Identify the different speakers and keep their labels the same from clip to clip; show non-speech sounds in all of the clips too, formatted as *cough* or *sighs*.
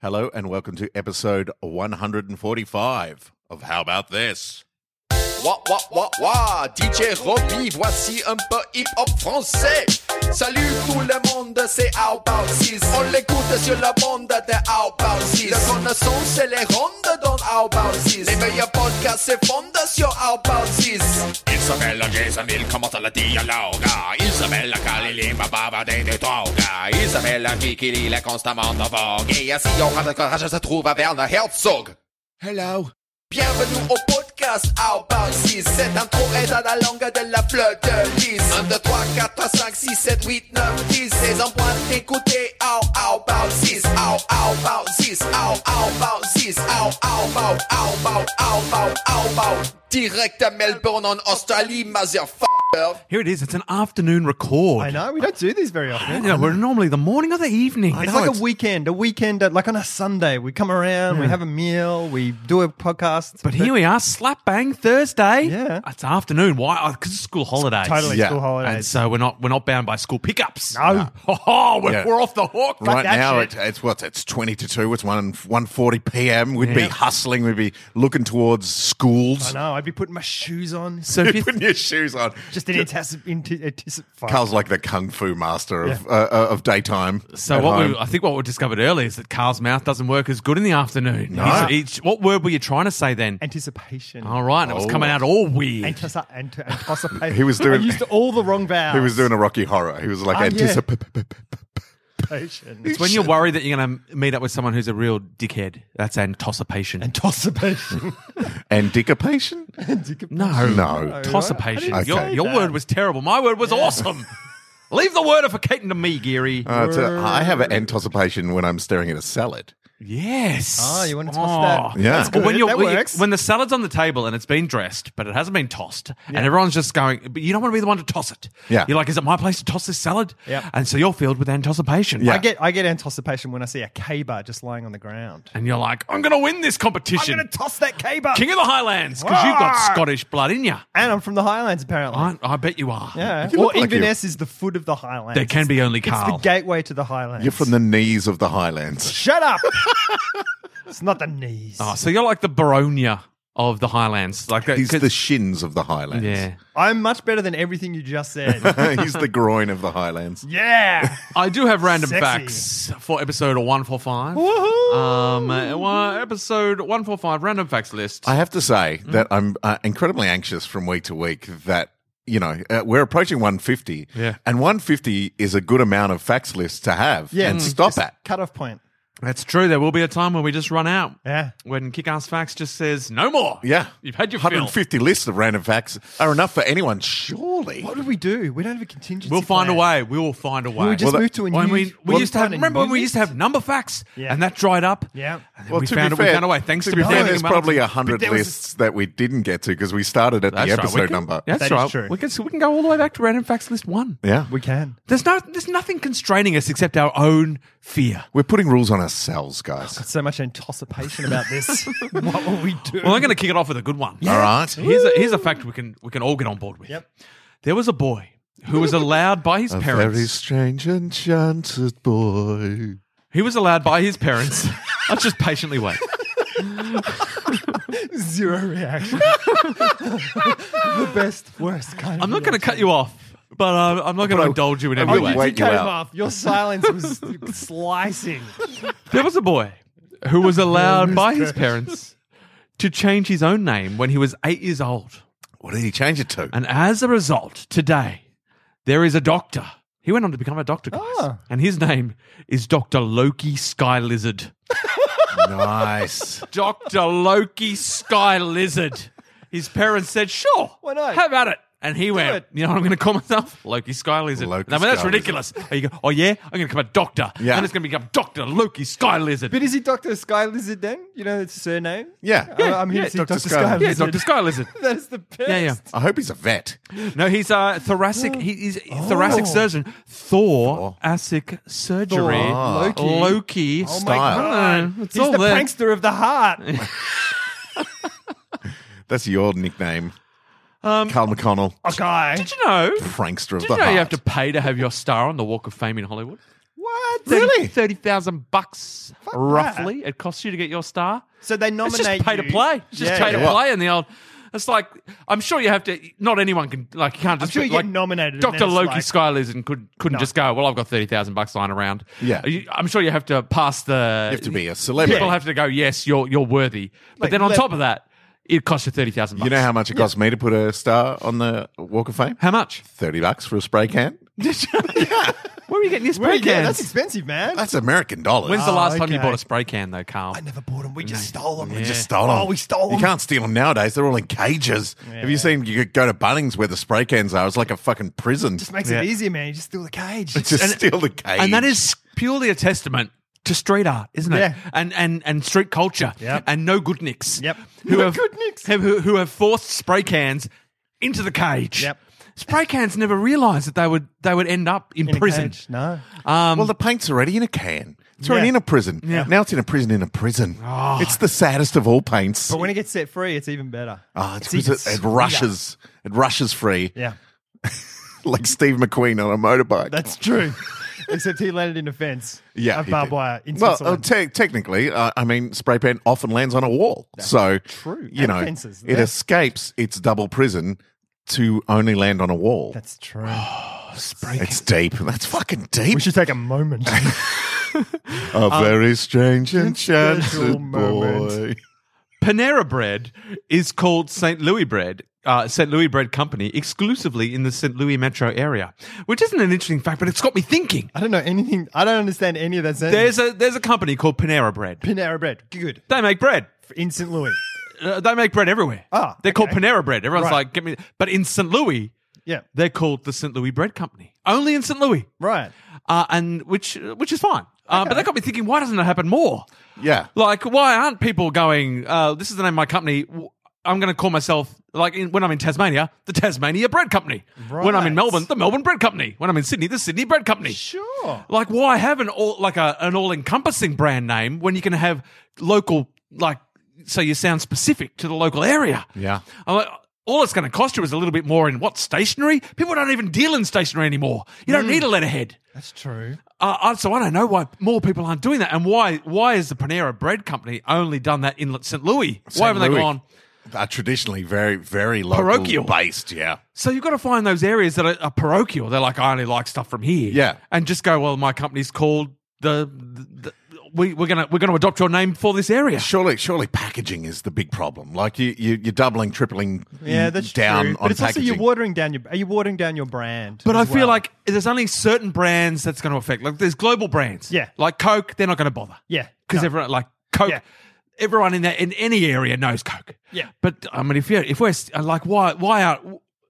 Speaker 1: Hello and welcome to episode 145 of How About This?
Speaker 2: Wah, wah, wah, wah, DJ Roby, voici un peu hip-hop français. Salut tout le monde, c'est How About This. On l'écoute sur la bande de How About This. La connaissance, c'est les rondes dans How About This. Les meilleurs podcasts se fondent sur How About This.
Speaker 3: Isabella Jezamil kommer til å dialoge. Isabella Kalili Mababa det er toget. Isabella Kikili er konstant våg. Jeg sier at det kanskje så tror jeg Werner Herzog.
Speaker 1: Hello.
Speaker 2: Bienvenue au podcast How About This. Cette intro est à la langue de la fleur de lys. 1, 2, 3, 4, 5, 6, 7, 8, 9, 10. C'est en point d'écouter How How About This. How How About This. How How About This. How How About How About How About How About. Direct à Melbourne en Australie, motherfucker.
Speaker 4: Here it is. It's an afternoon record.
Speaker 5: I know we don't do these very often.
Speaker 4: You know, we're normally the morning or the evening.
Speaker 5: It's
Speaker 4: No,
Speaker 5: like a weekend, a weekend uh, like on a Sunday. We come around, we have a meal, we do a podcast.
Speaker 4: But here we are, slap bang Thursday.
Speaker 5: Yeah.
Speaker 4: it's afternoon. Why? Because it's school holidays.
Speaker 5: totally
Speaker 1: Yeah.
Speaker 5: school
Speaker 4: And
Speaker 5: holidays.
Speaker 4: so we're not we're not bound by school pickups.
Speaker 5: No.
Speaker 4: Oh, *laughs* oh, we're,
Speaker 1: Yeah.
Speaker 4: we're off the hook.
Speaker 1: Right
Speaker 5: that
Speaker 1: now,
Speaker 5: shit.
Speaker 1: it, it's what? It's 20 to 2. It's 1 1.40 p.m. We'd be hustling. We'd be looking towards
Speaker 5: I
Speaker 1: schools.
Speaker 5: know. I'd be putting my shoes on.
Speaker 4: So if
Speaker 1: *laughs*
Speaker 4: you
Speaker 1: Putting your shoes on.
Speaker 5: Just in anticip- anti- anticipate.
Speaker 1: Carl's like the kung fu master of, uh, uh, of daytime.
Speaker 4: so
Speaker 1: at
Speaker 4: what
Speaker 1: home.
Speaker 4: we, I think what we discovered earlier is that Carl's mouth doesn't work as good in the afternoon. No. what word were you trying to say then?
Speaker 5: anticipation.
Speaker 4: all right, and it was coming out all weird.
Speaker 5: Antici- anti- anticipate.
Speaker 1: He was doing-
Speaker 5: I used all the wrong vowels.
Speaker 1: He was doing a Rocky Horror. He was like,
Speaker 5: Ah, yeah.
Speaker 1: anticipate.
Speaker 5: anticipation.
Speaker 4: *laughs* it's when you're worried that you're going to meet up with someone who's a real dickhead. That's anticipation.
Speaker 5: Anticipation.
Speaker 1: Anticipation?
Speaker 4: No,
Speaker 5: *laughs*
Speaker 1: No.
Speaker 4: Tossipation.
Speaker 5: I didn't
Speaker 4: Your,
Speaker 1: say
Speaker 4: your
Speaker 5: that.
Speaker 4: word was terrible. My word was
Speaker 5: *laughs*
Speaker 4: awesome. Leave the word officiating to me, Geary.
Speaker 1: Uh, it's a, I have an anticipation when I'm staring at a salad.
Speaker 4: yes.
Speaker 5: Oh, you wanna toss that?
Speaker 1: Yeah. That's
Speaker 4: But when,
Speaker 5: good.
Speaker 4: you're,
Speaker 5: That
Speaker 4: when you-
Speaker 5: works.
Speaker 4: when the salad's on the table and it's been dressed, but it hasn't been tossed, and everyone's just going, but you don't want to be the one to toss it.
Speaker 1: Yeah.
Speaker 4: You're like, is it my place to toss this salad?
Speaker 5: Yep.
Speaker 4: And so you're filled with anticipation.
Speaker 1: Yeah.
Speaker 5: I get I get anticipation when I see a K bar just lying on the ground.
Speaker 4: And you're like, I'm going to win this
Speaker 5: I'm
Speaker 4: competition.
Speaker 5: going to toss that K bar.
Speaker 4: King of the Highlands, because you've got
Speaker 5: Wah!
Speaker 4: Scottish blood in you.
Speaker 5: and I'm from the Highlands, apparently.
Speaker 4: I, I bet you are.
Speaker 5: Yeah.
Speaker 1: You
Speaker 5: Or
Speaker 1: look like
Speaker 5: Inverness is the foot of the Highlands.
Speaker 4: There can be only
Speaker 5: It's
Speaker 4: Carl.
Speaker 5: the gateway to the Highlands.
Speaker 1: You're from the knees of the Highlands. *laughs*
Speaker 5: Shut up! it's not the knees.
Speaker 4: Oh, so you're like the Baronia of the Highlands. Like
Speaker 1: He's
Speaker 4: 'cause-
Speaker 1: the shins of the Highlands.
Speaker 4: Yeah.
Speaker 5: I'm much better than everything you just said.
Speaker 1: *laughs* He's the groin of the Highlands.
Speaker 5: yeah!
Speaker 4: I do have random
Speaker 5: Sexy.
Speaker 4: facts for episode 145.
Speaker 5: Woohoo!
Speaker 4: Um, uh, well, episode 145 random facts list.
Speaker 1: I have to say
Speaker 4: Mm.
Speaker 1: that I'm uh, incredibly anxious from week to week that, you know, uh, we're approaching 150.
Speaker 4: Yeah.
Speaker 1: And 150 is a good amount of facts lists to have
Speaker 5: Yeah,
Speaker 1: and
Speaker 5: mm.
Speaker 1: stop at.
Speaker 5: Cut off point.
Speaker 4: That's true. There will be a time when we just run out.
Speaker 5: Yeah.
Speaker 4: When Kick Ass Facts just says, no more.
Speaker 1: Yeah.
Speaker 4: You've had your fill.
Speaker 1: 150 lists of random facts are enough for anyone, surely.
Speaker 5: What do we do? We don't have a contingency.
Speaker 4: We'll find a
Speaker 5: plan.
Speaker 4: way. We will find a way.
Speaker 5: We just
Speaker 1: Well,
Speaker 5: moved to a new.
Speaker 4: when we, we
Speaker 5: Well,
Speaker 4: used to have,
Speaker 5: found a
Speaker 4: remember
Speaker 5: new
Speaker 4: when we used to have
Speaker 5: music?
Speaker 4: number facts
Speaker 5: Yeah.
Speaker 4: and that dried up?
Speaker 5: Yeah.
Speaker 4: And we, found it, we found a way. Thanks to,
Speaker 1: to be
Speaker 4: Bill
Speaker 1: fair,
Speaker 4: and
Speaker 1: there's
Speaker 4: Melton.
Speaker 1: probably a hundred
Speaker 5: there was a-
Speaker 1: lists that we didn't get to because we started at
Speaker 4: That's
Speaker 1: the
Speaker 4: right. We
Speaker 1: episode
Speaker 4: can-
Speaker 1: number.
Speaker 4: That's
Speaker 5: That is
Speaker 4: right.
Speaker 5: true.
Speaker 4: We, can, we can go all the way back to random facts list one.
Speaker 1: Yeah,
Speaker 5: *laughs* We can.
Speaker 4: There's no, there's nothing constraining us except our own fear.
Speaker 1: we're putting rules on ourselves, guys.
Speaker 5: So much anticipation about this. *laughs* what will we do?
Speaker 4: Well, I'm going to kick it off with a good one.
Speaker 1: All right.
Speaker 4: Here's a, here's a fact we can we can all get on board with.
Speaker 5: Yep.
Speaker 4: There was a boy who was allowed by his
Speaker 1: A very
Speaker 4: parents.
Speaker 1: strange enchanted boy.
Speaker 4: He was allowed by
Speaker 1: *laughs*
Speaker 4: his parents. Let's just patiently wait.
Speaker 5: *laughs*
Speaker 4: *laughs*
Speaker 5: Zero reaction. *laughs* the best, worst kind.
Speaker 4: I'm not going to cut you off, but uh, I'm not going to indulge you in
Speaker 1: will
Speaker 4: any way.
Speaker 1: wait.
Speaker 5: Oh, You
Speaker 1: you
Speaker 5: cut him
Speaker 1: out.
Speaker 5: off. Your silence was *laughs* slicing.
Speaker 4: There was a boy who
Speaker 1: *laughs*
Speaker 4: was allowed by his parents to change his own name when he was eight years old,
Speaker 1: What did he change it to?
Speaker 4: and as a result, today there is a doctor. He went on to become a doctor, guys,
Speaker 5: Ah.
Speaker 4: and his name is Doctor Loki Sky Lizard.
Speaker 1: nice.
Speaker 4: Dr. Loki Sky Lizard. His parents said, sure.
Speaker 5: Why not?
Speaker 4: How about it? And he went,
Speaker 5: it.
Speaker 4: you know what I'm going to call myself? Loki Sky Lizard.
Speaker 1: Loki
Speaker 4: I mean, that's
Speaker 1: Sky
Speaker 4: ridiculous. Oh, you go, oh, yeah? I'm going to become a doctor.
Speaker 1: Yeah.
Speaker 4: And it's going to become Dr. Loki Sky Lizard.
Speaker 5: But is he Doctor Sky Lizard then? You know, it's a surname.
Speaker 1: Yeah. um,
Speaker 5: I'm- I'm
Speaker 4: *laughs*
Speaker 5: here
Speaker 4: yeah,
Speaker 5: to see
Speaker 4: Dr.
Speaker 1: Sky
Speaker 5: Doctor, Sky,
Speaker 4: yeah,
Speaker 5: Lizard. *laughs*
Speaker 4: Dr. Sky Lizard.
Speaker 5: That is the best.
Speaker 4: Yeah,
Speaker 1: I hope he's a vet.
Speaker 4: yeah. No, he's a thoracic. He, he's
Speaker 5: Oh.
Speaker 4: thoracic surgeon. Thoracic surgery.
Speaker 1: Ah.
Speaker 5: Thor.
Speaker 4: Loki.
Speaker 5: Loki. Oh my
Speaker 1: Style.
Speaker 5: god!
Speaker 4: Oh, it's
Speaker 5: He's
Speaker 4: all
Speaker 5: the
Speaker 4: there.
Speaker 5: prankster of the heart.
Speaker 1: That's your nickname. Carl McConnell,
Speaker 5: Okay.
Speaker 4: Did you know?
Speaker 1: prankster of
Speaker 4: Um, Did
Speaker 1: the
Speaker 4: you know
Speaker 1: heart.
Speaker 4: you have to pay to have your star on the Walk of Fame in Hollywood?
Speaker 5: What?
Speaker 1: What? Really?
Speaker 4: Thirty thousand bucks, roughly. It costs you to get your star.
Speaker 5: So they nominate
Speaker 4: It's just pay
Speaker 5: you.
Speaker 4: to play. It's just
Speaker 5: Yeah,
Speaker 4: pay
Speaker 5: yeah.
Speaker 4: to play in the old. It's like I'm sure you have to. Not anyone can like. You can't just.
Speaker 5: sure you get
Speaker 4: like,
Speaker 5: nominated and
Speaker 4: Doctor
Speaker 5: then it's
Speaker 4: Loki
Speaker 5: like-
Speaker 4: Skylizard and could couldn't just go. Well, I've got thirty thousand bucks lying around.
Speaker 1: Yeah.
Speaker 4: You- I'm sure you have to pass the.
Speaker 1: You have to be a
Speaker 4: People
Speaker 1: celebrity.
Speaker 4: have to go. Yes, you're you're worthy. But then on
Speaker 5: let-
Speaker 4: top of that, it costs you thirty thousand.
Speaker 1: You know how much it costs me to put a star on the Walk of Fame?
Speaker 4: How much?
Speaker 1: 30 bucks for a spray can.
Speaker 4: Where are you getting your
Speaker 5: Well,
Speaker 4: spray
Speaker 5: yeah,
Speaker 4: cans?
Speaker 5: that's expensive, man.
Speaker 1: That's American dollars.
Speaker 4: When's the last time you
Speaker 5: Oh, okay.
Speaker 4: bought a spray can though, Carl?
Speaker 5: I never bought them. We just stole them.
Speaker 1: We just stole 'em.
Speaker 5: Oh, we stole
Speaker 1: You
Speaker 5: them.
Speaker 1: can't steal them nowadays. They're all in cages. Have you seen? You could go to Bunnings where the spray cans are. It's like a fucking prison.
Speaker 5: Just makes
Speaker 4: Yeah.
Speaker 5: it easier, man. You just steal the cage.
Speaker 1: *laughs* Just steal the cage.
Speaker 4: and that is purely a testament to street art, isn't it?
Speaker 5: Yeah.
Speaker 4: And and and street culture.
Speaker 5: Yep.
Speaker 4: And no good nicks.
Speaker 5: Yep.
Speaker 4: Who
Speaker 5: No
Speaker 4: have,
Speaker 5: good nicks.
Speaker 4: Have, who, who have forced spray cans into the cage.
Speaker 5: Yep.
Speaker 4: Spray cans never realised that they would they would end up in,
Speaker 5: In a
Speaker 4: prison.
Speaker 5: cage. No.
Speaker 1: well, the paint's already in a can. It's already
Speaker 5: Um, Yeah.
Speaker 1: in
Speaker 5: Ah.
Speaker 1: a prison.
Speaker 4: Yeah.
Speaker 1: Now it's in a prison in a prison. It's the saddest of all paints.
Speaker 5: But when it gets set free, it's even better.
Speaker 1: Um, Oh, it's
Speaker 5: even
Speaker 1: because it, it
Speaker 5: sweeter.
Speaker 1: rushes. It rushes free,
Speaker 5: Yeah,
Speaker 1: like Steve McQueen on a motorbike.
Speaker 5: that's true. *laughs* Except he landed in a fence.
Speaker 1: yeah,
Speaker 5: A
Speaker 1: he
Speaker 5: barbed
Speaker 1: did.
Speaker 5: wire. In
Speaker 1: Well, uh,
Speaker 5: Switzerland.
Speaker 1: te- technically, uh, I mean, spray paint often lands on a wall, so
Speaker 5: true.
Speaker 1: You
Speaker 5: And
Speaker 1: know,
Speaker 5: fences.
Speaker 1: it
Speaker 5: Yeah.
Speaker 1: escapes its double prison to only land on a wall.
Speaker 5: that's true.
Speaker 1: It's deep. That's fucking deep.
Speaker 5: We should take a moment.
Speaker 1: a very strange
Speaker 5: special
Speaker 1: enchanted boy.
Speaker 5: moment.
Speaker 4: Panera Bread is called St. Louis Bread, uh, St. Louis Bread Company, exclusively in the St. Louis metro area, which isn't an interesting fact, but it's got me thinking.
Speaker 5: I don't know anything. I don't understand any of that sentence.
Speaker 4: There's a there's a company called Panera Bread.
Speaker 5: Panera Bread. Good.
Speaker 4: They make bread.
Speaker 5: In St. *laughs* Louis.
Speaker 4: Uh, they make bread everywhere.
Speaker 5: Ah,
Speaker 4: they're called
Speaker 5: okay.
Speaker 4: Panera Bread. Everyone's
Speaker 5: Right.
Speaker 4: like, get me. But in St. Louis,
Speaker 5: Yeah.
Speaker 4: they're called the St. Louis Bread Company. Only in St. Louis,
Speaker 5: Right.
Speaker 4: uh, and which which is fine. Uh, But that got me thinking: Why doesn't it happen more?
Speaker 1: Yeah.
Speaker 4: Like, why aren't people going? Uh, this is the name of my company. W- I'm going to call myself like in, when I'm in Tasmania, the Tasmania Bread Company. When I'm in
Speaker 5: Right.
Speaker 4: Melbourne, the Melbourne Bread Company. When I'm in Sydney, the Sydney Bread Company.
Speaker 5: Sure.
Speaker 4: Like, why have an all like a, an all encompassing brand name when you can have local like so you sound specific to the local area?
Speaker 1: Yeah.
Speaker 4: I'm like, all it's going to cost you is a little bit more in what stationery. People don't even deal in stationery anymore. You
Speaker 1: Mm.
Speaker 4: don't need a letterhead.
Speaker 5: That's true.
Speaker 4: Uh, I- so I don't know why more people aren't doing that, and why why has the Panera Bread Company only done that in St. Louis? why haven't they
Speaker 1: Louis.
Speaker 4: gone?
Speaker 1: Are traditionally very, very local
Speaker 4: Parochial.
Speaker 1: based. Yeah.
Speaker 4: So you've got to find those areas that are, are parochial. They're like, I only like stuff from here.
Speaker 1: Yeah.
Speaker 4: and just go. Well, my company's called the. the, the we, we're gonna we're gonna adopt your name for this area.
Speaker 1: Surely, surely packaging is the big problem. Like you, you you're doubling, tripling.
Speaker 5: Yeah, that's
Speaker 1: Mm, down
Speaker 5: true.
Speaker 1: on
Speaker 5: but it's
Speaker 1: packaging.
Speaker 5: also you're watering down your. Are you watering down your brand?
Speaker 4: But I
Speaker 5: as
Speaker 4: feel
Speaker 5: well?
Speaker 4: like there's only certain brands that's going to affect. Like there's global brands.
Speaker 5: Yeah.
Speaker 4: Like Coke, they're not going to bother.
Speaker 5: Yeah.
Speaker 4: Because
Speaker 5: No.
Speaker 4: everyone like Coke,
Speaker 5: Yeah.
Speaker 4: everyone in that in any area knows Coke.
Speaker 5: Yeah.
Speaker 4: But I mean, if you if we're like why why are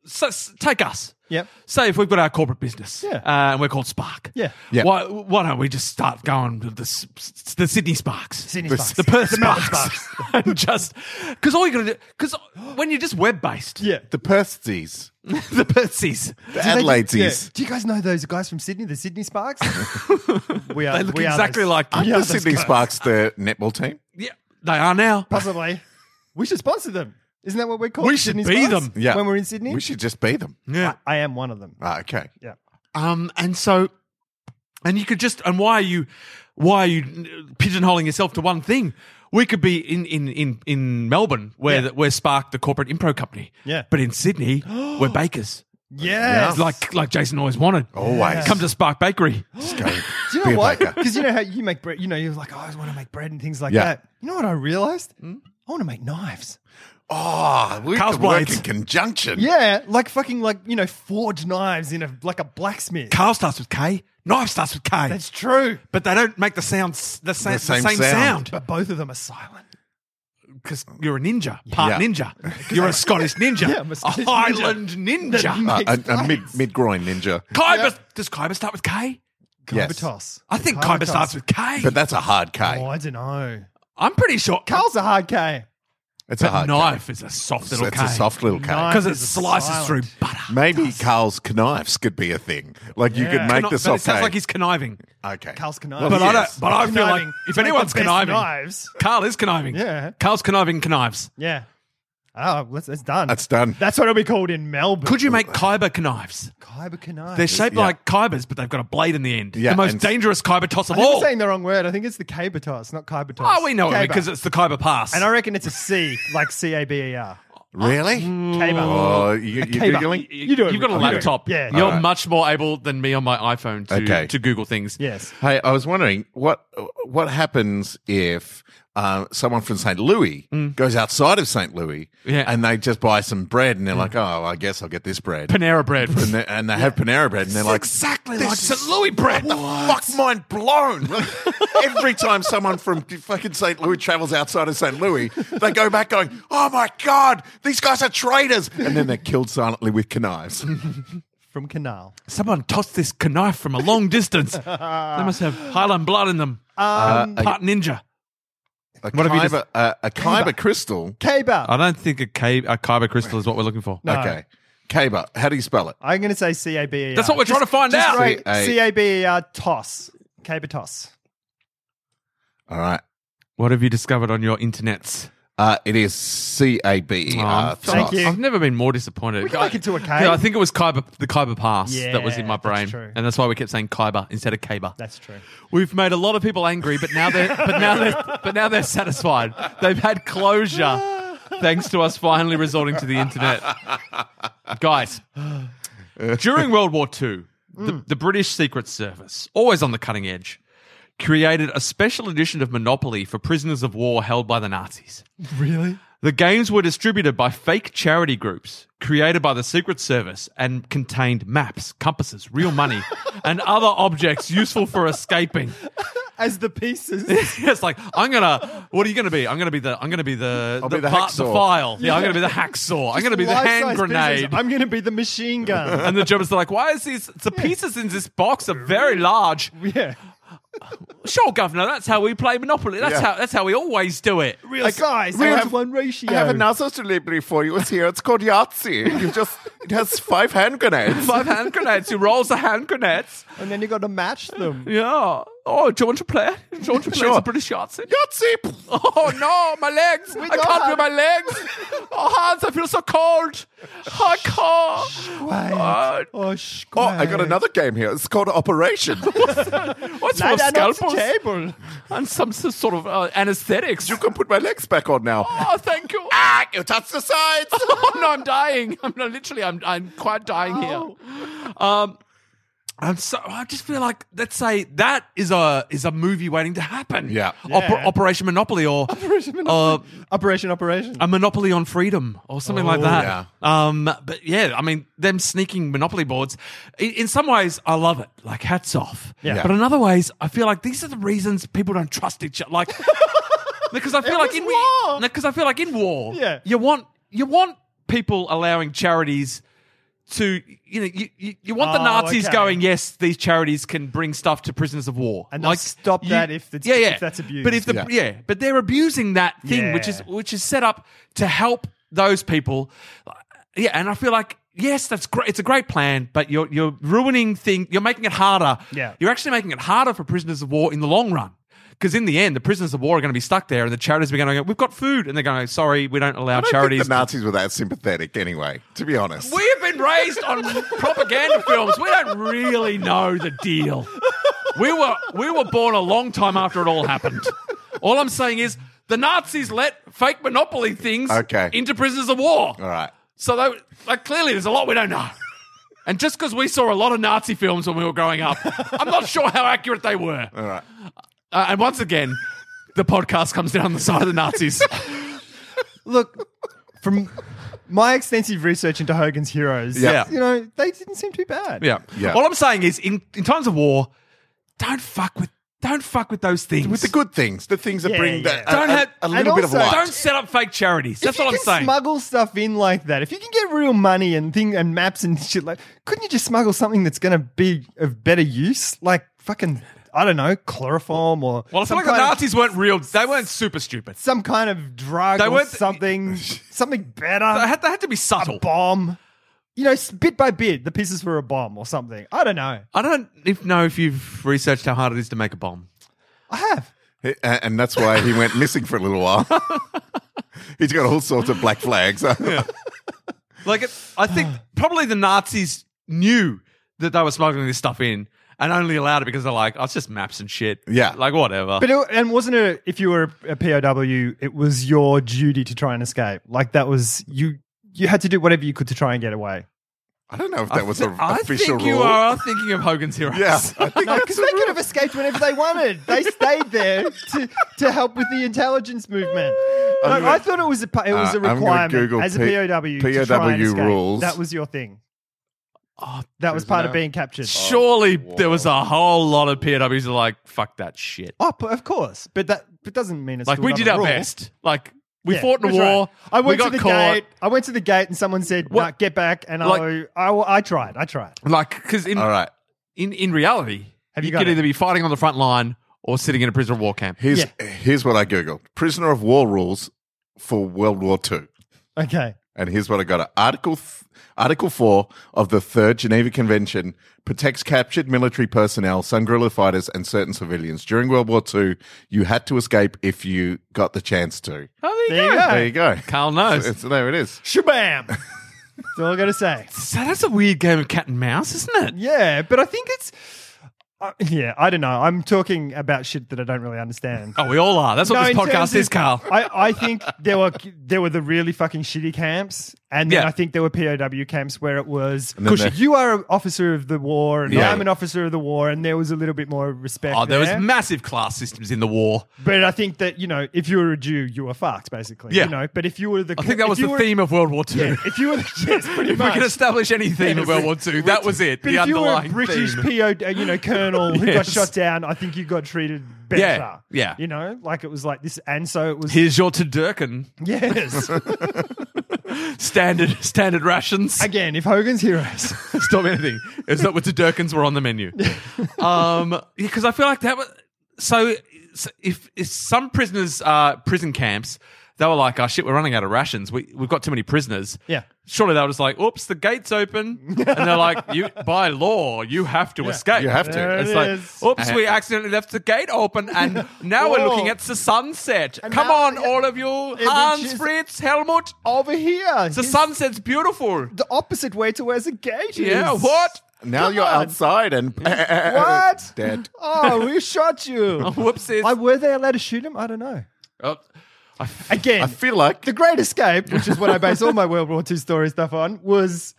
Speaker 4: so, s- take us.
Speaker 5: Yep.
Speaker 4: Say if we've got our corporate business,
Speaker 5: Yeah.
Speaker 4: uh, and we're called Spark,
Speaker 5: Yeah.
Speaker 1: Yeah.
Speaker 4: Why, why don't we just start going to the s- s- the Sydney Sparks,
Speaker 5: Sydney
Speaker 4: the,
Speaker 5: Sparks.
Speaker 4: the Perth
Speaker 5: The
Speaker 4: Sparks,
Speaker 5: Melbourne
Speaker 4: *laughs* and just because all you got to do because when you're just web based,
Speaker 5: Yeah.
Speaker 1: the Perthsies,
Speaker 4: *laughs* the Perthsies,
Speaker 1: the
Speaker 5: Do they-
Speaker 1: Adelaideses.
Speaker 5: yeah. Do you guys know those guys from Sydney, the Sydney Sparks? we are.
Speaker 4: they look
Speaker 5: we are
Speaker 4: exactly
Speaker 5: those-
Speaker 4: like them.
Speaker 5: Yeah,
Speaker 1: the
Speaker 5: those
Speaker 1: Sydney
Speaker 5: guys.
Speaker 1: Sparks, the netball team.
Speaker 4: Yeah, they are now.
Speaker 5: *laughs* Possibly. We should sponsor them. Isn't that what we're called?
Speaker 4: We should
Speaker 5: Sydney
Speaker 4: be
Speaker 5: Sparks?
Speaker 4: them.
Speaker 1: Yeah.
Speaker 5: When we're in Sydney,
Speaker 1: We should just be them.
Speaker 4: Yeah.
Speaker 5: I am one of them.
Speaker 1: Ah, okay.
Speaker 5: Yeah.
Speaker 4: Um, and so, and you could just, and why are you, why are you pigeonholing yourself to one thing? We could be in in in in Melbourne, where
Speaker 5: Yeah.
Speaker 4: the, where Spark, the corporate impro company.
Speaker 5: Yeah.
Speaker 4: But in *gasps* Sydney, we're bakers,
Speaker 5: Yes.
Speaker 4: like like Jason always wanted.
Speaker 1: Always.
Speaker 4: come to Spark *gasps* Bakery.
Speaker 1: Just
Speaker 5: *laughs*
Speaker 1: go.
Speaker 5: Do you
Speaker 1: be
Speaker 5: know
Speaker 1: a
Speaker 5: what?
Speaker 1: baker.
Speaker 5: Because you know how you make bread. You know, you're like, "Oh, I always want to make bread and things like
Speaker 1: Yeah.
Speaker 5: that. You know what I realized?
Speaker 4: Hmm?
Speaker 5: I want to make knives.
Speaker 1: Oh, we
Speaker 4: Carl's
Speaker 1: can work
Speaker 4: Blades.
Speaker 1: in conjunction.
Speaker 5: Yeah, like fucking like you know forged knives in a like a blacksmith.
Speaker 4: Carl starts with K. Knife starts with K.
Speaker 5: That's true.
Speaker 4: but they don't make the sound s- the, sa-
Speaker 1: The
Speaker 4: the
Speaker 1: same
Speaker 4: same,
Speaker 1: sound.
Speaker 4: sound
Speaker 5: But both of them are silent.
Speaker 4: because you're a ninja, part
Speaker 1: Yeah. *laughs*
Speaker 4: ninja. You're a Scottish ninja,
Speaker 5: Yeah, I'm a Scottish
Speaker 4: a
Speaker 5: ninja.
Speaker 4: Highland ninja.
Speaker 1: Uh,
Speaker 5: Makes
Speaker 1: a, a mid
Speaker 5: sense.
Speaker 1: mid groin ninja.
Speaker 4: Kyber does Kyber start with K?
Speaker 1: Yes.
Speaker 5: Kibotos.
Speaker 4: I think
Speaker 5: Kibotos.
Speaker 4: Kyber starts with K.
Speaker 1: But that's a hard K.
Speaker 5: Oh, I don't know.
Speaker 4: I'm pretty sure
Speaker 5: Carl's a hard K.
Speaker 1: it's a hard
Speaker 4: knife is a soft
Speaker 1: K.
Speaker 4: little
Speaker 1: it's
Speaker 4: K.
Speaker 1: a soft little K.
Speaker 5: Knife.
Speaker 4: because it
Speaker 5: It's a
Speaker 4: slices
Speaker 5: silent.
Speaker 4: through butter.
Speaker 1: Maybe Carl's knives could be a thing. Like you could
Speaker 5: Yeah.
Speaker 1: make the
Speaker 4: Conno- but it
Speaker 1: soft
Speaker 4: sounds
Speaker 1: K.
Speaker 4: like he's conniving.
Speaker 1: okay.
Speaker 5: Carl's conniving.
Speaker 1: Well,
Speaker 4: But I
Speaker 1: yes.
Speaker 4: don't. But I feel like
Speaker 5: Conniving.
Speaker 4: if
Speaker 5: To make the
Speaker 4: anyone's
Speaker 5: best
Speaker 4: conniving,
Speaker 5: knives.
Speaker 4: Carl is conniving.
Speaker 5: Yeah.
Speaker 4: Carl's conniving connives.
Speaker 5: Yeah. Oh, let's, it's done.
Speaker 1: That's done.
Speaker 5: That's what it'll be called in Melbourne.
Speaker 4: Could you make kyber knives?
Speaker 5: Kyber Canai?
Speaker 4: They're shaped
Speaker 1: Yeah.
Speaker 4: like kybers, but they've got a blade in the end.
Speaker 1: Yeah,
Speaker 4: the most
Speaker 1: and-
Speaker 4: dangerous kyber toss
Speaker 5: I
Speaker 4: of
Speaker 5: think
Speaker 4: all.
Speaker 5: we're saying the wrong word. I think it's the Cabotas, not Kyber
Speaker 4: Oh, we know it because it's the kyber pass.
Speaker 5: and I reckon it's a C, like C A B E R.
Speaker 1: Really?
Speaker 4: Mm.
Speaker 5: Caber.
Speaker 1: Oh, you, you
Speaker 5: caber.
Speaker 1: googling?
Speaker 5: You do it,
Speaker 4: You've got a
Speaker 5: Ricky.
Speaker 4: laptop.
Speaker 5: Yeah.
Speaker 4: You're
Speaker 1: Alright.
Speaker 4: much more able than me on my iPhone to,
Speaker 1: Okay.
Speaker 4: to Google things.
Speaker 5: Yes.
Speaker 1: Hey, I was wondering what what happens if uh, someone from St. Louis goes outside of St. Louis
Speaker 4: Mm. Yeah. Mm.
Speaker 1: and they just buy some bread and they're like, oh, I guess I'll get this bread.
Speaker 4: Panera bread.
Speaker 5: *laughs*
Speaker 1: and they, and they have Panera bread and they're like,
Speaker 4: exactly
Speaker 1: this
Speaker 4: like
Speaker 1: is-
Speaker 4: St. Louis bread. The
Speaker 1: Fuck, mind blown. *laughs* Every time someone from fucking St. Louis travels outside of St. Louis, they go back going, oh my God, these guys are traitors. And then they're killed silently with knives. *laughs*
Speaker 5: From Canal.
Speaker 4: Someone tossed this knife from a long
Speaker 5: *laughs*
Speaker 4: distance. they must have Highland blood in them.
Speaker 5: Um,
Speaker 4: Part ninja.
Speaker 1: A
Speaker 4: What have you
Speaker 1: kyber,
Speaker 4: just-
Speaker 1: a, a kyber crystal.
Speaker 5: Caber.
Speaker 4: I don't think a, ca- a kyber crystal is what we're looking for.
Speaker 5: No.
Speaker 1: Okay. Kyber. How do you spell it?
Speaker 5: I'm going to say C A B E R.
Speaker 4: That's what we're trying to find
Speaker 5: just
Speaker 4: out.
Speaker 5: write
Speaker 1: C A-
Speaker 5: C A B E R toss. Caber toss.
Speaker 1: All right.
Speaker 4: What have you discovered on your internets?
Speaker 1: Uh, it is C A B E R.
Speaker 4: Oh, I'm-
Speaker 5: Thank you.
Speaker 4: I've never been more disappointed.
Speaker 5: We can make it to a K.
Speaker 4: Yeah, I think it was Kyber, the Kyber pass that was in
Speaker 5: Yeah,
Speaker 4: my
Speaker 5: that's
Speaker 4: brain,
Speaker 5: true.
Speaker 4: and that's why we kept saying Kyber instead of Kaber.
Speaker 5: That's true.
Speaker 4: We've made a lot of people angry, but now they're but now they're but now they're satisfied. They've had closure thanks to us finally resorting to the internet. Guys, during World War II, the, the British Secret Service, always on the cutting edge, created a special edition of Monopoly for prisoners of war held by the Nazis.
Speaker 5: Really?
Speaker 4: The games were distributed by fake charity groups created by the Secret Service and contained maps, compasses, real money, and other objects useful for escaping.
Speaker 5: As the pieces.
Speaker 4: *laughs* it's like I'm gonna. What are you gonna be? I'm gonna be the. I'm gonna be the.
Speaker 1: I'll be the
Speaker 4: fi-
Speaker 1: hacksaw.
Speaker 4: file. Yeah, I'm gonna *laughs* be the hacksaw. I'm gonna be the hand
Speaker 5: Life-size pieces.
Speaker 4: grenade.
Speaker 5: I'm going to be the machine
Speaker 4: *laughs*
Speaker 5: gun.
Speaker 4: and the Germans are like, why is these? The pieces in this box are very large.
Speaker 5: *laughs* yeah.
Speaker 4: Sure, governor, that's how we play Monopoly. That's
Speaker 1: Yeah.
Speaker 4: how. That's how we always do it.
Speaker 5: Real size.
Speaker 1: we
Speaker 5: Real
Speaker 1: have-
Speaker 5: to one ratio.
Speaker 1: I have another delivery for you. It's here. It's called Yahtzee. You just it has five hand
Speaker 4: *laughs*
Speaker 1: grenades.
Speaker 4: *laughs* Five hand grenades. He rolls the hand grenades.
Speaker 5: and then you got to match them.
Speaker 4: Yeah. Oh, do you want to play? *laughs* Do you want to play
Speaker 1: Sure.
Speaker 4: some British Yahtzee?
Speaker 1: Yahtzee.
Speaker 4: *laughs* Oh no, my legs! I
Speaker 5: don't
Speaker 4: can't do
Speaker 5: have-
Speaker 4: my legs.
Speaker 5: *laughs*
Speaker 4: Oh Hans, I feel so cold. Uh, I can't.
Speaker 5: Quiet. Oh, sh-
Speaker 1: Oh, I got another game here. It's called
Speaker 5: *laughs*
Speaker 1: Operation. you
Speaker 4: What's more scalpels and some s- sort of uh, anesthetics?
Speaker 1: can put my legs back on now.
Speaker 4: Oh, thank you.
Speaker 1: Ah, you touched the *laughs* sides.
Speaker 4: *laughs* oh no, I'm dying. I'm no, literally, I'm I'm quite dying here. Um, I'm so I just feel like let's say that is a is a movie waiting to happen.
Speaker 1: Yeah.
Speaker 4: Oper-
Speaker 5: Yeah.
Speaker 4: Operation Monopoly or
Speaker 5: Operation Monopoly.
Speaker 4: uh,
Speaker 5: Operation, operation.
Speaker 4: a monopoly on freedom or something like
Speaker 5: Oh,
Speaker 4: that. Um, but yeah, I mean, them sneaking monopoly boards. In, in some ways, I love it. Like hats off.
Speaker 5: Yeah.
Speaker 4: But in other ways, I feel like these are the reasons people don't trust each other.
Speaker 5: *laughs*
Speaker 4: Like because I feel
Speaker 5: It
Speaker 4: like
Speaker 5: was
Speaker 4: in
Speaker 5: war.
Speaker 4: Because I feel like in war,
Speaker 5: Yeah.
Speaker 4: you want you want people allowing charities. To you know, you, you, you want the
Speaker 5: Oh,
Speaker 4: Nazis
Speaker 5: okay.
Speaker 4: going. Yes, these charities can bring stuff to prisoners of war,
Speaker 5: And they'll stop that if it's-
Speaker 4: yeah, yeah.
Speaker 5: if that's
Speaker 4: But if
Speaker 5: abused.
Speaker 4: the
Speaker 1: Yeah.
Speaker 4: yeah, but they're abusing that thing, which
Speaker 5: Yeah.
Speaker 4: is which is set up to help those people. Yeah, and I feel like yes, that's great. It's a great plan, but you're you're ruining thing. You're making it harder.
Speaker 5: Yeah.
Speaker 4: you're actually making it harder for prisoners of war in the long run. Because in the end, the prisoners of war are going to be stuck there, and the charities are going to go. We've got food, and they're going to go. Sorry, we don't allow
Speaker 1: I don't think
Speaker 4: charities.
Speaker 1: the Nazis were that sympathetic anyway. To be honest,
Speaker 4: we have been raised on propaganda films. We don't really know the deal. We were we were born a long time after it all happened. All I'm saying is the Nazis let fake monopoly things
Speaker 1: Okay.
Speaker 4: into prisoners of war.
Speaker 1: all right.
Speaker 4: So they, like clearly there's a lot we don't know. And just because we saw a lot of Nazi films when we were growing up, I'm not sure how accurate they were.
Speaker 1: All right.
Speaker 4: Uh, and once again, the podcast comes down the side of the Nazis.
Speaker 5: Look, from my extensive research into Hogan's Heroes,
Speaker 1: Yeah.
Speaker 5: you know, they didn't seem too bad.
Speaker 4: Yeah.
Speaker 1: Yeah.
Speaker 4: All I'm saying is, in, in times of war, don't fuck with don't fuck with those things.
Speaker 1: With the good things, the things that
Speaker 5: Yeah,
Speaker 1: bring
Speaker 5: yeah.
Speaker 1: that a-
Speaker 4: Don't
Speaker 1: a,
Speaker 4: have-
Speaker 1: a
Speaker 5: and
Speaker 1: little bit of
Speaker 5: also-
Speaker 1: light.
Speaker 4: don't set up fake charities. That's
Speaker 5: if you
Speaker 4: what I'm
Speaker 5: can
Speaker 4: saying.
Speaker 5: Smuggle stuff in like that. If you can get real money and thing and maps and *laughs* shit like, couldn't you just smuggle something that's going to be of better use? Like fucking, I don't know, chloroform or
Speaker 4: well, it's
Speaker 5: some
Speaker 4: like the
Speaker 5: kind of-
Speaker 4: Nazis weren't real. They weren't super stupid.
Speaker 5: some kind of drug
Speaker 4: They
Speaker 5: or
Speaker 4: weren't- *laughs*
Speaker 5: something, something
Speaker 4: They
Speaker 5: better,
Speaker 4: had, they had to be subtle.
Speaker 5: bomb. You know, s- bit by bit, the pieces were a bomb or something. I don't know.
Speaker 4: I don't if, know if you've researched how hard it is to make a bomb.
Speaker 5: I have.
Speaker 1: A- And that's why he went missing for a little while. *laughs* He's got all sorts of black flags. *laughs*
Speaker 4: Like, it, I
Speaker 5: *sighs*
Speaker 4: think probably the Nazis knew that they were smuggling this stuff in and only allowed it because they're like, oh, it's just maps and shit.
Speaker 1: Yeah.
Speaker 4: Like, whatever.
Speaker 5: But it, and wasn't it if you were a POW, it was your duty to try and escape. Like that was you. You had to do whatever you could to try and get away.
Speaker 1: I don't know if that was an
Speaker 4: I
Speaker 1: official
Speaker 4: think
Speaker 1: rule.
Speaker 4: you are thinking of Hogan's Heroes.
Speaker 1: Yeah,
Speaker 4: *laughs*
Speaker 1: I think
Speaker 5: No, because they could have escaped whenever they wanted. *laughs* They stayed there to, to help with the intelligence movement. No,
Speaker 1: I'm gonna-
Speaker 5: I thought it was a pa- it was
Speaker 1: Uh, I'm
Speaker 5: a
Speaker 1: gonna
Speaker 5: requirement
Speaker 1: Google
Speaker 5: as a
Speaker 1: P-
Speaker 5: POW. to try and
Speaker 1: POW
Speaker 5: escape.
Speaker 1: rules.
Speaker 5: That was your thing.
Speaker 4: Oh,
Speaker 5: That was part
Speaker 1: no-
Speaker 5: of being captured.
Speaker 4: Surely there was a whole lot of POWs who were like, fuck that shit.
Speaker 5: Oh, but of course, but that but doesn't mean it's
Speaker 4: Like,
Speaker 5: still
Speaker 4: we
Speaker 5: not
Speaker 4: did
Speaker 5: a
Speaker 4: our
Speaker 5: rule.
Speaker 4: best. Like, we
Speaker 5: Yeah,
Speaker 4: fought in a
Speaker 5: that's
Speaker 4: war.
Speaker 5: right. I went
Speaker 4: we got
Speaker 5: to the
Speaker 4: caught.
Speaker 5: gate. I went to the gate, and someone said,
Speaker 4: What-
Speaker 5: "No, get back." And
Speaker 4: Like-
Speaker 5: I, I, I tried. I tried.
Speaker 4: Like, because in,
Speaker 1: All right.
Speaker 4: in, in reality,
Speaker 5: Have
Speaker 4: you,
Speaker 5: you got
Speaker 4: could
Speaker 5: it?
Speaker 4: either be fighting on the front line or sitting in a prisoner of war camp.
Speaker 1: Here's here's what I googled: prisoner of war rules for World War II.
Speaker 5: Okay.
Speaker 1: And here's what I got: Article th- Article Four of the Third Geneva Convention protects captured military personnel, some guerrilla fighters, and certain civilians. During World War II, you had to escape if you got the chance to.
Speaker 4: Oh,
Speaker 5: There you go.
Speaker 1: There you go.
Speaker 4: Carl knows.
Speaker 1: So, so there it is.
Speaker 4: *laughs*
Speaker 5: Shabam. That's all I got to say.
Speaker 4: So that's a weird game of cat and mouse, isn't it?
Speaker 5: Yeah, but I think it's. Uh, yeah, I don't know. I'm talking about shit that I don't really understand.
Speaker 4: Oh, we all are. That's what
Speaker 5: No,
Speaker 4: this
Speaker 5: in terms
Speaker 4: podcast
Speaker 5: of-
Speaker 4: is, Carl.
Speaker 5: *laughs* I, I think there were there were the really fucking shitty camps, and then
Speaker 4: Yeah.
Speaker 5: I think there were POW camps where it was
Speaker 1: then
Speaker 5: "Cushy,
Speaker 1: there-
Speaker 5: you are an officer of the war, and
Speaker 1: Yeah.
Speaker 5: I'm an officer of the war, and there was a little bit more respect.
Speaker 4: Oh, there was
Speaker 5: there.
Speaker 4: massive class systems in the war.
Speaker 5: But I think that you know, if you were a Jew, you were fucked, basically.
Speaker 4: Yeah.
Speaker 5: You know, but if you were the,
Speaker 4: I think that
Speaker 5: if
Speaker 4: was
Speaker 5: you
Speaker 4: the
Speaker 5: were-
Speaker 4: theme of World War II. *laughs*
Speaker 5: Yeah, if you were the, yes, pretty
Speaker 4: if we
Speaker 5: much.
Speaker 4: could establish any theme of World War II, that was it.
Speaker 5: but
Speaker 4: the
Speaker 5: if you were a
Speaker 4: underlying
Speaker 5: British
Speaker 4: theme.
Speaker 5: PO, uh, you know, colonel
Speaker 4: *laughs*
Speaker 5: who got
Speaker 4: Yes.
Speaker 5: shot down, I think you got treated better.
Speaker 4: Yeah, yeah.
Speaker 5: You know, like it was like this, and so it was.
Speaker 4: Here's your Tadurkin *laughs*
Speaker 5: yes.
Speaker 4: standard
Speaker 5: *laughs*
Speaker 4: standard rations.
Speaker 5: Again, if Hogan's heroes.
Speaker 4: *laughs* Stop anything. It's not what Tadurkins were on the
Speaker 5: *laughs*
Speaker 4: menu. Um, because I feel like that was so. so if, if some prisoners, uh, prison camps, they were like, "Oh shit, we're running out of rations. We we've got too many prisoners."
Speaker 5: Yeah.
Speaker 4: Surely they were just like, "Oops, the gate's open," and they're like, "You by law, you have to escape.
Speaker 1: You have to. Uh,
Speaker 5: There
Speaker 4: It's
Speaker 5: it
Speaker 4: like,
Speaker 5: is.
Speaker 4: oops, we accidentally left the gate open,
Speaker 5: *laughs*
Speaker 4: and now we're
Speaker 5: Whoa.
Speaker 4: looking at the sunset.
Speaker 5: And
Speaker 4: Come
Speaker 5: now-
Speaker 4: on, all of you,
Speaker 5: which
Speaker 4: Hans,
Speaker 5: is-
Speaker 4: Fritz, Helmut,
Speaker 5: Over here,
Speaker 4: the
Speaker 5: he's
Speaker 4: sunset's beautiful.
Speaker 5: the opposite way to where the gate is.
Speaker 4: Yeah, what?
Speaker 1: Now you're
Speaker 5: on.
Speaker 1: outside and *laughs*
Speaker 5: What?
Speaker 1: Dead.
Speaker 5: Oh, we shot you.
Speaker 4: *laughs* Whoopsies.
Speaker 5: I, were they allowed to shoot him? I don't know.
Speaker 4: Oh,
Speaker 5: Again,
Speaker 1: I feel like
Speaker 5: The Great Escape, which is what I base all my World War II story stuff on, was.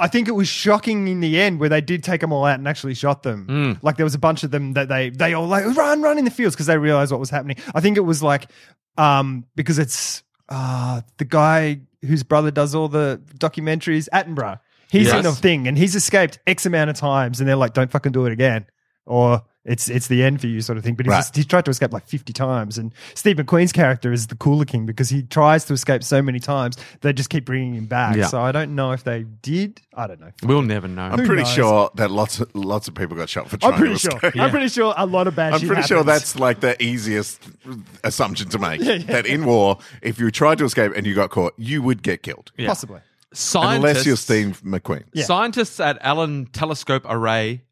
Speaker 5: I think it was shocking in the end where they did take them all out and actually shot them.
Speaker 1: Hmm.
Speaker 5: Like there was a bunch of them that they they all like run run in the fields because they realized what was happening. I think it was like um because it's uh the guy whose brother does all the documentaries Attenborough. He's in the
Speaker 4: Yes.
Speaker 5: thing and he's escaped X amount of times and they're like don't fucking do it again or it's it's the end for you sort of thing. But he's
Speaker 1: Right.
Speaker 5: just, he's tried to escape like 50 times. And Steve McQueen's character is the cooler king because he tries to escape so many times, they just keep bringing him back.
Speaker 4: Yeah.
Speaker 5: So I don't know if they did. I don't know.
Speaker 4: we'll never know.
Speaker 1: I'm pretty
Speaker 5: knows?
Speaker 1: sure that lots of, lots of people got shot for trying
Speaker 5: I'm pretty
Speaker 1: to
Speaker 5: sure.
Speaker 1: escape.
Speaker 5: I'm pretty sure a lot of bad
Speaker 1: I'm
Speaker 5: shit
Speaker 1: pretty sure
Speaker 5: happens.
Speaker 1: that's like the easiest assumption to
Speaker 4: *laughs*
Speaker 1: make. That in war, if you tried to escape and you got caught, you would get killed.
Speaker 4: Yeah.
Speaker 5: possibly.
Speaker 4: Scientists,
Speaker 1: Unless you're Steve McQueen.
Speaker 4: Scientists at Allen Telescope Array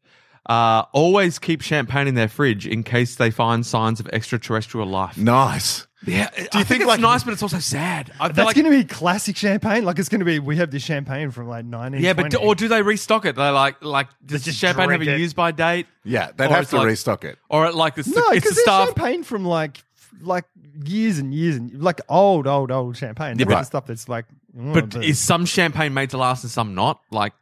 Speaker 4: uh, always keep champagne in their fridge in case they find signs of extraterrestrial life.
Speaker 1: Nice.
Speaker 4: Yeah, I think,
Speaker 1: think,
Speaker 4: it's
Speaker 1: like-
Speaker 4: nice, but it's also sad. I feel
Speaker 5: That's
Speaker 4: like,
Speaker 5: going to be classic champagne. Like it's going to be, we have this champagne from like 19.
Speaker 4: yeah, but do, or do they restock it? They like like does
Speaker 5: just
Speaker 4: champagne have
Speaker 5: drink
Speaker 4: a
Speaker 5: it.
Speaker 4: use by date?
Speaker 1: Yeah, they'd
Speaker 4: Or
Speaker 1: have
Speaker 4: it's
Speaker 1: to
Speaker 4: like-
Speaker 1: restock it.
Speaker 4: Or it like it's
Speaker 5: *laughs* no,
Speaker 4: the, it's
Speaker 5: because
Speaker 4: the
Speaker 5: there's
Speaker 4: staff.
Speaker 5: champagne from like like years and years and like old, old, old champagne. That's
Speaker 1: but-
Speaker 5: the stuff that's like. mm,
Speaker 4: But is some champagne made to last and some not? Like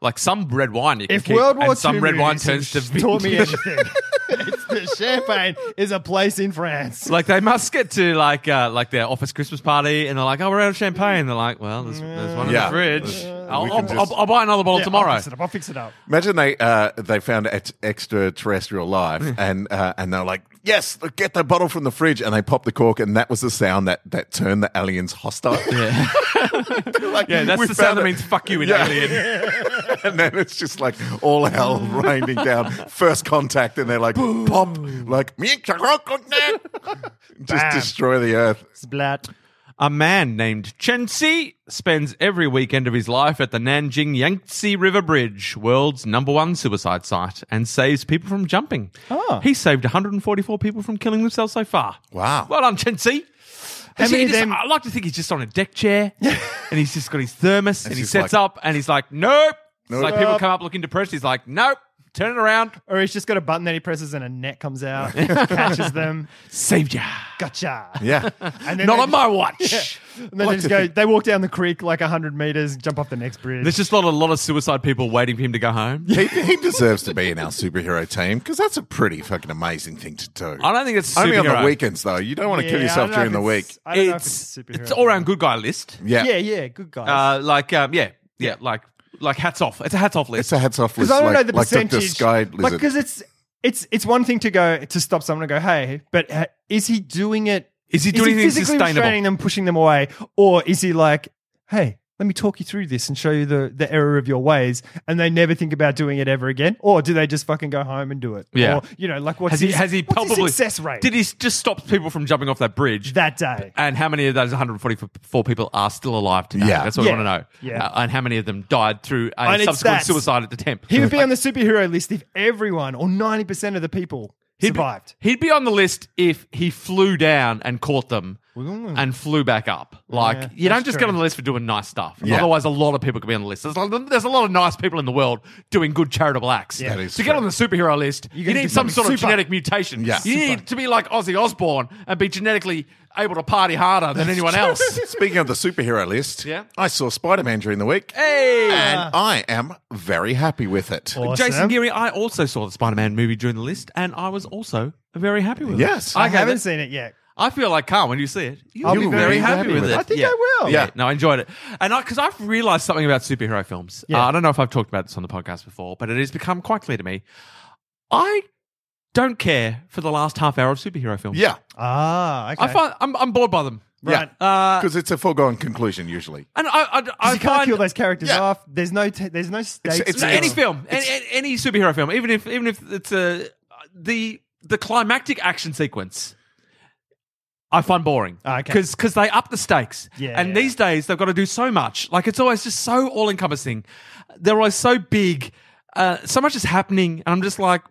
Speaker 4: like some red wine you can
Speaker 5: If
Speaker 4: keep,
Speaker 5: World War
Speaker 4: and some
Speaker 5: II
Speaker 4: red wine
Speaker 5: movies
Speaker 4: turns to
Speaker 5: have *laughs* taught me
Speaker 4: vintage.
Speaker 5: anything. *laughs* it's the champagne is a place in France.
Speaker 4: like they must get to like uh, like their office Christmas party, and they're like, "Oh, we're out of champagne." They're like, "Well, there's, there's one
Speaker 1: Yeah.
Speaker 4: in the fridge.
Speaker 1: Yeah. We
Speaker 4: I'll,
Speaker 1: can
Speaker 4: I'll,
Speaker 1: just-
Speaker 4: I'll, I'll buy another bottle
Speaker 5: Yeah,
Speaker 1: *laughs*
Speaker 4: tomorrow."
Speaker 5: I'll fix it up. I'll fix it up.
Speaker 1: Imagine they uh, they found ex- extraterrestrial
Speaker 4: *laughs*
Speaker 1: life and uh, and they're like, yes, get the bottle from the fridge, and they pop the cork, and that was the sound that, that turned the aliens
Speaker 4: *laughs*
Speaker 1: hostile.
Speaker 4: Yeah,
Speaker 1: They're like,
Speaker 4: yeah, that's
Speaker 1: "We
Speaker 4: the sound
Speaker 1: found
Speaker 4: that
Speaker 1: it."
Speaker 4: means "fuck you" in
Speaker 1: Yeah.
Speaker 4: alien.
Speaker 1: *laughs* and then it's just like all hell raining down. First contact, and they're like pop, like just destroy the earth.
Speaker 5: Splat.
Speaker 4: A man named Chen Si spends every weekend of his life at the Nanjing Yangtze River Bridge, world's number one suicide site, and saves people from jumping.
Speaker 5: Ah.
Speaker 4: He saved 144 people from killing themselves so far.
Speaker 1: Wow.
Speaker 4: Well done, Chen Si.
Speaker 5: How
Speaker 4: Is he
Speaker 5: many of
Speaker 4: just-
Speaker 5: them?
Speaker 4: I like to think he's just on a deck *laughs* chair and he's just got his thermos and he
Speaker 1: just
Speaker 4: sets
Speaker 1: like-
Speaker 4: up and he's like, nope. It's
Speaker 1: Nope.
Speaker 4: like people come up looking depressed. He's like, nope, turn it around.
Speaker 5: Or he's just got a button that he presses and a net
Speaker 4: *laughs*
Speaker 5: comes out, catches them.
Speaker 4: Saved ya.
Speaker 5: Gotcha.
Speaker 1: Yeah.
Speaker 5: And then
Speaker 4: Not
Speaker 5: they
Speaker 4: on *laughs* my watch.
Speaker 5: And then they
Speaker 1: like
Speaker 5: just
Speaker 1: to
Speaker 5: go.
Speaker 1: think-
Speaker 5: They walk down the creek like hundred meters, jump off the next bridge.
Speaker 4: There's just a lot, a lot of suicide people waiting for him to go home.
Speaker 1: he, he deserves to be in our superhero team because that's a pretty fucking amazing thing to do.
Speaker 4: I don't think it's
Speaker 1: Only on
Speaker 4: superhero.
Speaker 1: the weekends, though. You don't want to
Speaker 5: Yeah,
Speaker 1: kill
Speaker 5: I
Speaker 1: yourself
Speaker 5: don't know
Speaker 1: during the
Speaker 5: if
Speaker 1: week.
Speaker 5: it's- I don't know if
Speaker 4: It's,
Speaker 5: superhero
Speaker 4: it's
Speaker 5: or
Speaker 4: all
Speaker 5: not.
Speaker 4: around good guy list.
Speaker 1: Yeah.
Speaker 5: Yeah, yeah, good guys.
Speaker 4: Uh, like, um, yeah, yeah, like, like hats off. It's a hats off list.
Speaker 1: It's a hats off list.
Speaker 5: Because I don't
Speaker 1: like,
Speaker 5: know the
Speaker 1: like Dr.
Speaker 5: percentage.
Speaker 1: Sky
Speaker 5: like,
Speaker 1: Lizard.
Speaker 5: because it's it's it's one thing to go to stop someone and go, hey, but ha- is he doing it?
Speaker 4: Is he doing anything
Speaker 5: physically
Speaker 4: sustainable?
Speaker 5: restraining them, pushing them away, or is he like, hey? Let me talk you through this and show you the, the error of your ways, and they never think about doing it ever again, or do they just fucking go home and do it?
Speaker 4: Yeah.
Speaker 5: or, you know, like what's
Speaker 4: has he?
Speaker 5: his-
Speaker 4: Has he
Speaker 5: what's his
Speaker 4: palpably
Speaker 5: success rate
Speaker 4: Did he s- just stop people from jumping off that bridge?
Speaker 5: that day?
Speaker 4: and how many of those 144 people are still alive today?
Speaker 1: Yeah.
Speaker 4: that's what
Speaker 5: Yeah.
Speaker 4: we want to know.
Speaker 5: Yeah.
Speaker 4: Uh, and how many of them died through a
Speaker 5: And it's
Speaker 4: subsequent
Speaker 5: that.
Speaker 4: suicide attempt?
Speaker 5: He would be
Speaker 4: Like,
Speaker 5: on the superhero list if everyone or ninety percent of the people
Speaker 4: he'd be-
Speaker 5: survived.
Speaker 4: he'd be on the list if he flew down and caught them and flew back up. Like
Speaker 5: Yeah,
Speaker 4: you don't
Speaker 5: that's
Speaker 4: just
Speaker 5: true.
Speaker 4: get on the list for doing nice stuff.
Speaker 1: Yeah.
Speaker 4: Otherwise, a lot of people could be on the list. There's a, lot- there's a lot of nice people in the world doing good charitable acts.
Speaker 1: That is
Speaker 4: to get
Speaker 1: true.
Speaker 4: on the superhero list, you,
Speaker 5: gotta do
Speaker 4: need some
Speaker 5: something
Speaker 4: sort of
Speaker 5: super.
Speaker 4: genetic mutation.
Speaker 1: Yeah.
Speaker 4: you
Speaker 1: Super.
Speaker 4: need to be like Ozzy Osbourne and be genetically able to party harder than anyone
Speaker 5: *laughs*
Speaker 4: else.
Speaker 1: *laughs* Speaking of the superhero list,
Speaker 4: Yeah.
Speaker 1: I saw Spider Man during the week.
Speaker 4: Hey.
Speaker 1: And I am very happy with it.
Speaker 5: Awesome.
Speaker 4: Jason Geary, I also saw the Spider Man movie during the list, and I was also very happy with it.
Speaker 1: Yes.
Speaker 5: I
Speaker 4: Okay,
Speaker 5: haven't
Speaker 4: that-
Speaker 5: seen it yet.
Speaker 4: I feel like, Carl, when you see it, you'll
Speaker 5: I'll
Speaker 4: be
Speaker 5: be
Speaker 4: very,
Speaker 5: very
Speaker 4: happy,
Speaker 1: happy
Speaker 4: with
Speaker 1: with
Speaker 4: it.
Speaker 1: it.
Speaker 5: I think I will.
Speaker 4: Yeah.
Speaker 1: Yeah.
Speaker 4: no, I enjoyed it. And because I've realized something about superhero films.
Speaker 5: Yeah.
Speaker 4: Uh, I don't know if I've talked about this on the podcast before, but it has become quite clear to me. I don't care for the last half hour of superhero films.
Speaker 1: Yeah.
Speaker 5: Ah, okay.
Speaker 4: I find I'm, I'm bored by them.
Speaker 5: Right.
Speaker 4: Uh,
Speaker 1: Because it's a foregone conclusion usually.
Speaker 4: and I, I, I
Speaker 5: you can't
Speaker 4: find
Speaker 5: kill those characters
Speaker 1: Yeah.
Speaker 5: off. There's no t- there's no stakes.
Speaker 1: it's-
Speaker 4: No,
Speaker 5: to
Speaker 4: any
Speaker 5: it.
Speaker 4: film, any, any- any superhero film, even if even if it's a the the climactic action sequence, I find boring
Speaker 5: Ah, okay.
Speaker 4: because they up the stakes.
Speaker 5: Yeah,
Speaker 4: and
Speaker 5: yeah.
Speaker 4: these days they've got to do so much. Like it's always just so all encompassing. They're always so big. Uh, so much is happening, and I'm just like,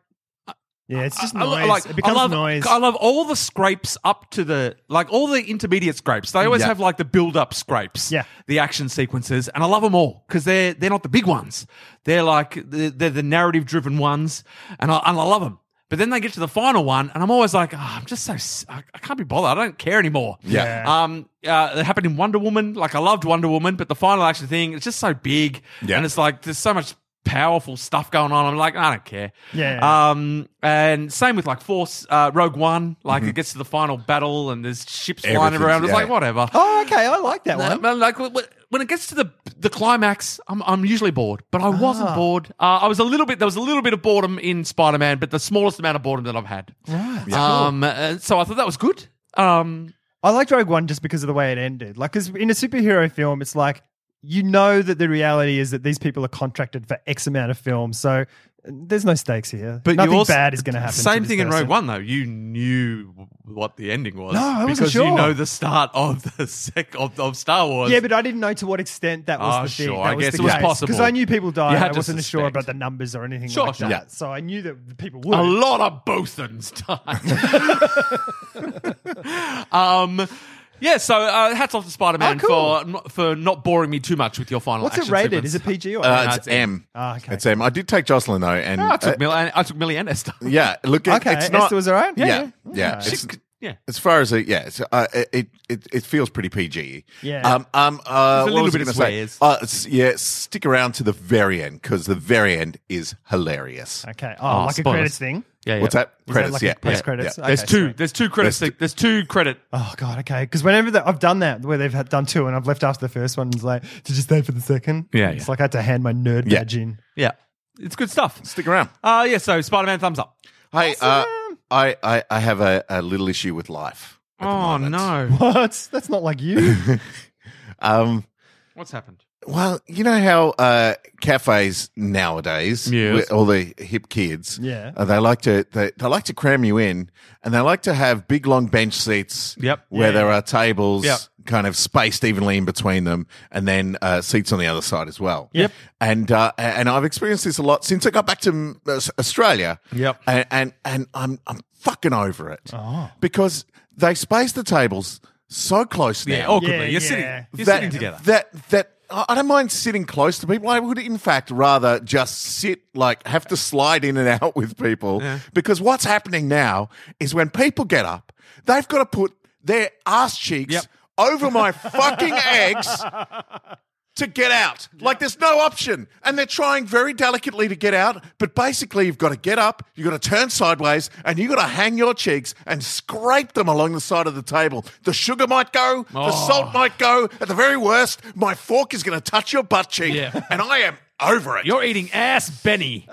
Speaker 5: yeah, it's just
Speaker 4: I- I
Speaker 5: noise.
Speaker 4: lo- like,
Speaker 5: it becomes
Speaker 4: I love,
Speaker 5: noise.
Speaker 4: I love all the scrapes up to the like all the intermediate scrapes. They always
Speaker 1: Yeah.
Speaker 4: have like the build-up scrapes,
Speaker 5: Yeah.
Speaker 4: the action sequences, and I love them all because they're they're not the big ones. They're like they're, they're the narrative-driven ones, and I, and I love them. But then they get to the final one, and I'm always like, "Ah, I'm just so s- I, I can't be bothered. I don't care anymore.
Speaker 1: Yeah.
Speaker 4: Um. Uh, it happened in Wonder Woman. Like I loved Wonder Woman, but the final action thing it's just so big,
Speaker 1: Yeah.
Speaker 4: and it's like there's so much powerful stuff going on. I'm like, I don't care.
Speaker 5: Yeah.
Speaker 4: Um, and same with like Force uh, Rogue One. Like it gets to the final battle and there's ships flying
Speaker 1: Mm-hmm. Everything's-
Speaker 4: around. It's
Speaker 1: yeah.
Speaker 4: like whatever.
Speaker 5: oh, okay. I like that
Speaker 4: Uh,
Speaker 5: one.
Speaker 4: but, like wh- wh- when it gets to the the climax, I'm I'm usually bored, but I wasn't
Speaker 5: Ah.
Speaker 4: bored. Uh, I was a little bit. There was a little bit of boredom in Spider Man, but the smallest amount of boredom that I've had.
Speaker 5: Right.
Speaker 4: Um, uh, so I thought that was good. Um,
Speaker 5: I liked Rogue One just because of the way it ended. Like, because in a superhero film, it's like you know that the reality is that these people are contracted for X amount of films, so uh, there's no stakes here.
Speaker 4: But you
Speaker 5: nothing
Speaker 4: also-
Speaker 5: bad is going to happen. to
Speaker 4: Same
Speaker 5: this
Speaker 4: thing in
Speaker 5: person.
Speaker 4: Rogue One though. You knew what the ending was.
Speaker 5: No, I wasn't
Speaker 4: because you
Speaker 5: sure.
Speaker 4: know the start of the sec of, of Star Wars.
Speaker 5: Yeah, but I didn't know to what extent that was
Speaker 4: Oh,
Speaker 5: the thing.
Speaker 4: sure.
Speaker 5: That
Speaker 4: I
Speaker 5: was
Speaker 4: guess
Speaker 5: the
Speaker 4: it was
Speaker 5: case.
Speaker 4: possible.
Speaker 5: Because I knew people
Speaker 4: You
Speaker 5: died.
Speaker 4: had
Speaker 5: I
Speaker 4: to
Speaker 5: wasn't sure
Speaker 4: suspect.
Speaker 5: about the numbers or anything
Speaker 4: Sure,
Speaker 5: like
Speaker 4: sure.
Speaker 5: that.
Speaker 4: Yeah.
Speaker 5: So I knew that the people would.
Speaker 4: a lot of Bothans died. *laughs* um, yeah, so uh, hats off to Spider Man
Speaker 5: Oh, cool.
Speaker 4: for not- for not boring me too much with your final.
Speaker 5: What's it
Speaker 4: action
Speaker 5: rated?
Speaker 4: sequence.
Speaker 5: Is it PG or?
Speaker 1: Uh,
Speaker 4: no,
Speaker 1: it's,
Speaker 4: it's
Speaker 1: M.
Speaker 5: Ah, okay.
Speaker 1: It's M. I did take Jocelyn though, and
Speaker 4: Oh, I took
Speaker 1: uh,
Speaker 4: Millie. I took Millie and Esther.
Speaker 1: yeah, look, it-
Speaker 5: Okay,
Speaker 1: it's not.
Speaker 5: Esther was all right? Yeah,
Speaker 1: Yeah, yeah.
Speaker 5: yeah. Alright.
Speaker 1: It's,
Speaker 4: yeah,
Speaker 1: as far as it, yeah, it's, uh, it, it it feels pretty PG.
Speaker 5: Yeah.
Speaker 1: Um. Um. Uh,
Speaker 4: There's a
Speaker 1: what
Speaker 4: little
Speaker 1: was I
Speaker 4: bit of
Speaker 1: gonna say?
Speaker 4: swears.
Speaker 1: Uh, s- yeah. Stick around to the very end because the very end is hilarious.
Speaker 5: okay. Oh,
Speaker 4: Oh,
Speaker 5: like
Speaker 4: spoilers.
Speaker 5: a credits thing.
Speaker 4: yeah, yeah.
Speaker 1: What's that?
Speaker 5: Is that
Speaker 1: Credits.
Speaker 5: like
Speaker 1: yeah.
Speaker 5: a post
Speaker 1: yeah,
Speaker 5: credits?
Speaker 1: yeah.
Speaker 5: Okay,
Speaker 4: There's two.
Speaker 5: sorry.
Speaker 4: There's two credits.
Speaker 1: There's
Speaker 4: There's, two credit.
Speaker 5: Oh god, okay. Because whenever the, I've done that, where they've had, done two, and I've left after the first one, it's like, did you stay for the second?
Speaker 4: Yeah,
Speaker 5: It's
Speaker 4: yeah.
Speaker 5: like I had to hand my nerd
Speaker 1: Yeah.
Speaker 5: badge in. *laughs*
Speaker 4: Yeah, it's good stuff.
Speaker 1: Stick around.
Speaker 4: Uh yeah. So Spider Man, thumbs up.
Speaker 1: Hey, uh, I, I I have a, a little issue with life. at the
Speaker 4: Oh
Speaker 1: moment.
Speaker 4: no,
Speaker 5: What? That's not like
Speaker 4: *laughs*
Speaker 5: you.
Speaker 1: Um.
Speaker 4: what's happened?
Speaker 1: Well, you know how uh, cafes nowadays,
Speaker 4: Yes.
Speaker 1: with all the hip kids,
Speaker 5: Yeah.
Speaker 1: uh, they like to they, they like to cram you in, and they like to have big long bench seats,
Speaker 4: Yep.
Speaker 1: where
Speaker 5: Yeah.
Speaker 1: there are tables,
Speaker 4: Yep.
Speaker 1: kind of spaced evenly in between them, and then uh, seats on the other side as well.
Speaker 5: Yep.
Speaker 1: And uh, and I've experienced this a lot since I got back to mm, Aus- Australia.
Speaker 4: Yep. Oh.
Speaker 1: And and, and I'm I'm fucking over it because they space the tables so close now.
Speaker 4: Yeah, Oh, awkwardly.
Speaker 5: Yeah,
Speaker 4: you're sitting,
Speaker 5: yeah.
Speaker 4: you're sitting together.
Speaker 1: That that I I don't mind sitting close to people. I would, in fact, rather just sit like have to slide in and out with people because what's happening now is when people get up, they've got to put their ass cheeks
Speaker 4: Yep.
Speaker 1: over my fucking
Speaker 4: *laughs*
Speaker 1: eggs. To get out. Like there's no option. And they're trying very delicately to get out, but basically you've got to get up, you've got to turn sideways, and you've got to hang your cheeks and scrape them along the side of the table. The sugar might go, the
Speaker 4: Oh.
Speaker 1: salt might go. At the very worst, my fork is going to touch your butt cheek,
Speaker 4: Yeah.
Speaker 1: *laughs* and I am over it.
Speaker 4: You're eating ass,
Speaker 5: *laughs*
Speaker 4: Benny.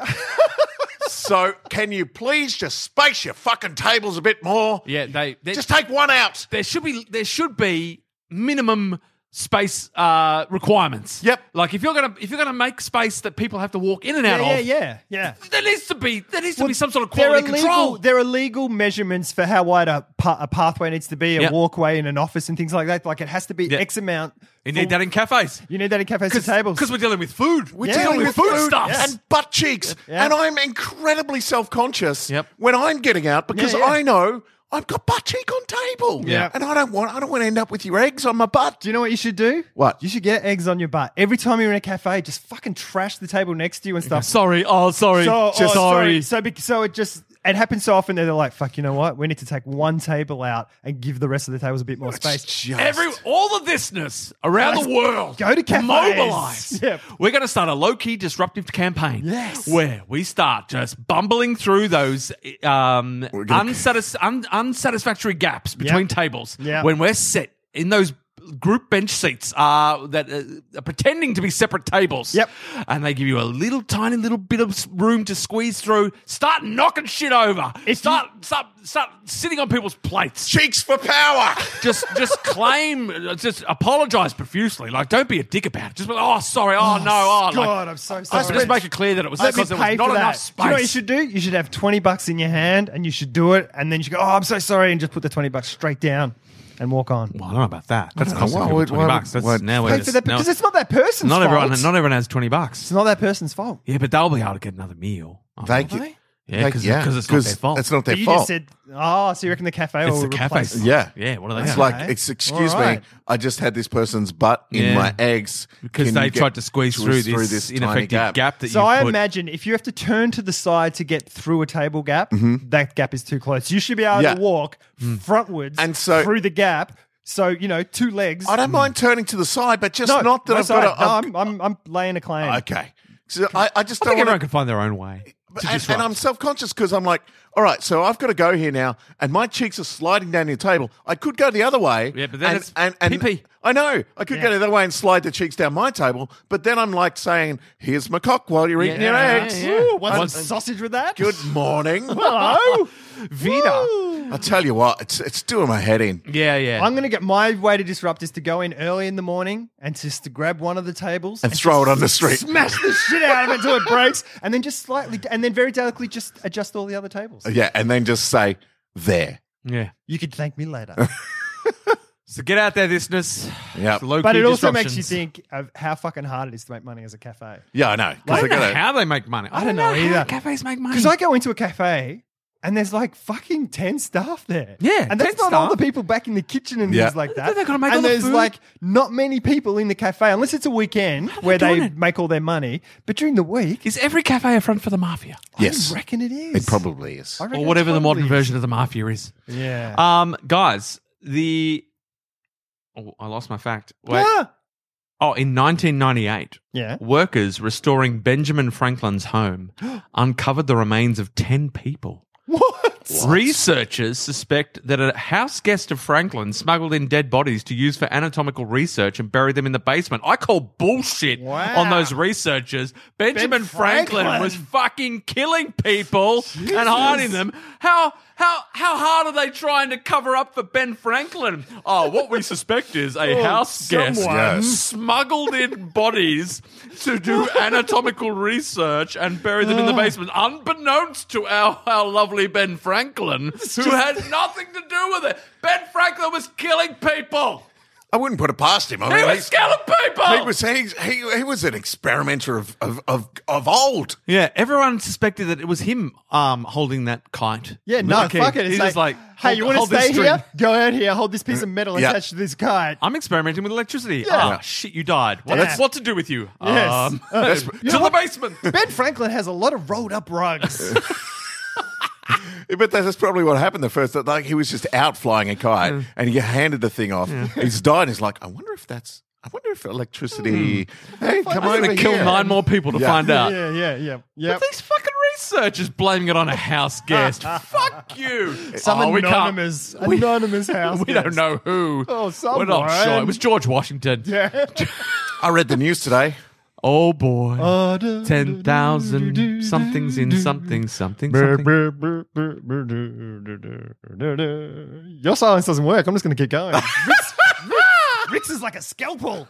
Speaker 1: so, can you please just space your fucking tables a bit more?
Speaker 4: Yeah, they, they
Speaker 1: Just take one out.
Speaker 4: there should be there should be minimum space uh, requirements.
Speaker 1: Yep.
Speaker 4: Like if you're gonna if you're gonna make space that people have to walk in and out
Speaker 5: yeah,
Speaker 4: of,
Speaker 5: yeah, yeah.
Speaker 4: there needs to be there needs to be some sort of
Speaker 5: There are,
Speaker 4: quality
Speaker 5: legal,
Speaker 4: control.
Speaker 5: there are legal measurements for how wide a, pa- a pathway needs to be, a
Speaker 4: Yeah.
Speaker 5: walkway in an office and things like that. Like it has to be
Speaker 4: Yeah.
Speaker 5: X amount.
Speaker 4: You
Speaker 5: for-
Speaker 4: need that in cafes
Speaker 5: You need that in cafes and tables.
Speaker 4: because we're dealing with food.
Speaker 1: We're
Speaker 5: Yeah,
Speaker 1: dealing
Speaker 5: with
Speaker 1: with food stuff
Speaker 4: foodstuffs.
Speaker 1: and butt cheeks,
Speaker 5: Yeah.
Speaker 1: and I'm incredibly self conscious
Speaker 4: Yep.
Speaker 1: when I'm getting out because
Speaker 5: Yeah, yeah.
Speaker 1: I know I've got butt cheek on table,
Speaker 5: Yeah.
Speaker 1: and I don't want I don't want to end up with your eggs on my butt.
Speaker 5: Do you know what you should do?
Speaker 1: What?
Speaker 5: You should get eggs on your butt. Every time you're in a cafe, just fucking trash the table next to you and stuff.
Speaker 4: Sorry, oh sorry,
Speaker 5: So,
Speaker 4: Just-
Speaker 5: oh, sorry. So, bec- so it just it happens so often that they're like, "Fuck, you know what? We need to take one table out and give the rest of the tables a bit more
Speaker 1: It's
Speaker 5: space."
Speaker 1: just-
Speaker 4: Every all of thisness around the world.
Speaker 5: go to cafes.
Speaker 4: Mobilize.
Speaker 5: *laughs* Yep.
Speaker 4: We're going to start a low key disruptive campaign.
Speaker 5: Yes.
Speaker 4: Where we start just bumbling through those um, unsatis- un- unsatisfactory gaps between
Speaker 5: Yep.
Speaker 4: tables
Speaker 5: Yep.
Speaker 4: when we're set in those group bench seats uh, that uh, are pretending to be separate tables.
Speaker 5: Yep.
Speaker 4: And they give you a little tiny little bit of s- room to squeeze through. Start knocking shit over.
Speaker 5: If
Speaker 4: start, start, start sitting on people's plates
Speaker 1: cheeks for power.
Speaker 4: just just claim, uh, just apologize profusely. Like, don't be a dick about it. Just be like, oh, sorry, oh, no, oh,
Speaker 5: God,
Speaker 4: like-
Speaker 5: I'm so sorry.
Speaker 4: just make it clear that it was
Speaker 5: Let me
Speaker 4: because there was
Speaker 5: pay
Speaker 4: not
Speaker 5: for
Speaker 4: enough
Speaker 5: that.
Speaker 4: space.
Speaker 5: Do you know what you should do? You should have twenty bucks in your hand, and you should do it, and then you should go, "Oh, I'm so sorry," and just put the twenty bucks straight down and walk on.
Speaker 4: well, I don't know about that. That's
Speaker 1: know. Why would- why would- why-
Speaker 4: now
Speaker 5: Pay for that because it's not that person's
Speaker 4: not
Speaker 5: fault.
Speaker 4: everyone. Not everyone has twenty bucks.
Speaker 5: it's not that person's fault.
Speaker 4: Yeah, but they'll be able to get another meal. I
Speaker 1: They
Speaker 4: think.
Speaker 1: can-
Speaker 5: they?
Speaker 4: yeah, because it's not their fault.
Speaker 1: It's not their
Speaker 5: But you
Speaker 1: fault.
Speaker 5: just said, "Oh, so you reckon the cafe
Speaker 4: It's
Speaker 5: will
Speaker 4: the
Speaker 5: replace
Speaker 4: cafe's fault.
Speaker 1: yeah,
Speaker 4: Yeah, what are they?
Speaker 1: It's
Speaker 4: doing?
Speaker 1: like, it's, excuse
Speaker 5: All right.
Speaker 1: me, I just had this person's butt in
Speaker 4: Yeah.
Speaker 1: my eggs
Speaker 4: because
Speaker 1: Can
Speaker 4: they
Speaker 1: you get-
Speaker 4: tried to squeeze through, this,
Speaker 1: tiny
Speaker 4: ineffective gap. that
Speaker 5: So
Speaker 4: you
Speaker 5: I
Speaker 4: put.
Speaker 5: imagine if you have to turn to the side to get through a table gap, that gap is too close. You should be able
Speaker 1: Mm-hmm. Yeah. Mm.
Speaker 5: to walk frontwards
Speaker 1: And so-
Speaker 5: through the gap. So you know, two legs.
Speaker 1: I don't mind turning to the side, but just
Speaker 5: no,
Speaker 1: not that
Speaker 5: no
Speaker 1: I've
Speaker 5: side.
Speaker 1: got. to-
Speaker 5: No,
Speaker 1: I've-
Speaker 5: I'm, I'm I'm laying a claim.
Speaker 1: okay. So I, I just
Speaker 4: I
Speaker 1: don't want
Speaker 4: think
Speaker 1: to
Speaker 4: everyone can find their own way.
Speaker 1: But-
Speaker 4: to
Speaker 1: and,
Speaker 4: disrupt.
Speaker 1: and I'm self conscious because I'm like, all right, so I've got to go here now, and my cheeks are sliding down your table. I could go the other way.
Speaker 4: Yeah, but then
Speaker 1: and,
Speaker 4: it's pee-pee.
Speaker 1: I know. I could go the other way and slide the cheeks down my table, but then I'm like saying, here's my cock while you're eating your
Speaker 4: Yeah,
Speaker 1: eggs.
Speaker 4: yeah, yeah.
Speaker 5: Ooh, want
Speaker 4: One-
Speaker 5: some sausage with that?
Speaker 1: Good
Speaker 4: *laughs*
Speaker 1: morning.
Speaker 5: Hello,
Speaker 1: I tell you what, it's, it's doing my head in.
Speaker 4: Yeah, yeah.
Speaker 5: I'm going to get my way to disrupt is to go in early in the morning and just to grab one of the tables
Speaker 1: And throw it on the street.
Speaker 5: smash the shit out of it until it breaks, and then just slightly, and then very delicately just adjust all the other tables.
Speaker 1: Oh, Yeah, and then just say, there.
Speaker 4: yeah.
Speaker 5: You could thank me later.
Speaker 4: So get out there, listeners.
Speaker 1: Yep.
Speaker 4: It's low-key
Speaker 5: But it also makes you
Speaker 4: disruptions.
Speaker 5: think of how fucking hard it is to make money as a cafe.
Speaker 1: Yeah, I know.
Speaker 4: I
Speaker 1: Because
Speaker 4: don't
Speaker 1: I
Speaker 4: know
Speaker 1: gotta-
Speaker 4: how they make money. I,
Speaker 5: don't know
Speaker 4: how
Speaker 5: either.
Speaker 4: cafes make money.
Speaker 5: Because I go into a cafe and there's like fucking 10 staff there.
Speaker 4: Yeah,
Speaker 5: And that's
Speaker 4: 10
Speaker 5: not all
Speaker 4: staff.
Speaker 5: the people back in the kitchen and
Speaker 1: Yeah.
Speaker 5: things like that.
Speaker 4: They're gonna make all
Speaker 5: and
Speaker 4: the
Speaker 5: there's
Speaker 4: food.
Speaker 5: like not many people in the cafe unless it's a weekend where
Speaker 4: they
Speaker 5: they
Speaker 4: doing it?
Speaker 5: make all their money. But during the week,
Speaker 4: is every cafe a front for the mafia,
Speaker 1: Yes.
Speaker 5: I reckon it is.
Speaker 1: It probably is.
Speaker 5: I reckon
Speaker 4: or
Speaker 5: it
Speaker 4: whatever the modern
Speaker 5: totally is.
Speaker 4: version of the mafia is?
Speaker 5: Yeah.
Speaker 4: Um, guys, the oh, I lost my fact. Wait.
Speaker 5: yeah.
Speaker 4: Oh, in 1998,
Speaker 5: Yeah.
Speaker 4: workers restoring Benjamin Franklin's home *gasps* uncovered the remains of 10 people.
Speaker 5: What?
Speaker 4: Researchers suspect that a house guest of Franklin smuggled in dead bodies to use for anatomical research and buried them in the basement. I call bullshit
Speaker 5: Wow.
Speaker 4: on those researchers. Benjamin
Speaker 5: Ben
Speaker 4: Franklin.
Speaker 5: Franklin.
Speaker 4: was fucking killing people and hiding them. How how how hard are they trying to cover up for Ben Franklin? Oh, what we suspect is a house guest
Speaker 5: someone.
Speaker 1: Yes.
Speaker 4: smuggled in bodies to do anatomical research and bury them in the basement, unbeknownst to our, our lovely Ben Franklin, who had nothing to do with it. Ben Franklin was killing people.
Speaker 1: I wouldn't put it past him. I
Speaker 4: He
Speaker 1: mean, he's-
Speaker 4: was killing people.
Speaker 1: he was he, he, he was an experimenter of of of, of old.
Speaker 4: yeah, everyone suspected that it was him um, holding that kite.
Speaker 5: Yeah,
Speaker 4: With
Speaker 5: no,
Speaker 4: the key.
Speaker 5: fuck it. It's
Speaker 4: He was like,
Speaker 5: hey,
Speaker 4: hold-
Speaker 5: you want to
Speaker 4: hold this
Speaker 5: stay
Speaker 4: string.
Speaker 5: here? Go out here, hold this piece of metal
Speaker 1: Yeah.
Speaker 5: attached to
Speaker 1: *laughs*
Speaker 5: this kite.
Speaker 4: I'm experimenting with electricity.
Speaker 5: Yeah.
Speaker 4: Ah, shit, you died. What,
Speaker 5: That's-
Speaker 4: what to do with you? Um,
Speaker 5: Yes. *laughs*
Speaker 4: to
Speaker 5: know
Speaker 4: the
Speaker 5: what? *laughs*
Speaker 4: basement.
Speaker 5: ben Franklin has a lot of rolled
Speaker 1: *laughs*
Speaker 5: up rugs.
Speaker 1: But that's probably what happened the first. that, Like he was just out flying a kite, and he handed the thing off. He's died. He's like, I wonder if that's. I wonder if electricity. Hey, come
Speaker 4: I'm
Speaker 1: Hmm. over
Speaker 4: going to kill
Speaker 1: here.
Speaker 4: nine more people to
Speaker 1: Yeah.
Speaker 4: find out.
Speaker 5: yeah, yeah, yeah.
Speaker 4: Uh, But
Speaker 5: Yep.
Speaker 4: these fucking researchers blaming it on a house
Speaker 5: *laughs*
Speaker 4: guest. Fuck you.
Speaker 5: Some
Speaker 4: Oh, we can't-
Speaker 5: anonymous, anonymous house.
Speaker 4: *laughs* We
Speaker 5: guest.
Speaker 4: don't know who.
Speaker 5: Oh,
Speaker 4: We're not sure.
Speaker 5: someone.
Speaker 4: It was George Washington.
Speaker 5: Yeah.
Speaker 1: I read the news today.
Speaker 4: Oh boy.
Speaker 5: Oh, do-
Speaker 4: Ten
Speaker 5: *laughs*
Speaker 4: thousand somethings in something something something.
Speaker 5: Your silence doesn't work. I'm just going to
Speaker 4: *laughs*
Speaker 5: keep going. Rick's, Rick's is like a scalpel.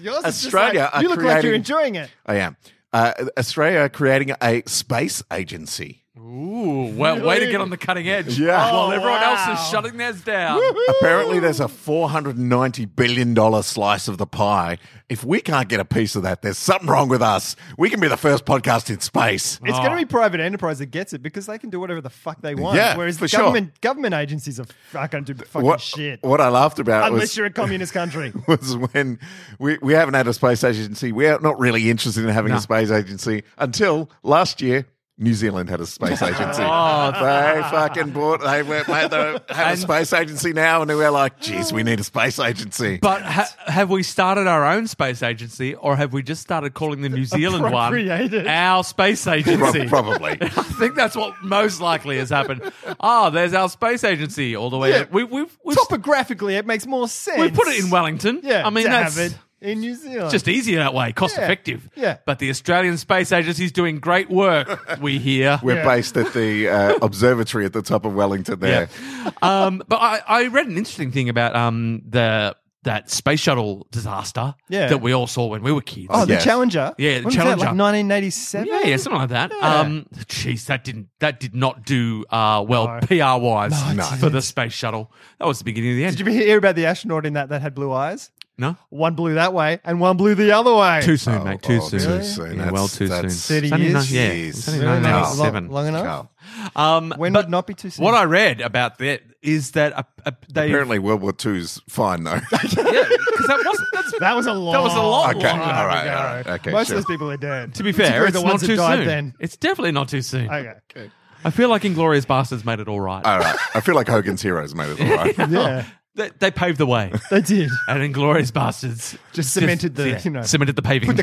Speaker 5: Yours is just
Speaker 1: Australia
Speaker 5: like-
Speaker 1: are
Speaker 5: you look like you're
Speaker 1: creating-
Speaker 5: enjoying it.
Speaker 1: I am. Uh, Australia are creating a space agency.
Speaker 4: Ooh, well, way to
Speaker 5: Really?
Speaker 4: get on the cutting
Speaker 5: *laughs*
Speaker 4: edge.
Speaker 1: Yeah.
Speaker 4: While
Speaker 5: Oh,
Speaker 4: everyone else
Speaker 5: wow.
Speaker 4: is shutting theirs down.
Speaker 1: Apparently, there's a $490 billion slice of the pie. If we can't get a piece of that, there's something wrong with us. We can be the first podcast in space.
Speaker 5: It's going to
Speaker 4: Oh.
Speaker 5: be private enterprise that gets it because they can do whatever the fuck they want.
Speaker 1: Yeah,
Speaker 5: whereas
Speaker 1: for
Speaker 5: the
Speaker 1: sure.
Speaker 5: government government agencies are not going to do fucking
Speaker 1: What,
Speaker 5: shit
Speaker 1: what I laughed about
Speaker 5: unless
Speaker 1: was,
Speaker 5: you're a communist country.
Speaker 1: *laughs* was when we, we haven't had a space agency. We're not really interested in having
Speaker 4: No.
Speaker 1: a space agency until last year. New Zealand had a space agency.
Speaker 4: Oh.
Speaker 1: they fucking bought. They went, mate, they have a
Speaker 4: And-
Speaker 1: space agency now, and they were like, "Geez, we need a space agency."
Speaker 4: But ha- have we started our own space agency, or have we just started calling the
Speaker 5: *laughs*
Speaker 4: New Zealand one
Speaker 5: Appropriated.
Speaker 4: our space agency?
Speaker 1: Prob- probably.
Speaker 4: I think that's what most likely has happened. Ah, there's our space agency all the way.
Speaker 5: Yeah.
Speaker 4: We, we've *laughs* we've,
Speaker 5: Topographically, it makes more sense.
Speaker 4: we put it in Wellington.
Speaker 5: Yeah,
Speaker 4: I mean
Speaker 5: to
Speaker 4: that's
Speaker 5: have it in New Zealand.
Speaker 4: just easier that way, cost
Speaker 5: Yeah.
Speaker 4: effective.
Speaker 5: Yeah.
Speaker 4: But the Australian Space Agency's doing great work. We
Speaker 5: *laughs*
Speaker 4: hear.
Speaker 1: We're
Speaker 5: Yeah.
Speaker 1: based at the uh, observatory at the top of Wellington there.
Speaker 4: um, but I, I read an interesting thing about um the that space shuttle disaster
Speaker 5: Yeah.
Speaker 4: that we all saw when we were kids.
Speaker 5: Oh, the
Speaker 1: Yes.
Speaker 5: Challenger.
Speaker 4: Yeah, the
Speaker 5: When was that,
Speaker 4: Challenger.
Speaker 5: like 1987.
Speaker 4: Yeah, yeah, something like that.
Speaker 5: Yeah.
Speaker 4: Um, jeez, that didn't that did not do uh, well
Speaker 5: No.
Speaker 4: PR wise
Speaker 5: No, it
Speaker 4: for
Speaker 5: didn't.
Speaker 4: the space shuttle. That was the beginning of the end.
Speaker 5: Did you hear about the astronaut in that that had blue eyes?
Speaker 4: no,
Speaker 5: One blew that way and one blew the other way.
Speaker 4: too soon,
Speaker 1: Oh,
Speaker 4: mate. Too
Speaker 1: oh,
Speaker 4: soon.
Speaker 1: too soon.
Speaker 4: Yeah, well,
Speaker 1: That's-
Speaker 4: too soon.
Speaker 1: that's-
Speaker 4: It's
Speaker 5: 30
Speaker 4: only
Speaker 5: years?
Speaker 4: nine- yeah,
Speaker 1: Jeez.
Speaker 4: it's only
Speaker 1: Really?
Speaker 5: Long- long-
Speaker 4: 1997.
Speaker 5: Long, enough.
Speaker 1: Carl.
Speaker 4: Um,
Speaker 5: When
Speaker 4: but
Speaker 5: would not be too soon?
Speaker 4: what I read about that is that uh, uh, they
Speaker 1: Apparently, World War II's fine though. *laughs*
Speaker 4: because that wasn't that's
Speaker 5: that was a lot.
Speaker 4: was a lot
Speaker 1: Okay,
Speaker 5: long time
Speaker 1: all right,
Speaker 5: ago.
Speaker 1: all right, okay,
Speaker 5: Most
Speaker 1: sure.
Speaker 5: of those people are dead.
Speaker 4: to be fair.
Speaker 5: Particularly
Speaker 4: It's
Speaker 5: the
Speaker 4: not
Speaker 5: ones
Speaker 4: too
Speaker 5: that died
Speaker 4: soon.
Speaker 5: then.
Speaker 4: It's definitely not too soon.
Speaker 5: Okay.
Speaker 4: I feel like Inglorious Bastards made it all right.
Speaker 1: all right, I feel like Hogan's Heroes made it all right.
Speaker 5: *laughs* Yeah,
Speaker 4: They, they paved the
Speaker 5: *laughs*
Speaker 4: way,
Speaker 5: they did.
Speaker 4: and Inglorious Bastards
Speaker 5: Just cemented the, you know,
Speaker 4: cemented the paving.
Speaker 5: put the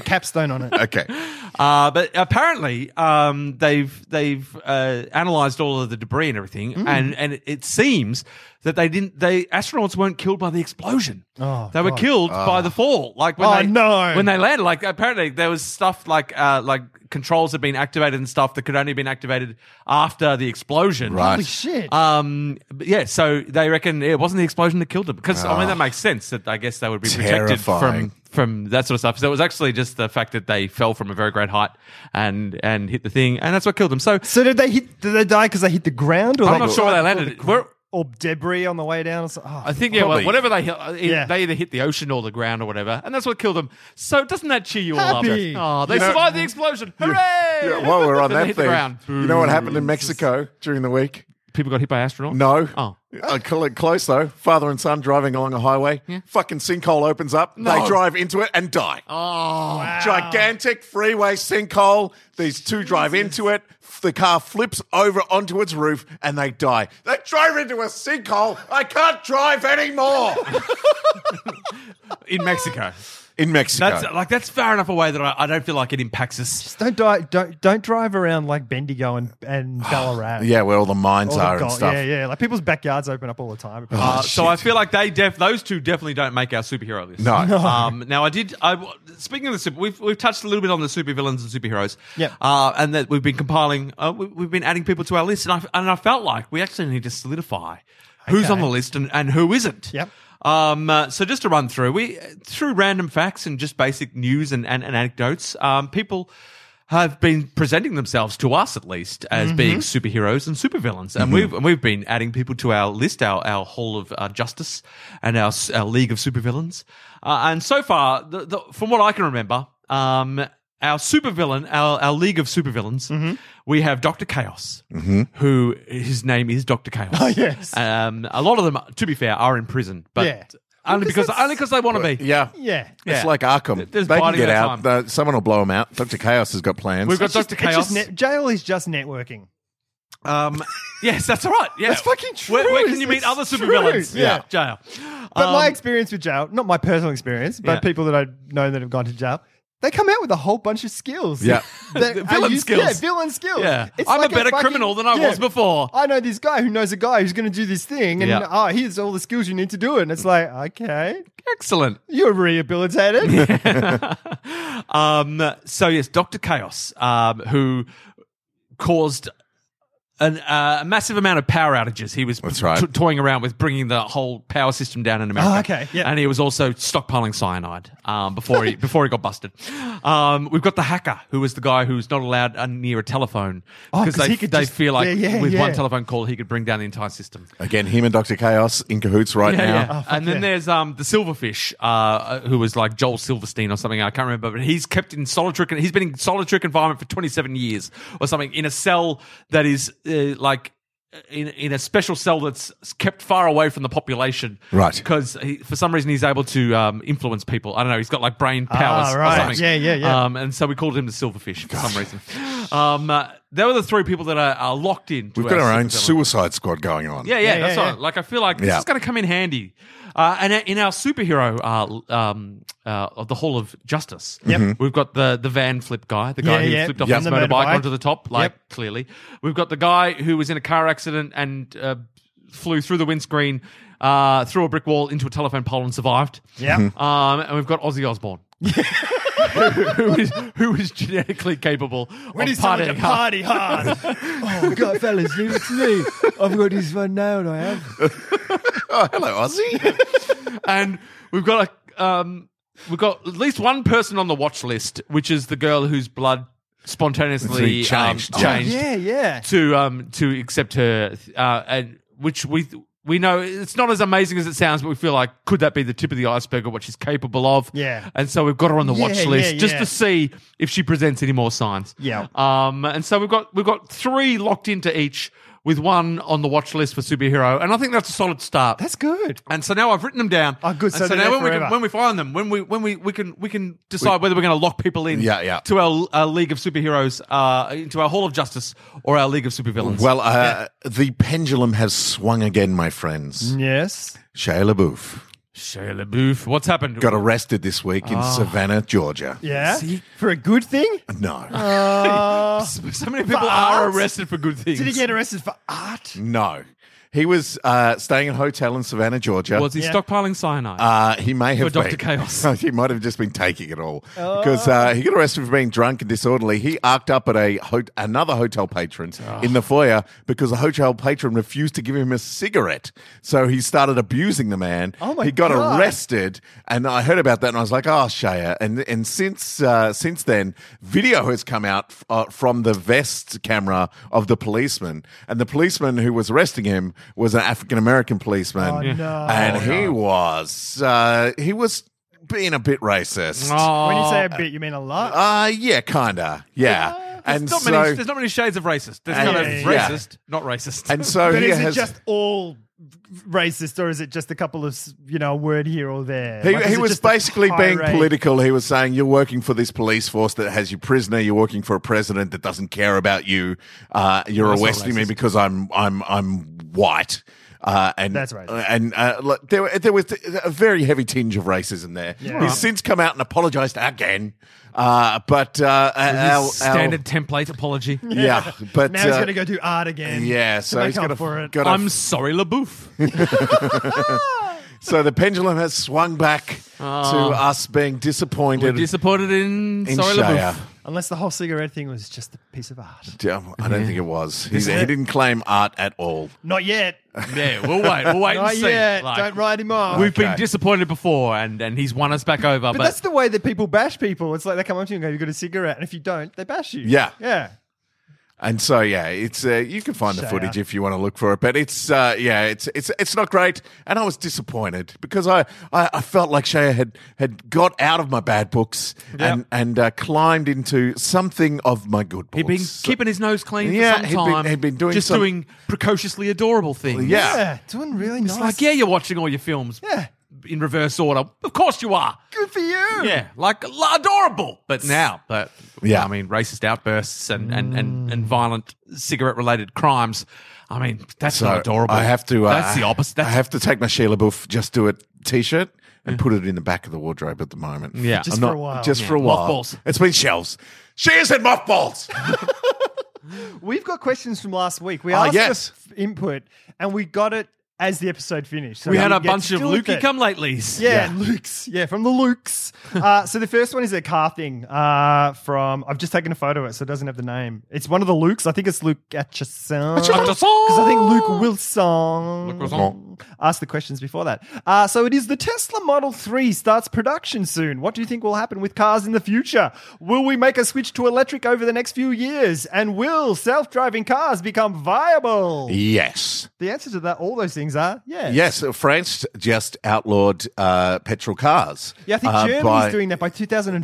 Speaker 1: *laughs*
Speaker 5: capstone on it.
Speaker 1: Okay,
Speaker 4: *laughs* Uh, but apparently, um, they've they've uh, analysed all of the debris and everything,
Speaker 5: Hmm.
Speaker 4: and and it seems that they didn't. They astronauts weren't killed by the explosion.
Speaker 5: Oh,
Speaker 4: they were
Speaker 5: God.
Speaker 4: killed by the fall. Like when
Speaker 5: Oh,
Speaker 4: they
Speaker 5: no.
Speaker 4: when they landed. Like apparently there was stuff like uh, like controls had been activated and stuff that could only have been activated after the explosion.
Speaker 5: Holy
Speaker 1: right.
Speaker 5: shit!
Speaker 4: Um. But yeah. So they reckon it wasn't the explosion that killed them because I mean
Speaker 1: Ah.
Speaker 4: that makes sense. That I guess they would be protected
Speaker 1: Terrifying.
Speaker 4: from from that sort of stuff. So it was actually just the fact that they fell from a very great height and and hit the thing, and that's what killed them. So
Speaker 5: so did they hit? Did they die because they hit the ground? Or
Speaker 4: I'm not sure where they landed. Where-
Speaker 5: Or debris on the way down? Or something? Oh,
Speaker 4: I think yeah, well,
Speaker 1: Probably.
Speaker 4: whatever they hit, uh, it-
Speaker 5: Yeah.
Speaker 4: they either hit the ocean or the ground or whatever, and that's what killed them. So doesn't that cheer you all up?
Speaker 5: Happy.
Speaker 4: Oh, they
Speaker 1: You know-
Speaker 4: survived the explosion! Hooray!
Speaker 1: Yeah, while we're on
Speaker 4: Then *laughs* they
Speaker 1: that
Speaker 4: hit the
Speaker 1: thing,
Speaker 4: ground.
Speaker 1: you know what happened in Mexico during the week?
Speaker 4: People got hit by astronauts.
Speaker 1: No.
Speaker 4: Oh.
Speaker 1: I call it close though. Father and son driving along a highway. Fucking sinkhole opens up. They drive into it and die.
Speaker 4: Oh.
Speaker 1: Gigantic freeway sinkhole. These two drive into it. The car flips over onto its roof and they die. They drove into a sinkhole. I can't drive
Speaker 4: *laughs*
Speaker 1: anymore.
Speaker 4: in Mexico.
Speaker 1: In Mexico.
Speaker 4: That's like that's far enough away that I, I don't feel like it impacts us
Speaker 5: Just don't die. Don't don't drive around like Bendigo and
Speaker 4: *sighs*
Speaker 5: and Ballarat.
Speaker 1: yeah, where all the mines
Speaker 5: All the
Speaker 1: are
Speaker 5: gold-
Speaker 1: and stuff.
Speaker 5: Yeah, yeah. Like people's backyards open up all the time.
Speaker 4: Uh, so I feel like they def those two definitely don't make our superhero list.
Speaker 1: No. No.
Speaker 4: Um, now I did. I w- speaking of the super, we've we've touched a little bit on the supervillains and superheroes.
Speaker 5: Yep.
Speaker 4: Uh, and that we've been compiling. Uh, we, we've been adding people to our list, and I and I felt like we actually need to solidify who's
Speaker 5: Okay.
Speaker 4: on the list and, and who isn't.
Speaker 5: Yep.
Speaker 4: Um, uh, so just to run through, we through random facts and just basic news and, and, and anecdotes. Um, people have been presenting themselves to us at least as
Speaker 5: Mm-hmm.
Speaker 4: being superheroes and supervillains, and we've and we've been adding people to our list, our our Hall of uh, Justice and our, s- our League of Supervillains. Uh, and so far, the, the, from what I can remember, um, our supervillain, our our League of Supervillains,
Speaker 5: Mm-hmm.
Speaker 4: we have Doctor Chaos, who his name is Doctor Chaos.
Speaker 5: *laughs* Oh, yes.
Speaker 4: Um, a lot of them, to be fair, are in prison, but
Speaker 5: Yeah.
Speaker 4: only because
Speaker 5: Because that's-
Speaker 4: only because they want to be.
Speaker 1: Yeah.
Speaker 5: Yeah.
Speaker 4: Yeah.
Speaker 1: It's like Arkham.
Speaker 4: There's
Speaker 1: they can
Speaker 4: biding
Speaker 1: get
Speaker 4: their
Speaker 1: out.
Speaker 4: time.
Speaker 1: Uh, someone will blow them out. Dr. Chaos has got plans.
Speaker 4: We've got
Speaker 5: It's
Speaker 4: Doctor
Speaker 5: just- it's
Speaker 4: Chaos.
Speaker 5: just net- jail is just networking.
Speaker 4: Um, *laughs* yes, that's all right. Yeah,
Speaker 5: That's fucking true.
Speaker 4: Where, where can
Speaker 5: It's-
Speaker 4: you meet
Speaker 5: it's
Speaker 4: other
Speaker 5: true.
Speaker 4: supervillains?
Speaker 5: Yeah.
Speaker 4: jail.
Speaker 5: But
Speaker 4: Um,
Speaker 5: my experience with jail, not my personal experience, but
Speaker 4: Yeah.
Speaker 5: people that I know that have gone to jail, they come out with a whole bunch of skills. *laughs*
Speaker 1: Yeah.
Speaker 5: That
Speaker 4: The
Speaker 5: are
Speaker 4: *laughs* villain
Speaker 5: used-
Speaker 4: skills.
Speaker 5: Yeah, villain skills.
Speaker 4: Um, Yeah. I'm a better criminal than I was before.
Speaker 5: I know this guy who knows a guy who's going to do this thing, and
Speaker 4: Yeah.
Speaker 5: oh, here's all the skills you need to do it. And it's like, okay,
Speaker 4: excellent.
Speaker 5: you're rehabilitated.
Speaker 4: *laughs* um, so yes, Doctor Chaos, um, who caused an, uh, a massive amount of power outages. He was
Speaker 1: That's right.
Speaker 4: to- toying around with bringing the whole power system down in America.
Speaker 5: Oh, okay, yeah.
Speaker 4: And he was also stockpiling cyanide um, before he *laughs* before he got busted. Um, we've got the hacker, who was the guy who's not allowed uh, near a telephone
Speaker 5: Oh,
Speaker 4: because
Speaker 5: 'cause
Speaker 4: they
Speaker 5: he could
Speaker 4: they
Speaker 5: just-
Speaker 4: feel like
Speaker 5: yeah, yeah,
Speaker 4: with one
Speaker 5: yeah.
Speaker 4: telephone call he could bring down the entire system.
Speaker 1: Again, him and Dr. Chaos in cahoots right
Speaker 4: Yeah,
Speaker 1: now.
Speaker 4: yeah.
Speaker 5: Oh,
Speaker 4: and then there's um the silverfish, uh, who was like Joel Silverstein or something. I can't remember, but he's kept in solitary. He's been in solitary confinement for 27 years or something in a cell that is uh, like. In, in a special cell that's kept far away from the population,
Speaker 1: Right.
Speaker 4: Because for some reason he's able to um, influence people. I don't know. He's got like brain powers,
Speaker 5: Ah,
Speaker 4: or
Speaker 5: right.
Speaker 4: something.
Speaker 5: Yeah, yeah, yeah.
Speaker 4: Um, and so we called him the Silverfish for some reason. Um, uh, they were the three people that are, are locked in. to
Speaker 1: We've got our own
Speaker 4: supervillain.
Speaker 1: suicide squad going on.
Speaker 4: Yeah, yeah,
Speaker 5: Yeah,
Speaker 4: that's
Speaker 5: yeah,
Speaker 4: right.
Speaker 5: yeah.
Speaker 4: Like I feel like this
Speaker 1: Yeah.
Speaker 4: is going to come in handy. Uh, and in our superhero uh, um, uh, of the Hall of Justice, we've got the the van flip guy, the guy
Speaker 5: Yeah,
Speaker 4: who
Speaker 5: yeah.
Speaker 4: flipped off
Speaker 5: Yeah.
Speaker 4: his
Speaker 5: On the
Speaker 4: motorbike,
Speaker 5: motorbike.
Speaker 4: onto the top. Like clearly, we've got the guy who was in a car accident and uh, flew through the windscreen, uh, through a brick wall into a telephone pole and survived.
Speaker 5: Yeah.
Speaker 4: *laughs* Um, and we've got Ozzy
Speaker 5: *laughs*
Speaker 4: Osbourne. *laughs* who, is, who is genetically capable
Speaker 5: We
Speaker 4: of
Speaker 5: need someone to
Speaker 4: partying hard.
Speaker 5: party hard. *laughs* oh, God, fellas, leave it to me. I've got this one nailed, I have.
Speaker 1: Oh, hello,
Speaker 4: *laughs*
Speaker 1: Ozzy.
Speaker 4: and we've got a um, we've got at least one person on the watch list, which is the girl whose blood spontaneously
Speaker 1: It's
Speaker 4: um,
Speaker 1: changed.
Speaker 4: changed,
Speaker 5: Yeah, yeah.
Speaker 4: to um, to accept her, uh, and which we. We know it's not as amazing as it sounds, but we feel like could that be the tip of the iceberg of what she's capable of?
Speaker 5: Yeah.
Speaker 4: and so we've got her on the
Speaker 5: Yeah,
Speaker 4: watch list
Speaker 5: yeah,
Speaker 4: just
Speaker 5: yeah.
Speaker 4: to see if she presents any more signs.
Speaker 5: Yeah.
Speaker 4: um, and so we've got we've got three locked into each, with one on the watch list for superhero, and I think that's a solid start.
Speaker 5: That's good.
Speaker 4: And so now I've written them down.
Speaker 5: Oh, good.
Speaker 4: And
Speaker 5: So they're there
Speaker 4: when we can,
Speaker 5: forever.
Speaker 4: when we find them, when we when we, we can we can decide whether we're going to lock people in.
Speaker 1: Yeah, yeah.
Speaker 4: To our uh, League of Superheroes, uh, into our Hall of Justice or our League of Supervillains.
Speaker 1: well, uh, the pendulum has swung again, my
Speaker 4: Mm.
Speaker 1: friends.
Speaker 5: Yes.
Speaker 1: Shia LaBeouf
Speaker 4: Shia LaBeouf, what's happened?
Speaker 1: got arrested this week in
Speaker 4: Oh.
Speaker 1: Savannah, Georgia.
Speaker 5: Yeah.
Speaker 4: See?
Speaker 5: For a good thing?
Speaker 1: No.
Speaker 5: Uh,
Speaker 4: *laughs* so many people
Speaker 5: But-
Speaker 4: are arrested for good things.
Speaker 5: did he get arrested for art?
Speaker 1: no. He was uh, staying in a hotel in Savannah, Georgia.
Speaker 4: Was he
Speaker 5: Yeah.
Speaker 4: stockpiling cyanide?
Speaker 1: Uh, he may have
Speaker 4: Dr.
Speaker 1: been.
Speaker 4: Chaos.
Speaker 1: *laughs* he might have just been taking it all because uh, he got arrested for being drunk and disorderly. He arced up at a ho- another hotel patron
Speaker 5: Ah.
Speaker 1: in the foyer because the hotel patron refused to give him a cigarette, so he started abusing the man.
Speaker 5: Oh my
Speaker 1: he got
Speaker 5: God.
Speaker 1: arrested, and I heard about that, and I was like, "Oh, Shaya!" And and since uh, since then, video has come out uh, from the vest camera of the policeman, and the policeman who was arresting him was an African American policeman,
Speaker 5: Oh, no.
Speaker 1: and he was uh, he was being a bit racist.
Speaker 4: oh,
Speaker 5: When you say a bit, you mean a lot?
Speaker 1: Uh yeah, kinda.
Speaker 5: Uh,
Speaker 1: Yeah.
Speaker 4: there's,
Speaker 1: and
Speaker 4: not
Speaker 1: so
Speaker 4: many, there's not many shades of racist. There's
Speaker 1: And-
Speaker 4: kind of
Speaker 5: Yeah,
Speaker 1: yeah, yeah.
Speaker 4: racist, not racist.
Speaker 1: and *laughs* so
Speaker 5: but
Speaker 1: he
Speaker 5: is it
Speaker 1: has
Speaker 5: just all racist, or is it just a couple of, s- you know, a word here or there?
Speaker 1: he,
Speaker 5: Like, is
Speaker 1: he
Speaker 5: it
Speaker 1: was
Speaker 5: just a
Speaker 1: basically being
Speaker 5: tirade?
Speaker 1: political. He was saying, "You're working for this police force that has you prisoner. You're working for a president that doesn't care about you. Uh, you're
Speaker 4: That's not
Speaker 1: arresting me
Speaker 4: racist.
Speaker 1: because I'm I'm I'm white." Uh, and
Speaker 5: That's right.
Speaker 1: And uh, look, there, were- there was a very heavy tinge of racism there.
Speaker 5: Yeah.
Speaker 1: He's since come out and apologized again. Uh, but uh, our, our-
Speaker 4: His standard template *laughs* apology.
Speaker 1: yeah. But
Speaker 5: Now he's
Speaker 1: uh,
Speaker 5: going to go do art again.
Speaker 1: Yeah,
Speaker 5: to
Speaker 1: so
Speaker 5: make
Speaker 1: he's
Speaker 5: up
Speaker 1: got to
Speaker 5: for it.
Speaker 1: Got
Speaker 4: I'm sorry, LaBouffe.
Speaker 1: So the pendulum has swung back to us being disappointed.
Speaker 4: Disappointed in,
Speaker 1: in
Speaker 4: Sorry
Speaker 1: Shia.
Speaker 4: LaBeouf.
Speaker 5: Unless the whole cigarette thing was just a piece of art.
Speaker 1: Um, I don't think it was. He's, he didn't claim art at all.
Speaker 5: Not *laughs* yet.
Speaker 4: Yeah, we'll wait. We'll wait
Speaker 5: Not
Speaker 4: and see.
Speaker 5: yet.
Speaker 4: Like,
Speaker 5: Don't write him off.
Speaker 4: We've been
Speaker 1: Okay.
Speaker 4: disappointed before, and, and he's won us back over. But,
Speaker 5: but, that's the way that people bash people. It's like they come up to you and go, "You got a cigarette," and if you don't, they bash you.
Speaker 1: Yeah.
Speaker 5: yeah.
Speaker 1: And so yeah, it's uh, you can find the
Speaker 5: Shia.
Speaker 1: footage if you want to look for it. But it's uh, yeah, it's it's it's not great, and I was disappointed because I, I, I felt like Shaya had had got out of my bad books and and uh, climbed into something of my good books.
Speaker 4: he'd been keeping his nose clean
Speaker 1: Yeah,
Speaker 4: for
Speaker 1: he'd
Speaker 4: some
Speaker 1: been-
Speaker 4: time.
Speaker 1: he'd been doing
Speaker 4: just
Speaker 1: some-
Speaker 4: doing precociously adorable things.
Speaker 1: yeah.
Speaker 5: doing really
Speaker 4: It's
Speaker 5: nice.
Speaker 4: like yeah, you're watching all your films.
Speaker 5: Yeah.
Speaker 4: in reverse order. Of course you are.
Speaker 5: good for you.
Speaker 4: Yeah, like l- adorable. But now, but
Speaker 1: Yeah.
Speaker 4: I mean, racist outbursts and and
Speaker 5: Mm.
Speaker 4: and, and violent cigarette related crimes. I mean, that's
Speaker 1: So
Speaker 4: not adorable.
Speaker 1: I have to. Uh,
Speaker 4: that's the opposite. That's
Speaker 1: I have to take my Sheila Booth just do it t-shirt and put it in the back of the wardrobe at the moment.
Speaker 4: Yeah.
Speaker 5: Just
Speaker 1: I'm
Speaker 5: for
Speaker 1: not-
Speaker 5: a while.
Speaker 1: Just
Speaker 4: Yeah.
Speaker 1: for a while.
Speaker 4: Mothballs.
Speaker 1: It's been shelves. She is in mothballs.
Speaker 5: We've got questions from last week. We
Speaker 1: Ah,
Speaker 5: asked
Speaker 1: yes.
Speaker 5: for f- input, and we got it as the episode finished. So
Speaker 4: we had
Speaker 5: you
Speaker 4: a
Speaker 5: get to
Speaker 4: bunch of
Speaker 5: deal with
Speaker 4: Lukey
Speaker 5: it.
Speaker 4: come latelys.
Speaker 5: Yeah, Luke's. Yeah, from the Luke's. *laughs* uh, so the first one is a car thing uh, from. I've just taken a photo of it, so it doesn't have the name. It's one of the Luke's. I think it's Luke Atchison. *laughs*
Speaker 4: Atchison!
Speaker 5: Because I think Luke Wilson.
Speaker 4: Luke Wilson.
Speaker 5: Asked the questions before that. Uh, so it is the Tesla Model 3 starts production soon. What do you think will happen with cars in the future? Will we make a switch to electric over the next few years? And will self driving cars become viable?
Speaker 1: yes.
Speaker 5: The answer to that, all those things are yes.
Speaker 1: Yes, uh, France just outlawed uh, petrol cars.
Speaker 5: Yeah, I think
Speaker 1: uh,
Speaker 5: Germany's
Speaker 1: by-
Speaker 5: doing that by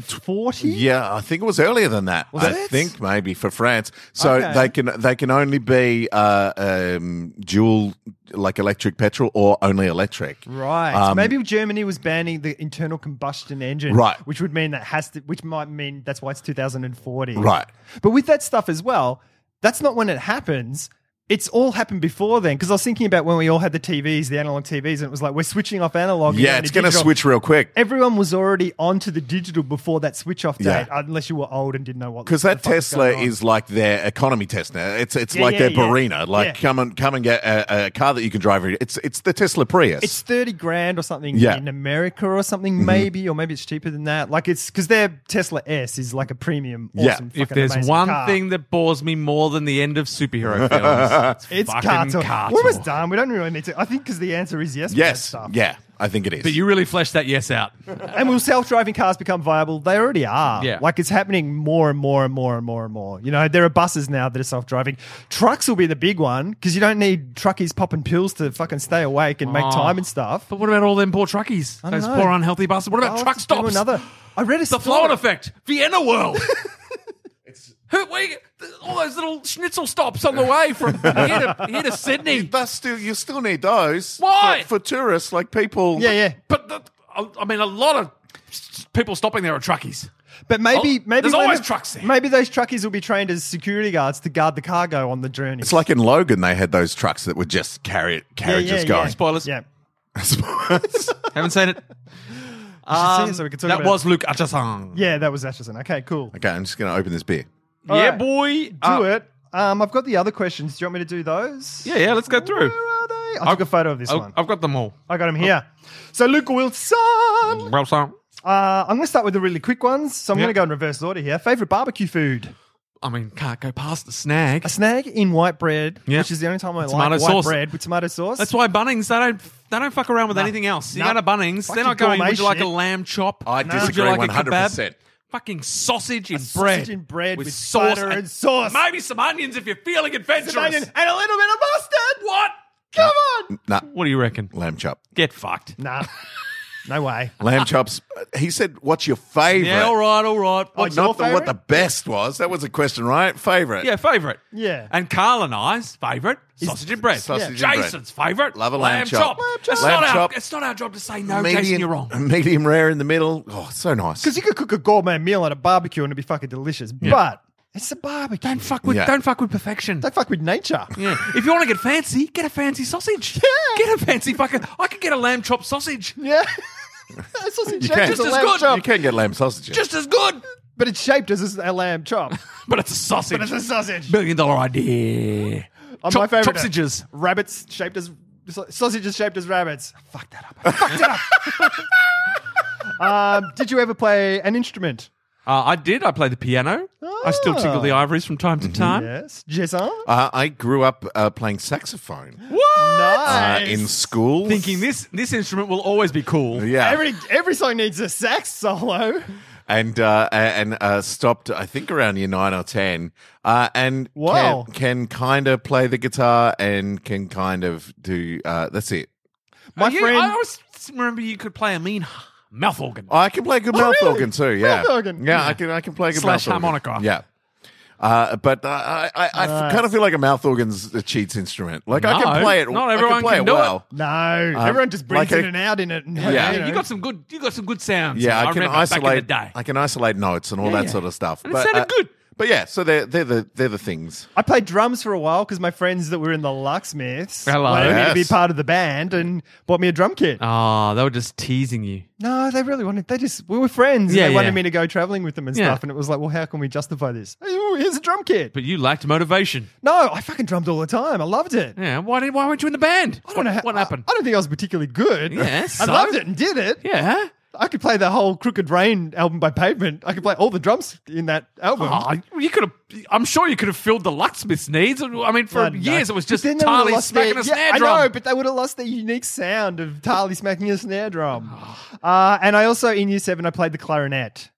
Speaker 5: 2040.
Speaker 1: Yeah, I think it was earlier than that.
Speaker 5: Was
Speaker 1: I
Speaker 5: it?
Speaker 1: think maybe for France, so
Speaker 5: Okay.
Speaker 1: they can they can only be uh, um, dual like electric petrol or only electric.
Speaker 5: Right.
Speaker 1: Um,
Speaker 5: Maybe Germany was banning the internal combustion engine.
Speaker 1: Right.
Speaker 5: Which would mean that has to, which might mean that's why it's 2040.
Speaker 1: Right.
Speaker 5: But with that stuff as well, that's not when it happens. It's all happened before then. Because I was thinking about when we all had the TVs, the analog TVs, and it was like, we're switching off analog. and
Speaker 1: Yeah,
Speaker 5: going
Speaker 1: it's going to
Speaker 5: digital.
Speaker 1: switch real quick.
Speaker 5: Everyone was already onto the digital before that switch off
Speaker 1: Yeah.
Speaker 5: date, unless you were old and didn't know what.
Speaker 1: Because that
Speaker 5: the fuck was
Speaker 1: Tesla
Speaker 5: going on.
Speaker 1: is like their economy Tesla. It's it's
Speaker 5: Yeah,
Speaker 1: like
Speaker 5: yeah,
Speaker 1: their
Speaker 5: yeah.
Speaker 1: Barina. Like
Speaker 5: Yeah.
Speaker 1: come and come and get a, a car that you can drive. It's it's the Tesla Prius.
Speaker 5: It's thirty grand or something
Speaker 1: Yeah. Mm-hmm.
Speaker 5: in America or something, maybe, or maybe it's cheaper than that. Like it's because their Tesla S is like a premium.
Speaker 1: Yeah.
Speaker 5: Awesome,
Speaker 4: If
Speaker 5: fucking
Speaker 4: there's
Speaker 5: amazing
Speaker 4: one
Speaker 5: car.
Speaker 4: thing that bores me more than the end of *laughs* superhero films,
Speaker 5: it's
Speaker 4: fucking
Speaker 5: car talk.
Speaker 4: car
Speaker 5: We're almost
Speaker 4: talk.
Speaker 5: done. We don't really need to. I think because the answer is yes. for that
Speaker 1: yes,
Speaker 5: stuff.
Speaker 1: yeah, I think it is.
Speaker 4: But *laughs* you really fleshed that yes
Speaker 5: *laughs*
Speaker 4: out.
Speaker 5: And will self-driving cars become viable? They already are.
Speaker 4: Yeah.
Speaker 5: Like it's happening more and more and more and more and more. You know, there are buses now that are self-driving. Trucks will be the big one because you don't need truckies popping pills to fucking stay awake and make
Speaker 4: Oh.
Speaker 5: time and stuff.
Speaker 4: But what about all them poor truckies?
Speaker 5: don't
Speaker 4: Those
Speaker 5: know. Oh,
Speaker 4: poor unhealthy bastards. What about
Speaker 5: I'll
Speaker 4: truck
Speaker 5: have to do
Speaker 4: stops?
Speaker 5: Another. I read a
Speaker 4: The
Speaker 5: story.
Speaker 4: Floyd effect, Vienna
Speaker 5: *laughs*
Speaker 4: world. *laughs* Who, we, all those little schnitzel stops on the way from
Speaker 5: *laughs*
Speaker 4: here to, here to Sydney.
Speaker 1: Thus, still you still need those.
Speaker 4: Why?
Speaker 1: for, for tourists like people?
Speaker 5: Yeah, yeah.
Speaker 4: But the, I, I mean, a lot of s- people stopping there are truckies.
Speaker 5: But maybe,
Speaker 4: Oh,
Speaker 5: maybe
Speaker 4: there's
Speaker 5: when
Speaker 4: always
Speaker 5: it-
Speaker 4: trucks there.
Speaker 5: Maybe those truckies will be trained as security guards to guard the cargo on the journey.
Speaker 1: It's like in Logan, they had those trucks that would just carry
Speaker 5: Yeah,
Speaker 1: carriages
Speaker 5: yeah, yeah.
Speaker 1: going.
Speaker 4: Spoilers.
Speaker 5: Yeah,
Speaker 1: *laughs*
Speaker 4: Haven't seen
Speaker 5: *laughs*
Speaker 4: it.
Speaker 5: should see
Speaker 4: Um,
Speaker 5: it so we can talk
Speaker 4: that
Speaker 5: about
Speaker 4: was Luke Atchison.
Speaker 5: yeah, that was Atchison. Okay, cool.
Speaker 1: okay, I'm just going to open this beer.
Speaker 4: Yeah,
Speaker 5: right.
Speaker 4: boy. Uh,
Speaker 5: Do it. Um, I've got the other questions. Do you want me to do those?
Speaker 4: Yeah, yeah, let's go through.
Speaker 5: Where are they? I took a photo of this
Speaker 4: I-
Speaker 5: one.
Speaker 4: Oh, I've got them all.
Speaker 5: I got him here. So Luke Wilson. Uh,
Speaker 4: Well, so-
Speaker 5: I'm going to start with the really quick ones. So I'm
Speaker 4: Yeah.
Speaker 5: going to go in reverse order here. Favorite barbecue food?
Speaker 4: I mean, can't go past the snag.
Speaker 5: A snag in white bread,
Speaker 4: Yeah.
Speaker 5: which is the only time I
Speaker 4: Tomato
Speaker 5: like
Speaker 4: sauce.
Speaker 5: white bread with tomato sauce.
Speaker 4: That's why Bunnings they don't they don't fuck around with anything else. You
Speaker 5: Nah.
Speaker 4: go to Bunnings, they're
Speaker 5: Fucking
Speaker 4: not going. Would you
Speaker 5: gourmet
Speaker 4: like a
Speaker 5: shit."
Speaker 4: lamb chop?
Speaker 1: I
Speaker 4: Would
Speaker 1: disagree
Speaker 4: you like a
Speaker 1: 100%.
Speaker 4: kebab? Fucking sausage in bread,
Speaker 5: sausage in bread with
Speaker 4: sauce
Speaker 5: butter and sauce.
Speaker 4: Maybe some onions if you're feeling adventurous.
Speaker 5: Some onion and a little bit of mustard.
Speaker 4: What?
Speaker 5: Come on.
Speaker 1: Nah,
Speaker 4: What do you reckon?
Speaker 1: lamb chop.
Speaker 4: Get fucked.
Speaker 5: Nah, no way.
Speaker 1: Lamb chops. He said, "What's your favorite?"
Speaker 4: Yeah, all right, all right. What's
Speaker 5: your
Speaker 4: your
Speaker 1: Not the, what
Speaker 5: favourite?
Speaker 1: the best was. That was a question, right? Favorite.
Speaker 4: yeah favorite?
Speaker 5: Yeah.
Speaker 4: And Carl and I's favorite sausage and bread.
Speaker 1: sausage and bread.
Speaker 4: Jason's favorite
Speaker 1: Love a lamb
Speaker 4: lamb
Speaker 1: chop.
Speaker 4: chop.
Speaker 1: Lamb chop.
Speaker 4: It's,
Speaker 1: Lamb
Speaker 4: not
Speaker 1: chop.
Speaker 4: Our, it's not our job to say no, Jason. You're wrong.
Speaker 1: *laughs* Medium rare in the middle. Oh, so nice.
Speaker 5: Because you could cook a gourmet meal at a barbecue and it'd be fucking delicious. But it's a barbecue. Don't fuck
Speaker 4: With-
Speaker 1: Yeah.
Speaker 4: Don't fuck with perfection.
Speaker 5: don't fuck with nature.
Speaker 4: Yeah. If you want to get fancy, get a fancy sausage. Get a fancy fucking. I could get a lamb chop sausage.
Speaker 5: Yeah. *laughs* sausage
Speaker 1: You
Speaker 5: shaped
Speaker 1: can.
Speaker 5: as a
Speaker 4: Just as
Speaker 5: lamb
Speaker 4: good.
Speaker 5: chop.
Speaker 1: You can get lamb sausages.
Speaker 4: Just as good.
Speaker 5: But it's shaped as a lamb *laughs* chop.
Speaker 4: But it's a sausage.
Speaker 5: But it's a sausage.
Speaker 4: Million dollar idea.
Speaker 5: Oh,
Speaker 4: Chop-
Speaker 5: my favorite.
Speaker 4: Chopsages.
Speaker 5: Rabbits shaped as sa- sausages shaped as rabbits. I fucked that up. *laughs* I fucked it up. um, did you ever play an instrument?
Speaker 4: Uh, I did. I played the piano. I still
Speaker 1: Ah.
Speaker 4: tickle the ivories from time
Speaker 1: Mm-hmm.
Speaker 4: to time.
Speaker 5: Yes. Jason?
Speaker 1: Uh, I grew up uh, playing saxophone uh,
Speaker 5: Nice.
Speaker 1: in school.
Speaker 4: Thinking this this instrument will always be cool.
Speaker 1: yeah,
Speaker 5: Every every song needs a sax solo.
Speaker 1: and uh, and uh, stopped. I think around year nine or ten, uh, and
Speaker 5: Wow.
Speaker 1: can, can kind of play the guitar and can kind of do. Uh, that's it.
Speaker 5: My
Speaker 4: Uh, you-
Speaker 5: friend Oh,
Speaker 4: I always remember you could play a mean *sighs* mouth organ.
Speaker 1: I can play a good mouth
Speaker 5: really?
Speaker 1: organ too. Yeah,
Speaker 5: Mouth organ.
Speaker 1: Yeah, I can. I can play a good
Speaker 4: Slash
Speaker 1: mouth organ.
Speaker 4: harmonica.
Speaker 1: Yeah. Uh, but uh, I, I, I kind of feel like a mouth organ's a cheats instrument. Like I
Speaker 4: No,
Speaker 1: can play it.
Speaker 4: not
Speaker 1: I
Speaker 4: everyone
Speaker 1: can play
Speaker 4: can
Speaker 1: it
Speaker 4: do it.
Speaker 1: well.
Speaker 5: No, everyone just breathes
Speaker 1: Um, like a-
Speaker 5: in and out in it. And,
Speaker 1: Yeah.
Speaker 5: you
Speaker 4: you
Speaker 5: know.
Speaker 4: got some good. You got some good sounds.
Speaker 1: Yeah, I, can
Speaker 4: remember
Speaker 1: isolate.
Speaker 4: back in the day.
Speaker 1: I can isolate notes and all that sort of stuff.
Speaker 4: And it sounded good.
Speaker 1: But yeah, so they're they're the they're the things.
Speaker 5: I played drums for a while because my friends that were in the Locksmiths
Speaker 4: Hello.
Speaker 5: wanted me to be
Speaker 1: Yes.
Speaker 5: part of the band and bought me a drum kit.
Speaker 4: Ah, they were just teasing you.
Speaker 5: No, they really wanted. They just we were friends.
Speaker 4: Yeah,
Speaker 5: and they
Speaker 4: yeah.
Speaker 5: wanted me to go traveling with them and
Speaker 4: Yeah.
Speaker 5: stuff. And it was like, well, how can we justify this? Oh, here's a drum kit.
Speaker 4: But you lacked motivation.
Speaker 5: No, I fucking drummed all the time. I loved it.
Speaker 4: Yeah. Why did? Why weren't you in the band?
Speaker 5: I don't know
Speaker 4: what,
Speaker 5: how,
Speaker 4: what
Speaker 5: I-
Speaker 4: happened?
Speaker 5: I, don't think I was particularly good.
Speaker 4: Yeah,
Speaker 5: *laughs* I
Speaker 4: so?
Speaker 5: loved it and did it.
Speaker 4: yeah.
Speaker 5: I could play the whole Crooked Rain album by Pavement. I could play all the drums in that album.
Speaker 4: Ah, you could have. I'm sure you could have filled the locksmith's needs. I mean, for
Speaker 5: I know.
Speaker 4: years it was
Speaker 5: But
Speaker 4: just
Speaker 5: then they would've
Speaker 4: Tarly
Speaker 5: lost their-
Speaker 4: smacking a snare
Speaker 5: yeah,
Speaker 4: drum.
Speaker 5: I know, but they would have lost their unique sound of Tarly smacking a
Speaker 4: *sighs*
Speaker 5: snare drum. Uh, and I also, in year seven, I played the clarinet.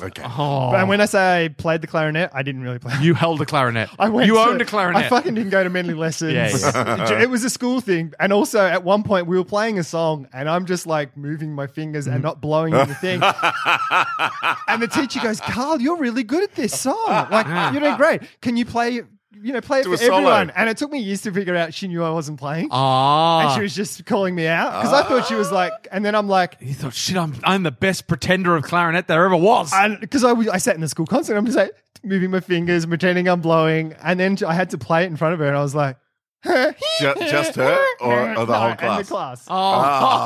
Speaker 1: Okay.
Speaker 4: Oh.
Speaker 5: And when I say I played the clarinet, I didn't really play.
Speaker 4: you held a clarinet.
Speaker 5: I went
Speaker 4: you
Speaker 5: to-
Speaker 4: owned a clarinet.
Speaker 5: I fucking didn't go to many lessons.
Speaker 4: Yeah,
Speaker 5: *laughs* it was a school thing. And also, at one point, we were playing a song, and I'm just like moving my fingers
Speaker 4: Mm.
Speaker 5: and not blowing
Speaker 4: *laughs*
Speaker 5: in the thing. and the teacher goes, Carl, you're really good at this song.
Speaker 4: *laughs*
Speaker 5: Like, you're doing great. Can you play, you know, play it
Speaker 1: Do
Speaker 5: for
Speaker 1: a solo."
Speaker 5: everyone? And it took me years to figure out she knew I wasn't playing. And
Speaker 4: Ah.
Speaker 5: she was just calling me out because I thought she was like, and then I'm like,
Speaker 4: you thought, shit, I'm, I'm the best pretender of clarinet there ever was.
Speaker 5: because I, was- I sat in the school concert, I'm just like moving my fingers, pretending I'm blowing, and then I had to play it in front of her, and I was like,
Speaker 1: Ju- just
Speaker 5: *laughs*
Speaker 1: her or, or the
Speaker 5: No,
Speaker 1: whole
Speaker 5: and
Speaker 1: class?
Speaker 5: class.
Speaker 4: oh.
Speaker 5: Oh,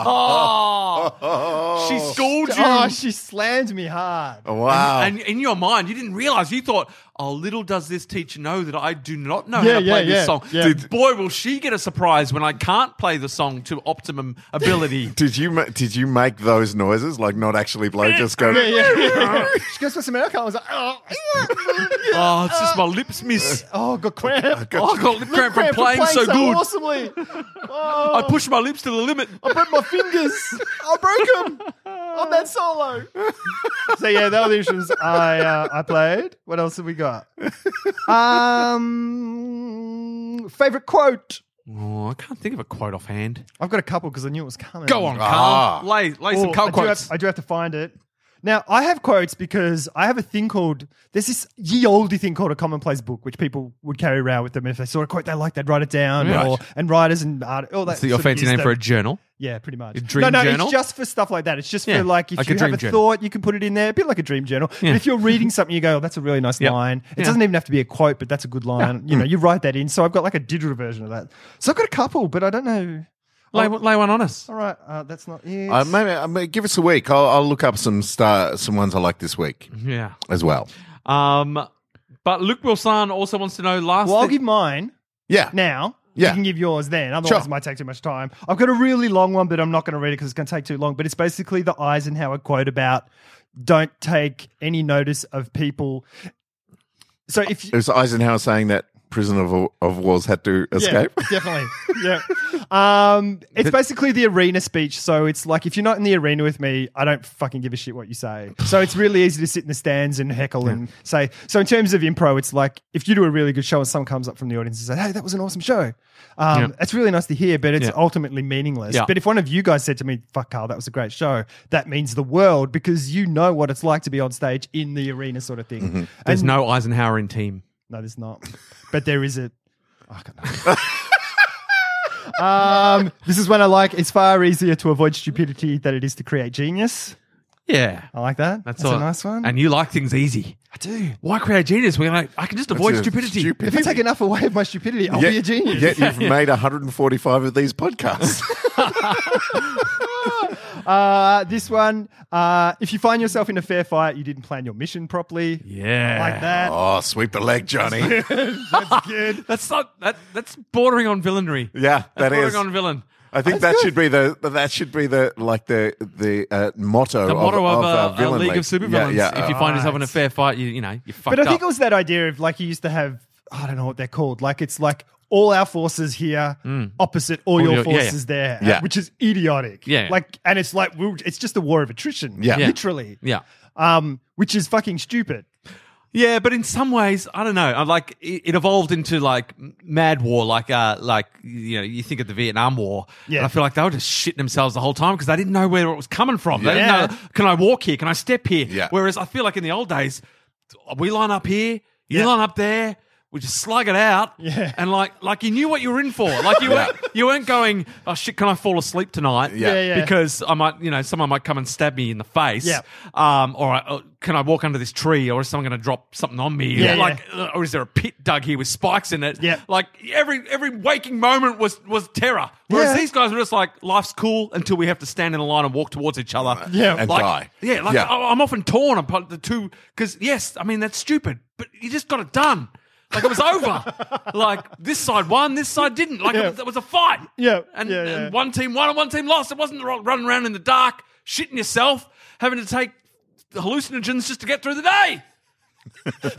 Speaker 5: Ah.
Speaker 4: *laughs*
Speaker 1: Oh.
Speaker 4: She schooled you.
Speaker 5: she slammed me hard.
Speaker 1: wow.
Speaker 4: And in your mind, you didn't realize. You thought, oh, little does this teacher know that I do not know
Speaker 5: Yeah,
Speaker 4: how to play
Speaker 5: yeah,
Speaker 4: this
Speaker 5: yeah,
Speaker 4: song.
Speaker 5: yeah.
Speaker 4: Did- Boy, will she get a surprise when I can't play the song to optimum
Speaker 5: *laughs*
Speaker 4: ability.
Speaker 1: did you ma- did you make those noises like not actually blow? Just go.
Speaker 5: *laughs* Yeah, yeah, yeah. she goes, "What's the matter?" I was like, "Oh,
Speaker 4: oh, it's just my lips miss.
Speaker 5: oh, got cramp."
Speaker 4: Oh, I got lip cramp from
Speaker 5: Cramp
Speaker 4: playing, so, good.
Speaker 5: awesomely.
Speaker 4: I
Speaker 5: Oh,
Speaker 4: push my lips to the limit.
Speaker 5: I broke my fingers. I broke them on that solo. *laughs* so yeah, that was the instruments I uh, I played. What else have we got? Um, favorite quote.
Speaker 4: Oh, I can't think of a quote offhand.
Speaker 5: I've got a couple because I knew it was coming.
Speaker 4: Go on, Carl.
Speaker 1: Ah.
Speaker 4: Lay, lay some
Speaker 5: Oh,
Speaker 4: Carl
Speaker 5: I do,
Speaker 4: quotes.
Speaker 5: have, I do have to find it. Now, I have quotes because I have a thing called, there's this ye olde thing called a commonplace book, which people would carry around with them. If they saw a quote they liked, they'd write it down.
Speaker 4: Right.
Speaker 5: Or, and writers and art, all that.
Speaker 4: That's your
Speaker 5: sort of
Speaker 4: fancy
Speaker 5: is
Speaker 4: name
Speaker 5: that-
Speaker 4: for a journal.
Speaker 5: Yeah, pretty much.
Speaker 4: a dream
Speaker 5: no, no,
Speaker 4: journal?
Speaker 5: it's just for stuff like that. It's just
Speaker 4: Yeah,
Speaker 5: for like if
Speaker 4: like a
Speaker 5: you have
Speaker 4: dream
Speaker 5: a
Speaker 4: journal.
Speaker 5: thought, you can put it in there, a bit like a dream journal.
Speaker 4: Yeah.
Speaker 5: But if you're reading something, you go, oh, that's a really nice
Speaker 4: Yep.
Speaker 5: line. It
Speaker 4: Yeah. Mm.
Speaker 5: doesn't even have to be a quote, but that's a good line. You know, you write that in. So I've got like a digital version of that. So I've got a couple, but I don't know. Oh.
Speaker 4: Lay, lay one on us.
Speaker 5: All right, uh, that's not it.
Speaker 1: *laughs* Uh, maybe, uh, maybe give us a week. I'll, I'll look up some star, some ones I like this week
Speaker 4: Yeah.
Speaker 1: as well.
Speaker 4: Um, but Luke Wilson also wants to know last.
Speaker 5: Well, I'll
Speaker 4: thing-
Speaker 5: *laughs* give mine
Speaker 1: Yeah.
Speaker 5: now.
Speaker 1: Yeah.
Speaker 5: You can give yours then. Otherwise,
Speaker 1: Sure.
Speaker 5: it might take too much time. I've got a really long one, but I'm not going to read it because it's going to take too long. But it's basically the Eisenhower quote about don't take any notice of people. So if you,
Speaker 1: It was Eisenhower saying that prisoner of, of wars had to escape.
Speaker 5: Yeah, *laughs* definitely.
Speaker 4: *laughs*
Speaker 5: yeah. Um, it's basically the arena speech. So it's like if you're not in the arena with me, I don't fucking give a shit what you say. So it's really easy to sit in the stands and heckle and say. So in terms of impro, it's like if you do a really good show and someone comes up from the audience and says, "Hey, that was an awesome show." Um,
Speaker 4: Yeah.
Speaker 5: It's really nice to hear, but it's
Speaker 4: Yeah.
Speaker 5: ultimately meaningless.
Speaker 4: Yeah.
Speaker 5: But if one of you guys said to me, "Fuck, Carl, that was a great show," that means the world because you know what it's like to be on stage in the arena, sort of thing.
Speaker 4: Mm-hmm. There's no Eisenhower in team.
Speaker 5: No, there's not. But there
Speaker 4: *laughs*
Speaker 5: is a. I can't know. *laughs* um, this is one I like. It's far easier to avoid stupidity than it is to create genius.
Speaker 4: Yeah.
Speaker 5: I like that.
Speaker 4: That's,
Speaker 5: That's,
Speaker 4: all.
Speaker 5: a nice one.
Speaker 4: And you like things easy.
Speaker 5: I do.
Speaker 4: Why create genius? We're like, I can just avoid
Speaker 1: It's a
Speaker 4: stupidity.
Speaker 1: stupid-
Speaker 5: If I take enough away of my stupidity, I'll
Speaker 1: Yet-
Speaker 5: be a genius.
Speaker 1: Yet you've made 145 of these podcasts.
Speaker 5: Uh, this one, uh, if you find yourself in a fair fight, you didn't plan your mission properly.
Speaker 4: Yeah.
Speaker 5: Like that.
Speaker 1: Oh, sweep the leg, Johnny.
Speaker 5: That's good.
Speaker 4: That's not that. That's bordering on villainry.
Speaker 1: Yeah,
Speaker 4: that's
Speaker 1: that
Speaker 4: bordering
Speaker 1: is.
Speaker 4: on villain.
Speaker 1: I think that should be the that should be the like the the uh, motto
Speaker 4: The
Speaker 1: of,
Speaker 4: motto of,
Speaker 1: of, uh,
Speaker 4: a, a
Speaker 1: villain
Speaker 4: league of supervillains.
Speaker 1: Yeah, yeah.
Speaker 4: if you
Speaker 1: uh,
Speaker 4: find yourself in a
Speaker 5: Right.
Speaker 4: fair fight, you you know you fucked
Speaker 5: But I think it
Speaker 4: up.
Speaker 5: was that idea of like you used to have, I don't know what they're called. Like it's like all our forces here opposite all, your,
Speaker 4: Mm. your- yeah, yeah.
Speaker 5: forces there,
Speaker 1: Yeah.
Speaker 5: which is idiotic.
Speaker 4: Yeah.
Speaker 5: Like, and it's like, we're- it's just a war of attrition.
Speaker 1: Yeah. Yeah.
Speaker 5: Literally.
Speaker 4: Yeah.
Speaker 5: Um, which is fucking stupid.
Speaker 4: Yeah, but in some ways, I don't know. I like it, it evolved into like m- mad war, like uh, like you know, you think of the Vietnam War.
Speaker 5: Yeah.
Speaker 4: and I feel like they were just shitting themselves the whole time because they didn't know where it was coming from. They
Speaker 5: Yeah.
Speaker 4: didn't know, can I walk here? Can I step here?
Speaker 1: Yeah.
Speaker 4: Whereas I feel like in the old days, we line up here, you
Speaker 5: Yeah.
Speaker 4: line up there. We just slug it out,
Speaker 5: Yeah.
Speaker 4: and like like you knew what you were in for. Like you weren't you weren't going. Oh shit! Can I fall asleep tonight?
Speaker 1: Yeah. Yeah,
Speaker 5: yeah.
Speaker 4: Because I might, you know, someone might come and stab me in the face.
Speaker 5: Yeah.
Speaker 4: Um. Or, I, or can I walk under this tree? Or is someone going to drop something on me?
Speaker 5: Yeah,
Speaker 4: like, uh, or is there a pit dug here with spikes in it?
Speaker 5: Yeah.
Speaker 4: Like every every waking moment was was terror. Whereas
Speaker 5: Yeah.
Speaker 4: these guys were just like, life's cool until we have to stand in a line and walk towards each other.
Speaker 5: Yeah.
Speaker 1: And
Speaker 4: like,
Speaker 1: die.
Speaker 4: Yeah. Like oh,
Speaker 1: Yeah.
Speaker 4: I, I'm often torn upon the two because yes, I mean that's stupid, but you just got it done. Like it was over.
Speaker 5: *laughs*
Speaker 4: like this side won, this side didn't. Like
Speaker 5: Yeah.
Speaker 4: it, was, it was a fight.
Speaker 5: Yeah,
Speaker 4: And,
Speaker 5: yeah, yeah.
Speaker 4: and one team won and one team lost. It wasn't ro- running around in the dark, shitting yourself, having to take hallucinogens just to get through the day.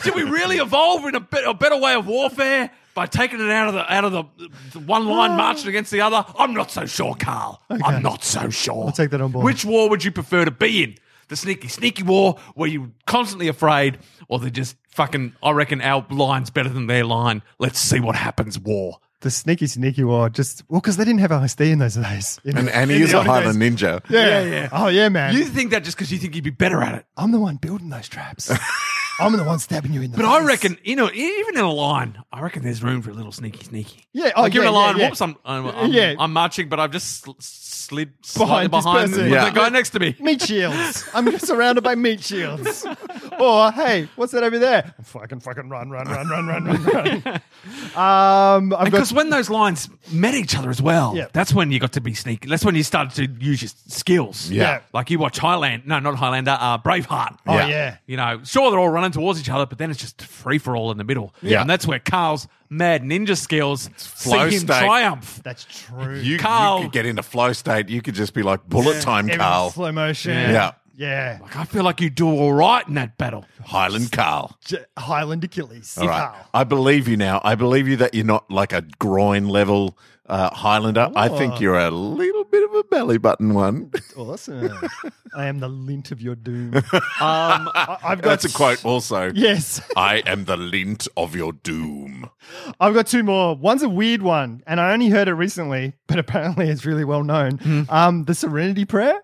Speaker 4: Did we really evolve in a, bit, a better way of warfare by taking it out of the out of the, the one line marching against the other? I'm not so sure, Carl. I'm not so sure. I'll
Speaker 5: take that on board.
Speaker 4: Which war would you prefer to be in? The sneaky, sneaky war where you're constantly afraid, or they just fucking, I reckon our line's better than their line. Let's see what happens, war.
Speaker 5: The sneaky, sneaky war just, well, because they didn't have LSD in
Speaker 4: *laughs*
Speaker 5: those days. In-
Speaker 1: and and he
Speaker 5: *laughs* in
Speaker 1: is
Speaker 5: the
Speaker 1: a
Speaker 5: old days.
Speaker 1: Highland ninja.
Speaker 5: Yeah. yeah, yeah. Oh, yeah, man.
Speaker 4: You think that just because you think you'd be better at it.
Speaker 5: I'm the one building those *laughs* traps. I'm the one stabbing you in the
Speaker 4: But
Speaker 5: face.
Speaker 4: I reckon, you know, e- even in a line, I reckon there's room for a little sneaky, sneaky.
Speaker 5: Yeah, oh,
Speaker 4: like you're in a
Speaker 5: yeah, yeah,
Speaker 4: line.
Speaker 5: yeah.
Speaker 4: Whoops, I'm, I'm, I'm,
Speaker 5: Yeah.
Speaker 4: I'm marching, but I've just sl- slid slightly
Speaker 5: Behind this
Speaker 4: behind
Speaker 5: person.
Speaker 4: the
Speaker 1: Yeah.
Speaker 4: guy next to me.
Speaker 5: Meat shields. I'm *laughs* surrounded by meat shields. *laughs* Or hey, what's that over there? Fucking fucking run, run, run, run, run, run, run.
Speaker 1: *laughs*
Speaker 5: Um, I've got
Speaker 4: Because when those lines met each other as well,
Speaker 5: Yeah.
Speaker 4: that's when you got to be sneaky. That's when you started to use your skills.
Speaker 1: Yeah.
Speaker 4: Like you watch Highland, no, not Highlander, uh, Braveheart.
Speaker 5: oh yeah.
Speaker 1: Yeah.
Speaker 4: You know, sure, they're all running towards each other, but then it's just free for all in the middle.
Speaker 1: Yeah.
Speaker 4: And that's where Carl's mad ninja skills see
Speaker 1: flow
Speaker 4: him
Speaker 1: state.
Speaker 4: triumph.
Speaker 5: that's true.
Speaker 1: You, you
Speaker 4: Carl.
Speaker 1: could get into flow state. You could just be like bullet time,
Speaker 5: Everything's
Speaker 1: Carl.
Speaker 5: slow motion.
Speaker 1: Yeah.
Speaker 5: yeah.
Speaker 4: Like, I feel like you do all right in that battle.
Speaker 1: Highland Carl.
Speaker 5: J- Highland Achilles.
Speaker 1: All right.
Speaker 5: Carl.
Speaker 1: I believe you now. I believe you that you're not like a groin level uh, Highlander. I think you're a little bit of a belly button *laughs* one.
Speaker 5: Awesome. I am the lint of
Speaker 1: *laughs*
Speaker 5: your doom. Um, I- I've got
Speaker 1: That's a quote also.
Speaker 5: Yes. *laughs*
Speaker 1: I am the lint of your doom.
Speaker 5: I've got two more. One's a weird one, and I only heard it recently, but apparently it's really well known.
Speaker 1: Hmm.
Speaker 5: Um, the Serenity Prayer.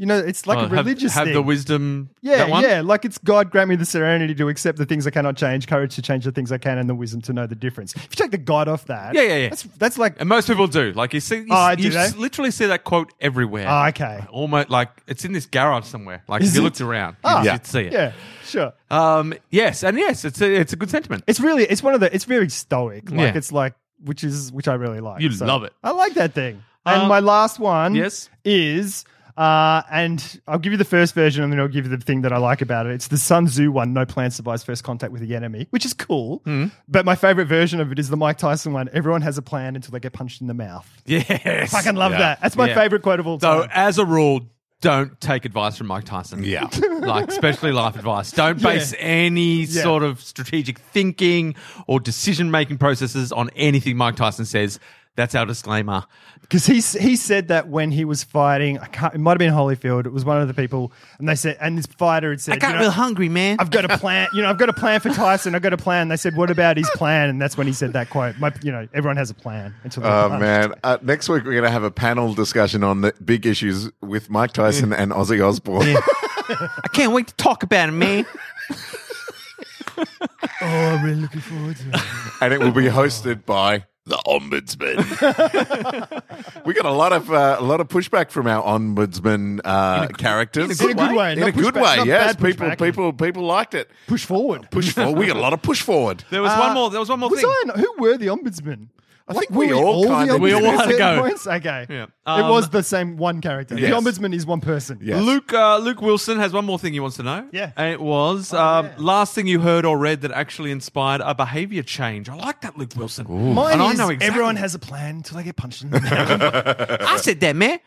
Speaker 5: You know, it's like
Speaker 4: Oh,
Speaker 5: a
Speaker 4: have-
Speaker 5: religious
Speaker 4: have,
Speaker 5: thing.
Speaker 4: the wisdom.
Speaker 5: yeah,
Speaker 4: that one?
Speaker 5: yeah. Like it's God grant me the serenity to accept the things I cannot change, courage to change the things I can, and the wisdom to know the difference. If you take the God off that,
Speaker 4: Yeah, yeah, yeah.
Speaker 5: That's, that's like
Speaker 4: And most people do. Like you see, you,
Speaker 5: Oh, I do,
Speaker 4: you
Speaker 5: eh?
Speaker 4: literally see that quote everywhere.
Speaker 5: Oh, okay.
Speaker 4: Almost like it's in this garage somewhere. Like
Speaker 5: Is
Speaker 4: if you
Speaker 5: it?
Speaker 4: looked around,
Speaker 5: Ah.
Speaker 4: you
Speaker 1: Yeah.
Speaker 4: would see it.
Speaker 5: yeah, sure.
Speaker 4: Um, yes, and yes, it's a, it's a good sentiment.
Speaker 5: It's really it's one of the it's very stoic. Like
Speaker 4: Yeah.
Speaker 5: it's like which is which I really like.
Speaker 4: You love it.
Speaker 5: I like that thing. And
Speaker 4: Um,
Speaker 5: my last one
Speaker 4: yes.
Speaker 5: is uh, and I'll give you the first version and then I'll give you the thing that I like about it. It's the Sun Tzu one, No Plan Survives First Contact with the Enemy, which is cool.
Speaker 4: Hmm.
Speaker 5: But my favorite version of it is the Mike Tyson one. Everyone has a plan until they get punched in the mouth.
Speaker 4: Yes.
Speaker 5: Fucking love that. That's my
Speaker 4: Yeah.
Speaker 5: favorite quote of all time.
Speaker 4: *laughs* So as a rule, don't take advice from Mike Tyson.
Speaker 1: Yeah.
Speaker 4: *laughs* like especially life advice. Don't base any sort of strategic thinking or decision making processes on anything Mike Tyson says. That's our disclaimer.
Speaker 5: Because he s- he said that when he was fighting, I can't, it might have been Holyfield. It was one of the people, and they said, and this fighter had said,
Speaker 4: I got
Speaker 5: you know,
Speaker 4: real hungry, man.
Speaker 5: I've got a plan. You know, I've got a plan for Tyson. I've got a plan. They said, what about his plan? And that's when he said that quote. My, you know, everyone has a plan until.
Speaker 1: *laughs*
Speaker 5: they're
Speaker 1: Oh
Speaker 5: punched.
Speaker 1: man! Uh, next week we're going to have a panel discussion on the big issues with Mike Tyson and Ozzy Osbourne.
Speaker 4: I can't wait to talk about it, man.
Speaker 5: Oh, I'm really looking forward to it.
Speaker 1: and it will be hosted by the ombudsman. we got a lot of uh, a lot of pushback from our ombudsman uh, characters
Speaker 5: in a good way,
Speaker 1: In
Speaker 5: not
Speaker 1: a good
Speaker 5: pushback,
Speaker 1: way,
Speaker 5: not
Speaker 1: yes.
Speaker 5: bad
Speaker 1: People,
Speaker 5: pushback.
Speaker 1: people, people liked it.
Speaker 5: *laughs* Push forward.
Speaker 1: Push forward. We got a lot of push forward.
Speaker 4: There Uh, was one more. There was one more
Speaker 5: Was
Speaker 4: thing.
Speaker 5: I? Who were the ombudsman?
Speaker 1: I think we, all kind of
Speaker 4: We all
Speaker 1: did it.
Speaker 4: had a go.
Speaker 5: Points? Okay.
Speaker 4: Yeah.
Speaker 5: it
Speaker 4: Um,
Speaker 5: was the same one character.
Speaker 1: Yes.
Speaker 5: The ombudsman is one person.
Speaker 1: Yes.
Speaker 4: Luke uh, Luke Wilson has one more thing he wants to know.
Speaker 5: Yeah. Oh,
Speaker 4: And it was um, last thing you heard or read that actually inspired a behavior change. I like that, Luke Wilson.
Speaker 5: Mine
Speaker 4: And I
Speaker 5: is
Speaker 4: know exactly-
Speaker 5: everyone has a plan until they get
Speaker 4: *laughs*
Speaker 5: punched in the mouth.
Speaker 4: I said that,
Speaker 5: *laughs*
Speaker 4: man.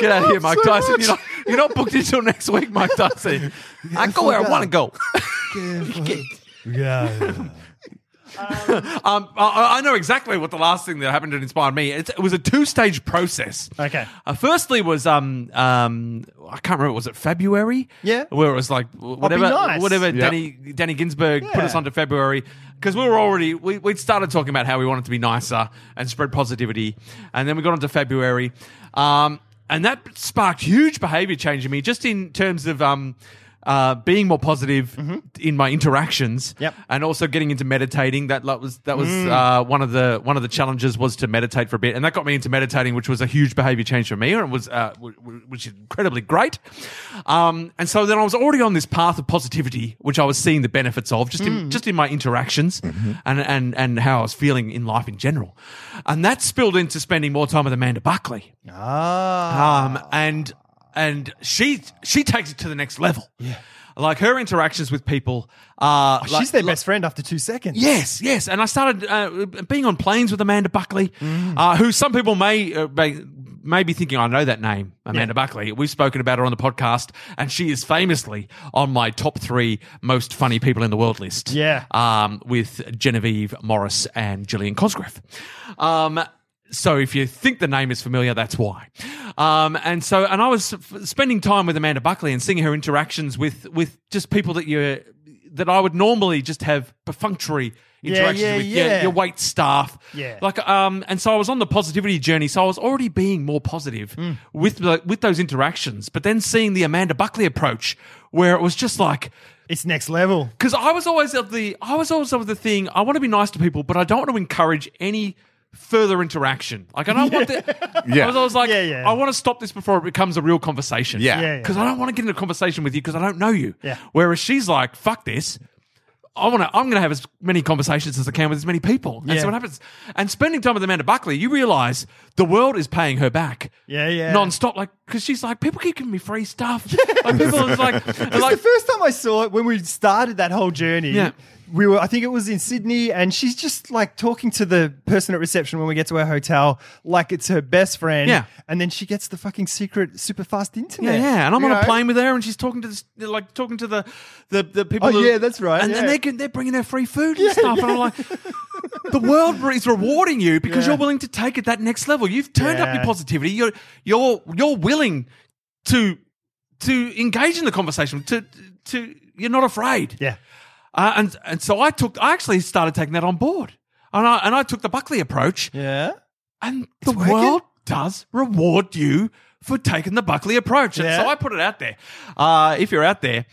Speaker 4: Get out of here, Mike Tyson. You're not, you're not booked until next week, Mike Tyson.
Speaker 5: *laughs*
Speaker 4: I go where I want to go.
Speaker 5: *laughs* yeah.
Speaker 4: Um, I, I know exactly what the last thing that happened that inspired me. It's, it was a two-stage process.
Speaker 5: Okay.
Speaker 4: Uh, firstly, was um um I can't remember. Was it February?
Speaker 5: Yeah.
Speaker 4: Where it was like w- whatever
Speaker 5: nice.
Speaker 4: whatever
Speaker 1: Yeah.
Speaker 4: Danny Danny Ginsburg put
Speaker 5: Yeah.
Speaker 4: us onto February because we were already we we'd started talking about how we wanted to be nicer and spread positivity, and then we got onto February, um, and that sparked huge behaviour change in me just in terms of um. Uh, being more positive in my interactions,
Speaker 5: Mm-hmm. Yep.
Speaker 4: and also getting into meditating. That lo- was that was
Speaker 5: Mm.
Speaker 4: uh, one of the one of the challenges was to meditate for a bit, and that got me into meditating, which was a huge behavior change for me, and it was uh, w- w- which is incredibly great. Um, and so then I was already on this path of positivity, which I was seeing the benefits of just
Speaker 5: Mm.
Speaker 4: in just in my interactions
Speaker 5: Mm-hmm.
Speaker 4: and and and how I was feeling in life in general, and that spilled into spending more time with Amanda Buckley.
Speaker 5: Ah.
Speaker 4: Um, and and she she takes it to the next level. Yeah. Like her interactions with people are like-
Speaker 5: She's their best friend after two seconds.
Speaker 4: Yes, yes. And I started uh, being on planes with Amanda Buckley, uh, who some people may, uh, may may be thinking I know that name, Amanda Buckley. We've spoken about her on the podcast, and she is famously on my top three most funny people in the world list.
Speaker 5: Yeah.
Speaker 4: um, with Genevieve Morris and Gillian Cosgrove. Um, so if you think the name is familiar, that's why. Um, and so, and I was f- spending time with Amanda Buckley and seeing her interactions with with just people that you that I would normally just have perfunctory interactions
Speaker 5: yeah,
Speaker 4: with your-
Speaker 5: yeah.
Speaker 4: your wait staff.
Speaker 5: Yeah.
Speaker 4: Like um and so I was on the positivity journey, so I was already being more positive
Speaker 5: Hmm.
Speaker 4: with the, with those interactions, but then seeing the Amanda Buckley approach where it was just like
Speaker 5: It's next level.
Speaker 4: because I was always of the I was always of the thing I want to be nice to people, but I don't want to encourage any further interaction. Like I don't want the
Speaker 1: Yeah.
Speaker 4: I was always like
Speaker 5: *laughs* Yeah, yeah.
Speaker 4: I want to stop this before it becomes a real conversation.
Speaker 1: Yeah.
Speaker 5: Yeah, yeah.
Speaker 4: Because I don't want to get into a conversation with you because I don't know you.
Speaker 5: Yeah.
Speaker 4: Whereas she's like, fuck this. I want to. I'm going to have as many conversations as I can with as many people, and
Speaker 5: Yeah.
Speaker 4: so what happens. And spending time with Amanda Buckley, you realize the world is paying her back.
Speaker 5: Yeah, yeah.
Speaker 4: Non-stop, like because she's like, people keep giving me free
Speaker 5: *laughs*
Speaker 4: stuff. like people is like, and
Speaker 5: It's
Speaker 4: like
Speaker 5: the first time I saw it when we started that whole journey.
Speaker 4: Yeah.
Speaker 5: We were, I think it was in Sydney, and she's just like talking to the person at reception when we get to our hotel, like it's her best friend.
Speaker 4: Yeah.
Speaker 5: And then she gets the fucking secret super fast
Speaker 4: Yeah,
Speaker 5: internet.
Speaker 4: yeah, and I'm
Speaker 5: You
Speaker 4: on a
Speaker 5: know?
Speaker 4: plane with her, and she's talking to this, like talking to the the, the people.
Speaker 5: Oh,
Speaker 4: who-
Speaker 5: yeah, that's right,
Speaker 4: And then
Speaker 5: yeah.
Speaker 4: they can, they're bringing their free food and stuff, and I'm like, the world is rewarding you because
Speaker 5: Yeah.
Speaker 4: you're willing to take it that next level. You've turned up your
Speaker 5: Yeah.
Speaker 4: positivity. You're you're you're willing to to engage in the conversation. To to you're not afraid.
Speaker 5: Yeah.
Speaker 4: Uh, and and so I took. I actually started taking that on board, and I and I took the Buckley approach.
Speaker 5: Yeah.
Speaker 4: And the
Speaker 5: working?
Speaker 4: world does reward you for taking the Buckley approach. And
Speaker 5: Yeah.
Speaker 4: so I put it out there. Uh, if you're out there,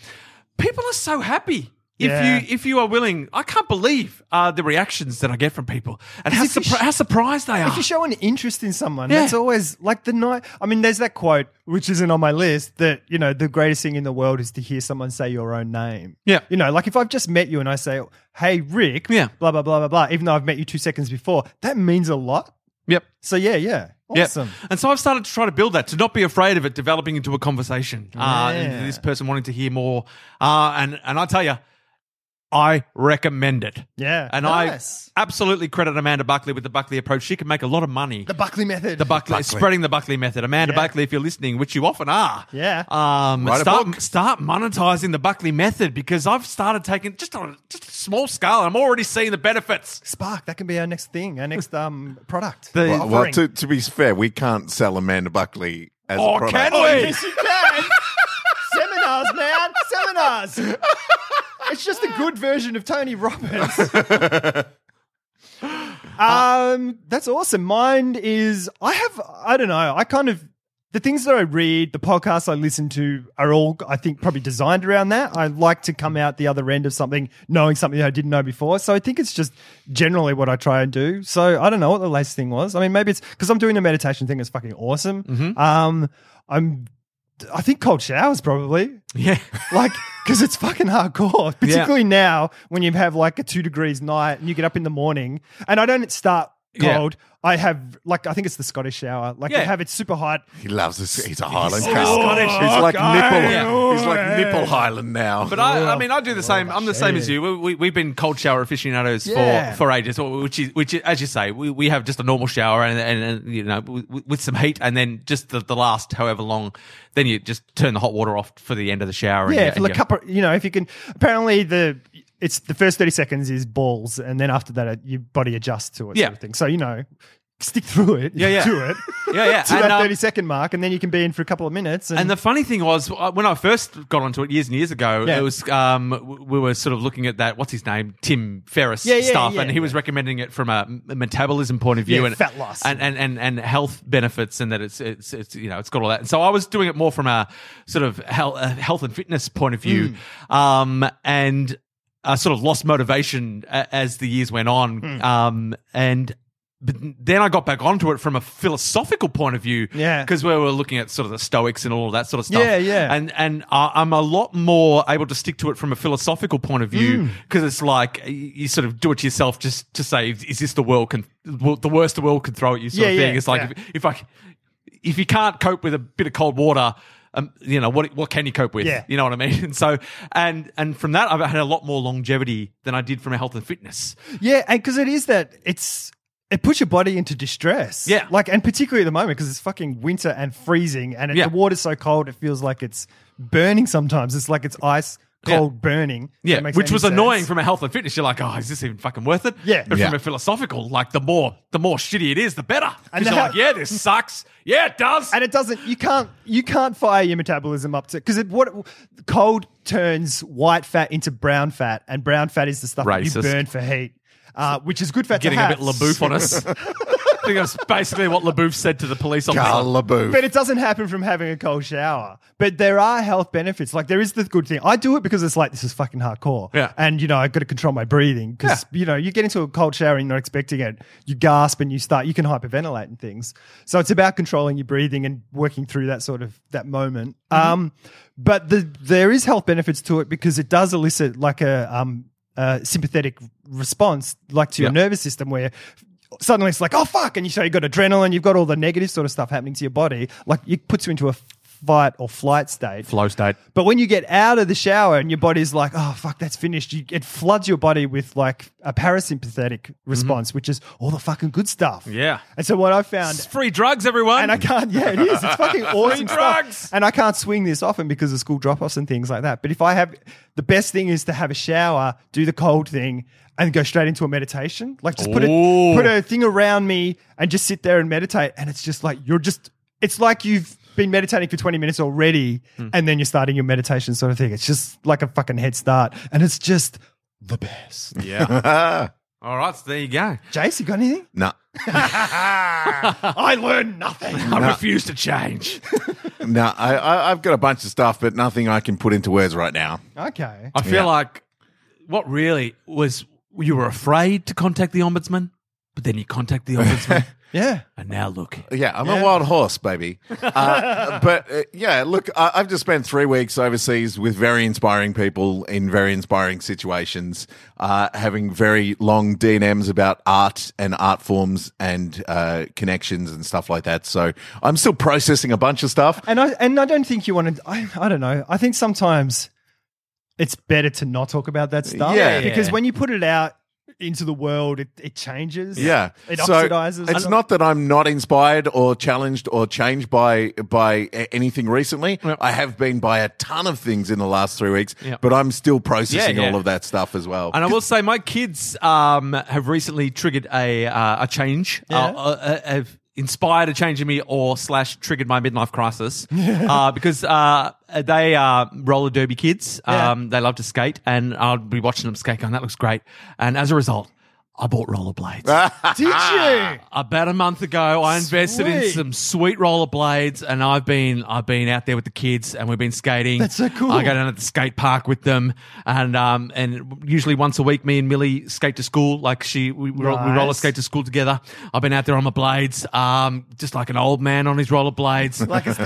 Speaker 4: people are so happy. If
Speaker 5: Yeah.
Speaker 4: you if you are willing, I can't believe uh, the reactions that I get from people and how,
Speaker 5: if you
Speaker 4: surpri-
Speaker 5: sh-
Speaker 4: how surprised they
Speaker 5: If
Speaker 4: are.
Speaker 5: you show an interest in someone,
Speaker 4: Yeah.
Speaker 5: that's always like the night. I mean, there's that quote, which isn't on my list, that, you know, the greatest thing in the world is to hear someone say your own name.
Speaker 4: Yeah.
Speaker 5: You know, like if I've just met you and I say, hey, Rick,
Speaker 4: Yeah.
Speaker 5: blah, blah, blah, blah, blah, even though I've met you two seconds before, that means a lot.
Speaker 4: yep.
Speaker 5: So, yeah, yeah.
Speaker 4: Yep.
Speaker 5: Awesome.
Speaker 4: And so I've started to try to build that, to not be afraid of it developing into a conversation. Uh, and
Speaker 5: Yeah.
Speaker 4: this person wanting to hear more. Uh, and, and I tell you, I recommend it.
Speaker 5: Yeah.
Speaker 4: And
Speaker 5: Nice.
Speaker 4: I absolutely credit Amanda Buckley with the Buckley approach. She can make a lot of money.
Speaker 5: The Buckley method.
Speaker 4: The Buckley, spreading the Buckley method. Amanda
Speaker 5: Yeah.
Speaker 4: Buckley, if you're listening, which you often are,
Speaker 5: Yeah.
Speaker 4: um,
Speaker 1: Write a
Speaker 4: start
Speaker 1: book.
Speaker 4: start monetizing the Buckley method because I've started taking just on a, just a small scale. I'm already seeing the benefits.
Speaker 5: Spark. That can be our next thing, our next um product.
Speaker 4: The-
Speaker 1: Well, well,
Speaker 5: offering.
Speaker 1: to, to be fair, we can't sell Amanda Buckley as a
Speaker 4: Oh,
Speaker 1: product.
Speaker 4: can
Speaker 5: Oh,
Speaker 4: we?
Speaker 5: yes, you can. Seminars, man. Seminars. It's just a good version of Tony Robbins. um, that's awesome. Mine is I have I don't know. I kind of the things that I read, the podcasts I listen to are all I think probably designed around that. I like to come out the other end of something knowing something I didn't know before. So I think it's just generally what I try and do. So I don't know what the latest thing was. I mean, maybe it's because I'm doing a meditation thing. It's fucking awesome. Um, I'm I think cold showers probably.
Speaker 4: Yeah.
Speaker 5: Like, because it's fucking hardcore, particularly now when you have like a two degrees night and you get up in the morning. And I don't start
Speaker 4: Yeah.
Speaker 5: cold. I have like I think it's the Scottish shower. Like
Speaker 4: Yeah.
Speaker 5: I have it super hot.
Speaker 1: He loves this. He's a Highland
Speaker 4: so
Speaker 1: cow.
Speaker 4: Scottish.
Speaker 1: He's like nipple.
Speaker 4: Yeah.
Speaker 1: He's like nipple Highland now.
Speaker 4: But I, I mean, I do the same. I'm the same as you. We, we, we've been cold shower aficionados
Speaker 5: Yeah.
Speaker 4: for, for ages, which is, which is, as you say, we, we have just a normal shower and, and, and you know, w- w- with some heat and then just the, the last however long, then you just turn the hot water off for the end of the shower. and
Speaker 5: Yeah,
Speaker 4: you-
Speaker 5: for the
Speaker 4: and you-
Speaker 5: couple, you know, if you can. Apparently, the it's the first thirty seconds is balls, and then after that, uh, your body adjusts to it.
Speaker 4: Yeah.
Speaker 5: Sort of thing. So you know, stick through it. Yeah,
Speaker 4: yeah.
Speaker 5: Do it.
Speaker 4: Yeah, yeah.
Speaker 5: *laughs* to
Speaker 4: And,
Speaker 5: that
Speaker 4: um,
Speaker 5: thirty second mark, and then you can be in for a couple of minutes. And,
Speaker 4: And the funny thing was, uh, when I first got onto it years and years ago,
Speaker 5: Yeah.
Speaker 4: it was um, w- we were sort of looking at that. What's his name? Tim Ferriss
Speaker 5: Yeah, yeah,
Speaker 4: stuff,
Speaker 5: yeah,
Speaker 4: and he was
Speaker 5: yeah.
Speaker 4: recommending it from a m- metabolism point of view
Speaker 5: Yeah,
Speaker 4: and
Speaker 5: fat loss.
Speaker 4: and, and, and and health benefits, and that it's, it's it's you know it's got all that. And so I was doing it more from a sort of health, uh, health and fitness point of view, um, and I sort of lost motivation a- as the years went on, um, and. But then I got back onto it from a philosophical point of view,
Speaker 5: Yeah.
Speaker 4: because we were looking at sort of the Stoics and all of that sort of stuff.
Speaker 5: Yeah, yeah.
Speaker 4: And and I- I'm a lot more able to stick to it from a philosophical point of view
Speaker 5: Mm.
Speaker 4: because it's like you- you sort of do it yourself just to say, is this the world can the worst the world can throw at you sort of
Speaker 5: Yeah, yeah,
Speaker 4: thing. It's like
Speaker 5: yeah.
Speaker 4: if, if I if you can't cope with a bit of cold water. Um, you know what? What can you cope with?
Speaker 5: Yeah.
Speaker 4: You know what I mean. *laughs* And so, and and from that, I've had a lot more longevity than I did from a health and fitness.
Speaker 5: yeah, and because it is that it's. It puts your body into distress.
Speaker 4: Yeah.
Speaker 5: Like, and particularly at the moment because it's fucking winter and freezing and it,
Speaker 4: Yeah.
Speaker 5: the water's so cold it feels like it's burning sometimes. It's like it's ice
Speaker 4: Yeah.
Speaker 5: cold burning. if
Speaker 4: Yeah,
Speaker 5: that makes
Speaker 4: which
Speaker 5: any
Speaker 4: was annoying
Speaker 5: sense.
Speaker 4: from a health and fitness. You're like, oh, is this even fucking worth it?
Speaker 5: Yeah.
Speaker 4: But
Speaker 1: Yeah.
Speaker 4: from a philosophical, like the more the more shitty it is, the better. And
Speaker 5: And
Speaker 4: you're
Speaker 5: the
Speaker 4: like,
Speaker 5: hel-
Speaker 4: yeah, this sucks. Yeah, it does.
Speaker 5: and it doesn't you can't you can't fire your metabolism up to because it what cold turns white fat into brown fat and brown fat is the stuff that
Speaker 4: Racist.
Speaker 5: you burn for heat uh, which is good fat
Speaker 4: Getting
Speaker 5: to
Speaker 4: a
Speaker 5: have
Speaker 4: bit LaBouffe on
Speaker 5: *laughs*
Speaker 4: us. I think that's basically what LaBouffe said to the police officer.
Speaker 1: Carl LaBeouf.
Speaker 5: but it doesn't happen from having a cold shower but there are health benefits like there is the good thing i do it because it's like this is fucking hardcore
Speaker 4: Yeah.
Speaker 5: and you know i've got to control my breathing because you know you get into a cold shower and you're not expecting it you gasp and you start you can hyperventilate and things so it's about controlling your breathing and working through that sort of that moment um, but the, there is health benefits to it because it does elicit like a um, uh, sympathetic response like to your
Speaker 4: Yeah.
Speaker 5: nervous system where suddenly it's like oh fuck and you so you've got adrenaline you've got all the negative sort of stuff happening to your body like it puts you into a fight or flight state
Speaker 4: Flow state.
Speaker 5: but when you get out of the shower and your body's like, oh, fuck, that's finished, you, it floods your body with like a parasympathetic response, which is all the fucking good stuff.
Speaker 4: Yeah.
Speaker 5: And so what I found.
Speaker 4: It's free drugs, everyone.
Speaker 5: And I can't, yeah, it is. It's fucking awesome. stuff.
Speaker 4: drugs.
Speaker 5: And I can't swing this often because of school drop offs and things like that. But if I have, the best thing is to have a shower, do the cold thing, and go straight into a meditation. Like just put
Speaker 4: Ooh.
Speaker 5: a, put a thing around me and just sit there and meditate. And it's just like, you're just, it's like you've been meditating for 20 minutes already, and then you're starting your meditation sort of thing. It's just like a fucking head start. And it's just the best.
Speaker 4: yeah.
Speaker 1: *laughs*
Speaker 4: All right, so there you go.
Speaker 5: Jace, you got anything?
Speaker 1: no,
Speaker 5: I learned nothing.
Speaker 4: I refuse to change.
Speaker 1: no, I, I, I've got a bunch of stuff, but nothing I can put into words right now.
Speaker 5: *laughs* Okay.
Speaker 4: I feel
Speaker 1: Yeah.
Speaker 4: like what really was you were afraid to contact the ombudsman, but then you
Speaker 1: *laughs*
Speaker 4: contact the ombudsman,
Speaker 5: Yeah.
Speaker 4: and now look.
Speaker 1: Yeah, I'm a wild horse, baby. Uh, *laughs* but uh, yeah, look, I, I've just spent three weeks overseas with very inspiring people in very inspiring situations, uh, having very long DMs about art and art forms and uh, connections and stuff like that. So I'm still processing a bunch of stuff.
Speaker 5: And I and I don't think you want to. I, I don't know. I think sometimes it's better to not talk about that stuff.
Speaker 1: Yeah.
Speaker 5: Because when you put it out into the world, it, it changes.
Speaker 1: Yeah,
Speaker 5: It
Speaker 1: So
Speaker 5: oxidizes.
Speaker 1: It's not that I'm not inspired or challenged or changed by by a- anything recently.
Speaker 4: Yep.
Speaker 1: I have been by a ton of things in the last three weeks,
Speaker 4: Yep.
Speaker 1: but I'm still processing
Speaker 4: Yeah, yeah.
Speaker 1: all of that stuff as well.
Speaker 4: And I will say, my kids um, have recently triggered a uh, a change.
Speaker 5: Yeah.
Speaker 4: Uh, uh, uh, have inspired a change in me, or slash triggered my midlife crisis. uh, because uh, they are roller derby kids. Um, They love to skate, and I'll be watching them skate, going, "That looks great." And as a result. I bought rollerblades.
Speaker 5: *laughs* Did
Speaker 1: *laughs*
Speaker 5: you?
Speaker 4: About a month ago, I invested in
Speaker 5: Sweet.
Speaker 4: some sweet rollerblades, and I've been I've been out there with the kids, and we've been skating.
Speaker 5: That's so cool.
Speaker 4: I go down at the skate park with them, and um, and usually once a week, me and Millie skate to school. Like she, we, we, roll- we
Speaker 5: Nice.
Speaker 4: roller skate to school together. I've been out there on my blades, um, just like an old man on his rollerblades.
Speaker 5: *laughs* Like it's the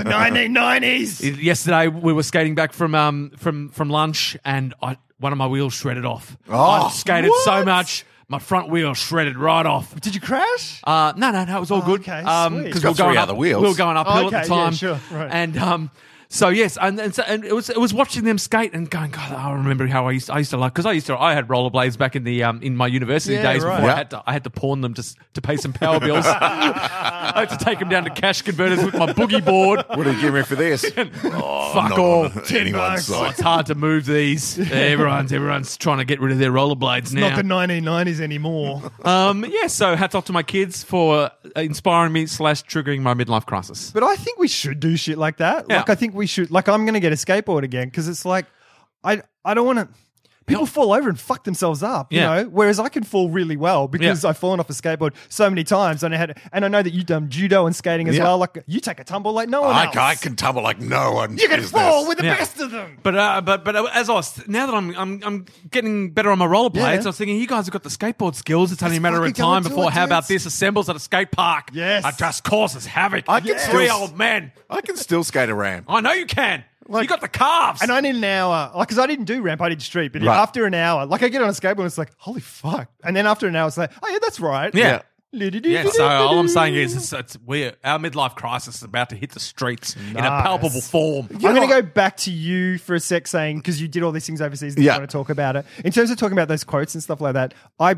Speaker 4: *laughs*
Speaker 5: 1990s.
Speaker 4: Yesterday we were skating back from um from from lunch and I one of my wheels shredded off. I skated so
Speaker 5: Oh, what?
Speaker 4: much, my front wheel shredded right off.
Speaker 5: Did you crash?
Speaker 4: Uh, no, no, no, it was all good.
Speaker 5: Oh, okay, sweet.
Speaker 4: because we were
Speaker 1: Got three
Speaker 4: going up,
Speaker 1: other wheels.
Speaker 4: we were going uphill
Speaker 5: Okay,
Speaker 4: at the
Speaker 5: yeah,
Speaker 4: time,
Speaker 5: sure, right.
Speaker 4: and um, so yes, and and, so, and it was it was watching them skate and going, God, I remember how I used I used to like because I used to I had rollerblades back in the um in my university
Speaker 5: Yeah,
Speaker 4: days
Speaker 5: right.
Speaker 4: before
Speaker 1: Yeah.
Speaker 4: I had to I had to pawn them to s- to pay some power
Speaker 5: *laughs*
Speaker 4: bills. I had to take them down to cash converters with my boogie
Speaker 1: *laughs*
Speaker 4: board.
Speaker 1: What did you give me for this?
Speaker 4: Fuck
Speaker 1: not
Speaker 4: all.
Speaker 1: on
Speaker 5: Ten
Speaker 1: anyone's
Speaker 5: bucks.
Speaker 4: Oh,
Speaker 1: side.
Speaker 4: it's hard to move
Speaker 5: *laughs*
Speaker 4: these. Everyone's everyone's trying to get rid of their rollerblades now.
Speaker 5: Not the
Speaker 1: *laughs*
Speaker 5: 1990s anymore.
Speaker 4: um, yeah, so hats off to my kids for inspiring me slash triggering my midlife crisis.
Speaker 5: But I think we should do shit like that.
Speaker 4: Yeah.
Speaker 5: Like I think we should. Like I'm going to get a skateboard again because it's like I I don't want to. People fall over and fuck themselves up, you
Speaker 4: Yeah.
Speaker 5: know. Whereas I can fall really well because
Speaker 4: Yeah.
Speaker 5: I've fallen off a skateboard so many times, and I had, and I know that you've done judo and skating as
Speaker 1: Yeah.
Speaker 5: well. Like you take a tumble like no one
Speaker 1: I,
Speaker 5: else.
Speaker 1: I can tumble like no one.
Speaker 5: You can fall with the
Speaker 4: Yeah.
Speaker 5: best of them.
Speaker 4: But uh, but but uh, as I was now that I'm I'm, I'm getting better on my rollerblades,
Speaker 5: Yeah.
Speaker 4: I was thinking you guys have got the skateboard skills. It's only a matter of
Speaker 5: fucking go
Speaker 4: time
Speaker 5: and do
Speaker 4: before
Speaker 5: it,
Speaker 4: how about
Speaker 5: dudes.
Speaker 4: this assembles at a skate park.
Speaker 5: Yes.
Speaker 4: I just causes havoc.
Speaker 1: I can
Speaker 4: three
Speaker 1: still-
Speaker 4: old men.
Speaker 1: I can still skate around.
Speaker 4: I know you can. you got the calves.
Speaker 5: And I need an hour, like, because I didn't do ramp, I did street. But
Speaker 1: Right.
Speaker 5: after an hour, like, I get on a skateboard and it's like, holy fuck. And then after an hour, it's like, oh, yeah, that's right.
Speaker 4: Yeah.
Speaker 5: Yeah,
Speaker 4: yeah,
Speaker 5: *laughs*
Speaker 4: so all I'm saying is, it's, it's we're, our midlife crisis is about to hit the streets in a
Speaker 5: Nice.
Speaker 4: palpable form.
Speaker 5: I'm going to go back to you for a sec, saying because you did all these things overseas. And
Speaker 1: Yeah.
Speaker 5: you want to talk about it in terms of talking about those quotes and stuff like that. I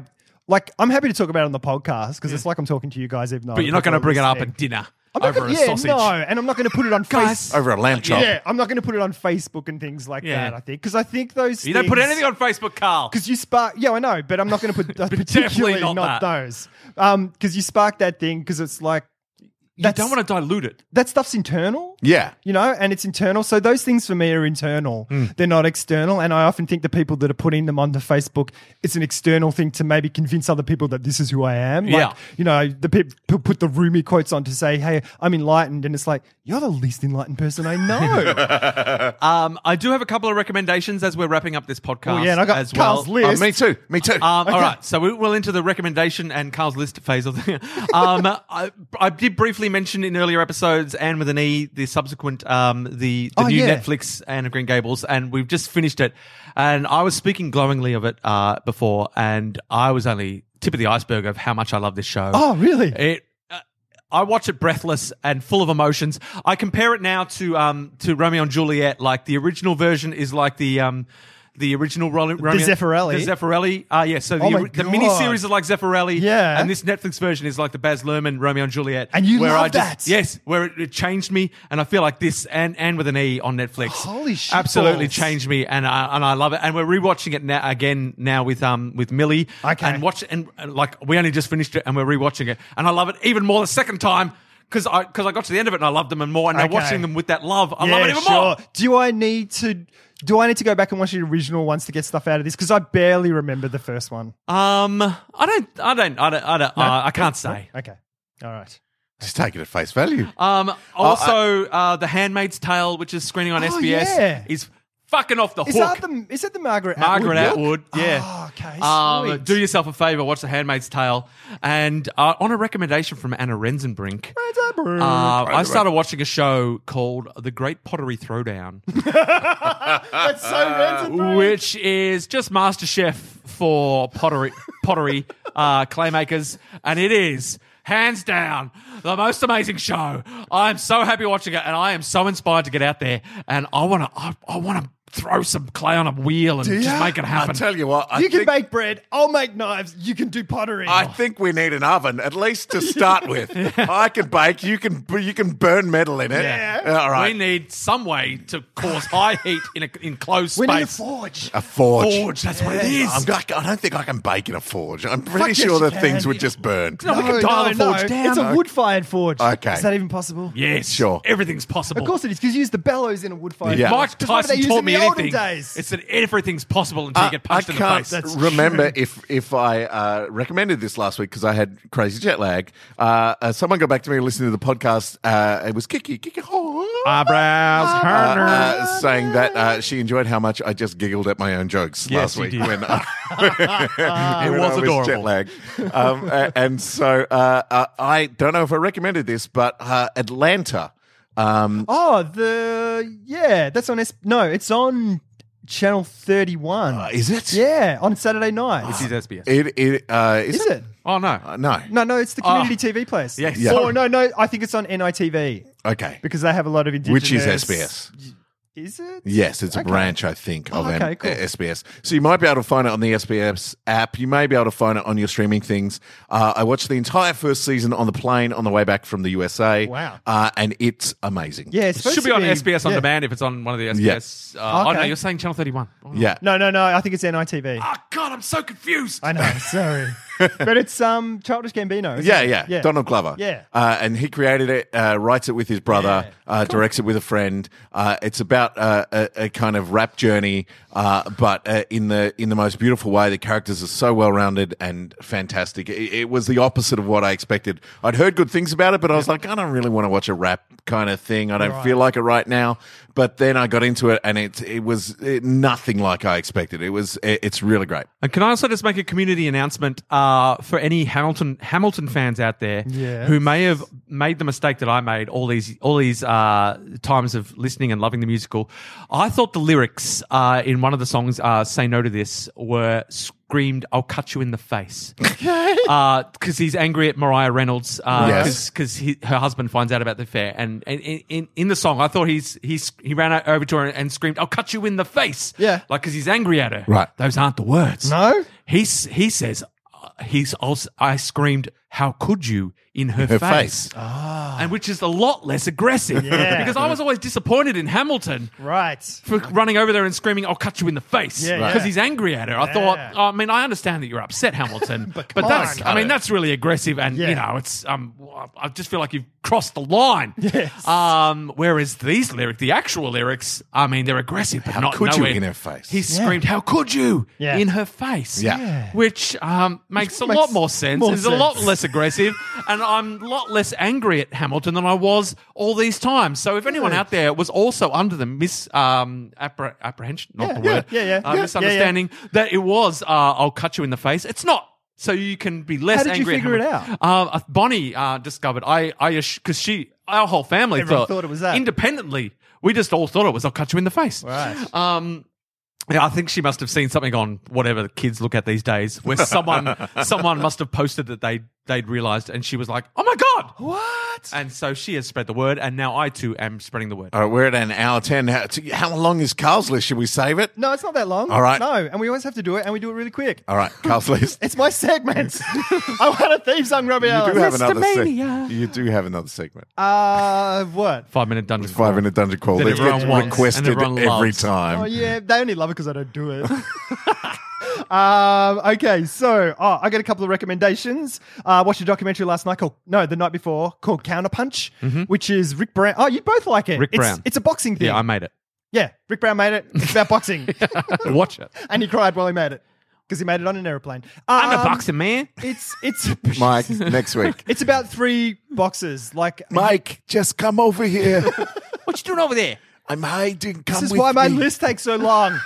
Speaker 5: like I'm happy to talk about it on the podcast because it's like I'm talking to you guys, even though.
Speaker 4: But you're not going to
Speaker 5: to
Speaker 4: bring it up at dinner
Speaker 5: I'm not
Speaker 4: over
Speaker 5: gonna,
Speaker 4: a
Speaker 5: yeah,
Speaker 4: sausage.
Speaker 5: No, and I'm not going to put it on
Speaker 4: *laughs* Guys.
Speaker 5: Facebook.
Speaker 1: Over a lamb chop.
Speaker 5: Yeah, I'm not going to put it on Facebook and things like
Speaker 4: Yeah.
Speaker 5: that. I think because I think those
Speaker 4: You don't put anything on Facebook, Carl.
Speaker 5: because you spark. Yeah, I know, but I'm not
Speaker 4: *laughs*
Speaker 5: going to put uh, particularly
Speaker 4: definitely
Speaker 5: not,
Speaker 4: not that.
Speaker 5: those because you spark that thing because it's like
Speaker 4: You don't want to dilute it.
Speaker 5: that stuff's internal
Speaker 1: Yeah.
Speaker 5: you know, and it's internal. So those things for me are internal.
Speaker 4: Hmm.
Speaker 5: They're not external. And I often think the people that are putting them onto Facebook, it's an external thing to maybe convince other people that this is who I am.
Speaker 4: Yeah.
Speaker 5: Like, you know, the people put the roomy quotes on to say, hey, I'm enlightened. And it's like, you're the least enlightened person I
Speaker 4: *laughs*
Speaker 5: know.
Speaker 4: Um, I do have a couple of recommendations as we're wrapping up this podcast.
Speaker 5: oh, yeah. And I got
Speaker 4: as
Speaker 5: Carl's
Speaker 4: well.
Speaker 1: Oh,
Speaker 5: list.
Speaker 1: me too. Me
Speaker 5: *laughs*
Speaker 1: too.
Speaker 4: Um, All right, so we- we'll enter the recommendation and Carl's list phase of the. *laughs* um, I, I did briefly mention in earlier episodes, and with an E, the subsequent, um, the, the
Speaker 5: Oh,
Speaker 4: new
Speaker 5: yeah.
Speaker 4: Netflix Anne of Green Gables, and we've just finished it. And I was speaking glowingly of it uh, before, and I was only tip of the iceberg of how much I love this show.
Speaker 5: Oh, really?
Speaker 4: It. uh, I watch it breathless and full of emotions. I compare it now to um to Romeo and Juliet. Like the original version is like the um the original Ro- Romeo
Speaker 5: Zeffirelli.
Speaker 4: The Zeffirelli. Ah, yeah. So the,
Speaker 5: Oh my
Speaker 4: the
Speaker 5: God.
Speaker 4: mini series is like Zeffirelli.
Speaker 5: Yeah.
Speaker 4: And this Netflix version is like the Baz Luhrmann Romeo and Juliet.
Speaker 5: And you love
Speaker 4: I just,
Speaker 5: that.
Speaker 4: Yes, where it, it changed me, and I feel like this and and with an E on Netflix.
Speaker 5: Holy shit
Speaker 4: Absolutely
Speaker 5: balls.
Speaker 4: changed me, and I and I love it. And we're rewatching it now again now with um with Millie.
Speaker 5: Okay.
Speaker 4: And watch and, and like we only just finished it and we're rewatching it and I love it even more the second time because I because I got to the end of it and I loved them and more and now
Speaker 5: Okay.
Speaker 4: watching them with that love I love it even more.
Speaker 5: Do I need to? Do I need to go back and watch the original ones to get stuff out of this? Because I barely remember the first one.
Speaker 4: Um, I don't I don't I don't I don't uh, I can't say.
Speaker 5: Okay, all right.
Speaker 1: Just take it at face value.
Speaker 4: Um, also uh, the Handmaid's Tale which is screening on
Speaker 5: Oh,
Speaker 4: SBS
Speaker 5: yeah.
Speaker 4: is fucking off the
Speaker 5: Is
Speaker 4: hook.
Speaker 5: that the is that the Margaret
Speaker 4: Margaret
Speaker 5: Atwood?
Speaker 4: Atwood, yeah.
Speaker 5: Oh, okay,
Speaker 4: Um,
Speaker 5: sweet.
Speaker 4: do yourself a favor, watch The Handmaid's Tale, and uh, on a recommendation from Anna Renzenbrink,
Speaker 5: Atwood.
Speaker 4: uh, I started watching a show called The Great
Speaker 1: *laughs*
Speaker 4: Pottery Throwdown.
Speaker 5: That's so random.
Speaker 4: which is just MasterChef for pottery pottery uh, claymakers, and it is hands down the most amazing show. I am so happy watching it, and I am so inspired to get out there, and I want to I, I want to throw some clay on a wheel and just
Speaker 1: ya?
Speaker 4: make it
Speaker 1: I
Speaker 4: happen.
Speaker 1: tell you what. I
Speaker 5: you can
Speaker 1: think,
Speaker 5: make bread. I'll make knives. You can do pottery.
Speaker 1: I think we need an oven at least to start with. I can bake. You can. You can burn metal in it.
Speaker 5: Yeah.
Speaker 1: All right.
Speaker 4: We need some way to cause high heat in an enclosed
Speaker 5: we
Speaker 4: space.
Speaker 5: need a forge.
Speaker 1: a forge.
Speaker 4: Forge, that's what it is.
Speaker 1: I'm, not- I don't think I can bake in a forge. I'm pretty
Speaker 5: yes,
Speaker 1: sure
Speaker 5: you
Speaker 1: that
Speaker 5: can.
Speaker 1: things would just burn.
Speaker 4: No, we can dial the forge down.
Speaker 5: It's a wood-fired forge.
Speaker 1: Okay.
Speaker 5: Is that even possible?
Speaker 4: yes,
Speaker 1: Sure.
Speaker 4: Everything's possible.
Speaker 5: Of course it is, because you use the bellows in a wood-fired
Speaker 1: Yeah.
Speaker 5: forge.
Speaker 4: Mike
Speaker 5: 'Cause why would they
Speaker 4: Tyson
Speaker 5: use
Speaker 4: taught
Speaker 5: them
Speaker 4: me
Speaker 5: the olden
Speaker 4: anything.
Speaker 5: days.
Speaker 4: It's that everything's possible until you get punched
Speaker 1: I
Speaker 4: in the
Speaker 1: can't
Speaker 4: face.
Speaker 1: *laughs*
Speaker 5: That's
Speaker 1: remember
Speaker 5: true.
Speaker 1: if if I uh, recommended this last week because I had crazy jet lag. Uh, uh, someone got back to me listening to the podcast. Uh, it was Kiki Kiki
Speaker 4: Ah, Eyebrows,
Speaker 1: uh,
Speaker 4: Herner.
Speaker 1: uh, saying that uh, she enjoyed how much I just giggled at my own jokes last
Speaker 4: Yes, you
Speaker 1: week
Speaker 4: did. *laughs*
Speaker 1: when I, *laughs* it
Speaker 4: was adorable.
Speaker 1: jet lag. Um, a- and so uh, uh, I don't know if I recommended this, but uh, Atlanta. Um,
Speaker 5: Oh, the yeah, that's on. S- no, it's on Channel Thirty One.
Speaker 1: is it?
Speaker 5: Yeah, on Saturday night.
Speaker 4: She's SBS.
Speaker 1: It, it, uh, is,
Speaker 5: Is it?
Speaker 4: Oh, no.
Speaker 1: Uh, no.
Speaker 5: No, no, it's the
Speaker 4: Ah.
Speaker 5: community TV place.
Speaker 4: Yes.
Speaker 1: Yeah.
Speaker 5: Or no, no, I think it's on NITV
Speaker 1: Okay.
Speaker 5: because they have a lot of indigenous.
Speaker 1: Which is SBS.
Speaker 5: Is it?
Speaker 1: Yes, it's a
Speaker 5: Okay.
Speaker 1: branch, I think, of
Speaker 5: Oh, okay,
Speaker 1: um,
Speaker 5: cool.
Speaker 1: SBS. So you might be able to find it on the SBS app. You may be able to find it on your streaming things. Uh, I watched the entire first season on the plane on the way back from the USA.
Speaker 5: Wow.
Speaker 1: Uh, and it's amazing.
Speaker 5: Yeah, it's
Speaker 4: It
Speaker 5: supposed
Speaker 4: should be
Speaker 5: to
Speaker 4: on SBS on
Speaker 5: yeah.
Speaker 4: demand if it's on one of the SBS. Uh, Oh, no,
Speaker 5: Okay.
Speaker 4: you're saying Channel 31. Oh, no.
Speaker 1: Yeah.
Speaker 5: No, no, no. I think it's NITV.
Speaker 4: Oh, God, I'm so confused.
Speaker 5: I know.
Speaker 4: *laughs*
Speaker 5: Sorry, but it's um Childish Gambino. isn't
Speaker 1: Yeah,
Speaker 5: it?
Speaker 1: yeah, Donald Glover.
Speaker 5: Yeah.
Speaker 1: uh, and he created it, uh, writes it with his brother, uh, directs it with a friend. Uh, it's about uh, a, a kind of rap journey, uh, but uh, in the in the most beautiful way. The characters are so well rounded and fantastic. It, it was the opposite of what I expected. I'd heard good things about it, but I was like, I don't really want to watch a rap kind of thing. I don't feel like it right now. But then I got into it, and it it was eh, nothing like I expected. It was it, it's really great.
Speaker 4: And can I also just make a community announcement uh, for any Hamilton Hamilton fans out there
Speaker 5: Yes.
Speaker 4: who may have made the mistake that I made all these all these uh, times of listening and loving the musical? I thought the lyrics uh, in one of the songs, uh, "Say No to This," were screamed, "I'll cut you in the face," because he's angry at Mariah Reynolds uh,
Speaker 1: Yes.
Speaker 4: because her husband finds out about the affair. And, and in, in in the song, I thought he's he's he ran over to her and screamed, "I'll cut you in the face!"
Speaker 5: Yeah.
Speaker 4: like because he's angry at her.
Speaker 1: Right.
Speaker 4: those aren't the words.
Speaker 5: No?
Speaker 4: He s- he says uh, he's also, I screamed, "How could you?" in her,
Speaker 1: Her
Speaker 4: face.
Speaker 1: face.
Speaker 4: And which is a lot less aggressive
Speaker 5: Yeah.
Speaker 4: because I was always disappointed in Hamilton
Speaker 5: Right.
Speaker 4: for running over there and screaming, "I'll cut you in the face," because
Speaker 5: Yeah, Right. yeah.
Speaker 4: he's angry at her. I
Speaker 5: Yeah.
Speaker 4: thought, I mean, I understand that you're upset,
Speaker 5: *laughs*
Speaker 4: Hamilton, but,
Speaker 5: come
Speaker 4: that's,
Speaker 5: on.
Speaker 4: I mean, that's really aggressive, and
Speaker 5: Yeah.
Speaker 4: you know, it's um, I just feel like you've crossed the line. Yes. Um, whereas these lyrics, the actual lyrics, I mean, they're aggressive, but
Speaker 1: How
Speaker 4: not
Speaker 1: could you
Speaker 4: nowhere-
Speaker 1: in her face?
Speaker 4: He screamed, "How could you?"
Speaker 5: Yeah.
Speaker 4: in her face.
Speaker 1: Yeah. Yeah.
Speaker 4: which um makes a
Speaker 5: makes
Speaker 4: lot more sense.
Speaker 5: more
Speaker 4: it's a lot
Speaker 5: sense.
Speaker 4: less aggressive, and I'm a lot less angry at Hamilton than I was all these times. So if anyone out there was also under the mis um, appre- apprehension, not
Speaker 5: Yeah,
Speaker 4: the
Speaker 5: yeah,
Speaker 4: word,
Speaker 5: yeah, yeah,
Speaker 4: uh,
Speaker 5: yeah, yeah,
Speaker 4: misunderstanding that it was, uh, I'll cut you in the face. It's not. So you can be less
Speaker 5: How did you
Speaker 4: angry. at
Speaker 5: figure it
Speaker 4: Hamilton. Uh, Bonnie uh, discovered. I, I, because she, our whole family
Speaker 5: Everyone
Speaker 4: thought,
Speaker 5: thought it was that.
Speaker 4: Independently, we just all thought it was. I'll cut you in the face.
Speaker 5: Right.
Speaker 4: Um, yeah, I think she must have seen something on whatever the kids look at these days, where someone someone must have posted that they they'd realised, and she was like, "Oh my god!"
Speaker 5: What?
Speaker 4: And so she has spread the word, and now I too am spreading the word.
Speaker 1: All right, we're at an hour ten. How, how long is Carl's list? Should we save it?
Speaker 5: No, it's not that long.
Speaker 1: All right.
Speaker 5: No, and we always have to do it, and we do it really quick.
Speaker 1: All right, Carl's
Speaker 5: *laughs*
Speaker 1: list.
Speaker 5: It's
Speaker 1: *laughs*
Speaker 5: my segment. *laughs* I want a theme song, Robbie
Speaker 1: You
Speaker 5: Ellis.
Speaker 1: do have another
Speaker 4: Westomania.
Speaker 1: segment. You do have another segment.
Speaker 5: Uh, what?
Speaker 4: Five minute dungeon.
Speaker 1: Five minute dungeon crawl.
Speaker 4: That
Speaker 1: That
Speaker 4: everyone
Speaker 1: gets
Speaker 4: wants and
Speaker 1: requested
Speaker 4: everyone
Speaker 1: every
Speaker 4: loves.
Speaker 1: time.
Speaker 5: Oh yeah, they only love it because I don't do it. *laughs* um, okay, so oh, I got a couple of recommendations. Uh, I watched a documentary last night called no, the night before called Counterpunch, which is Rick Brown. Oh, you both like it.
Speaker 4: Rick
Speaker 5: it's,
Speaker 4: Brown.
Speaker 5: It's a boxing thing.
Speaker 4: Yeah, I made it. *laughs*
Speaker 5: yeah, Rick Brown made it. It's about boxing,
Speaker 4: Watch it.
Speaker 5: and he cried while he made it because he made it on an airplane.
Speaker 4: I'm a
Speaker 5: Um,
Speaker 4: boxer man.
Speaker 5: It's it's
Speaker 1: Mike, next
Speaker 5: *laughs*
Speaker 1: week.
Speaker 5: It's about three boxes. Like
Speaker 1: Mike, just come over here.
Speaker 4: What you doing over there?
Speaker 1: I'm hiding. Come
Speaker 5: this is
Speaker 1: with
Speaker 5: why my
Speaker 1: me.
Speaker 5: list takes so long.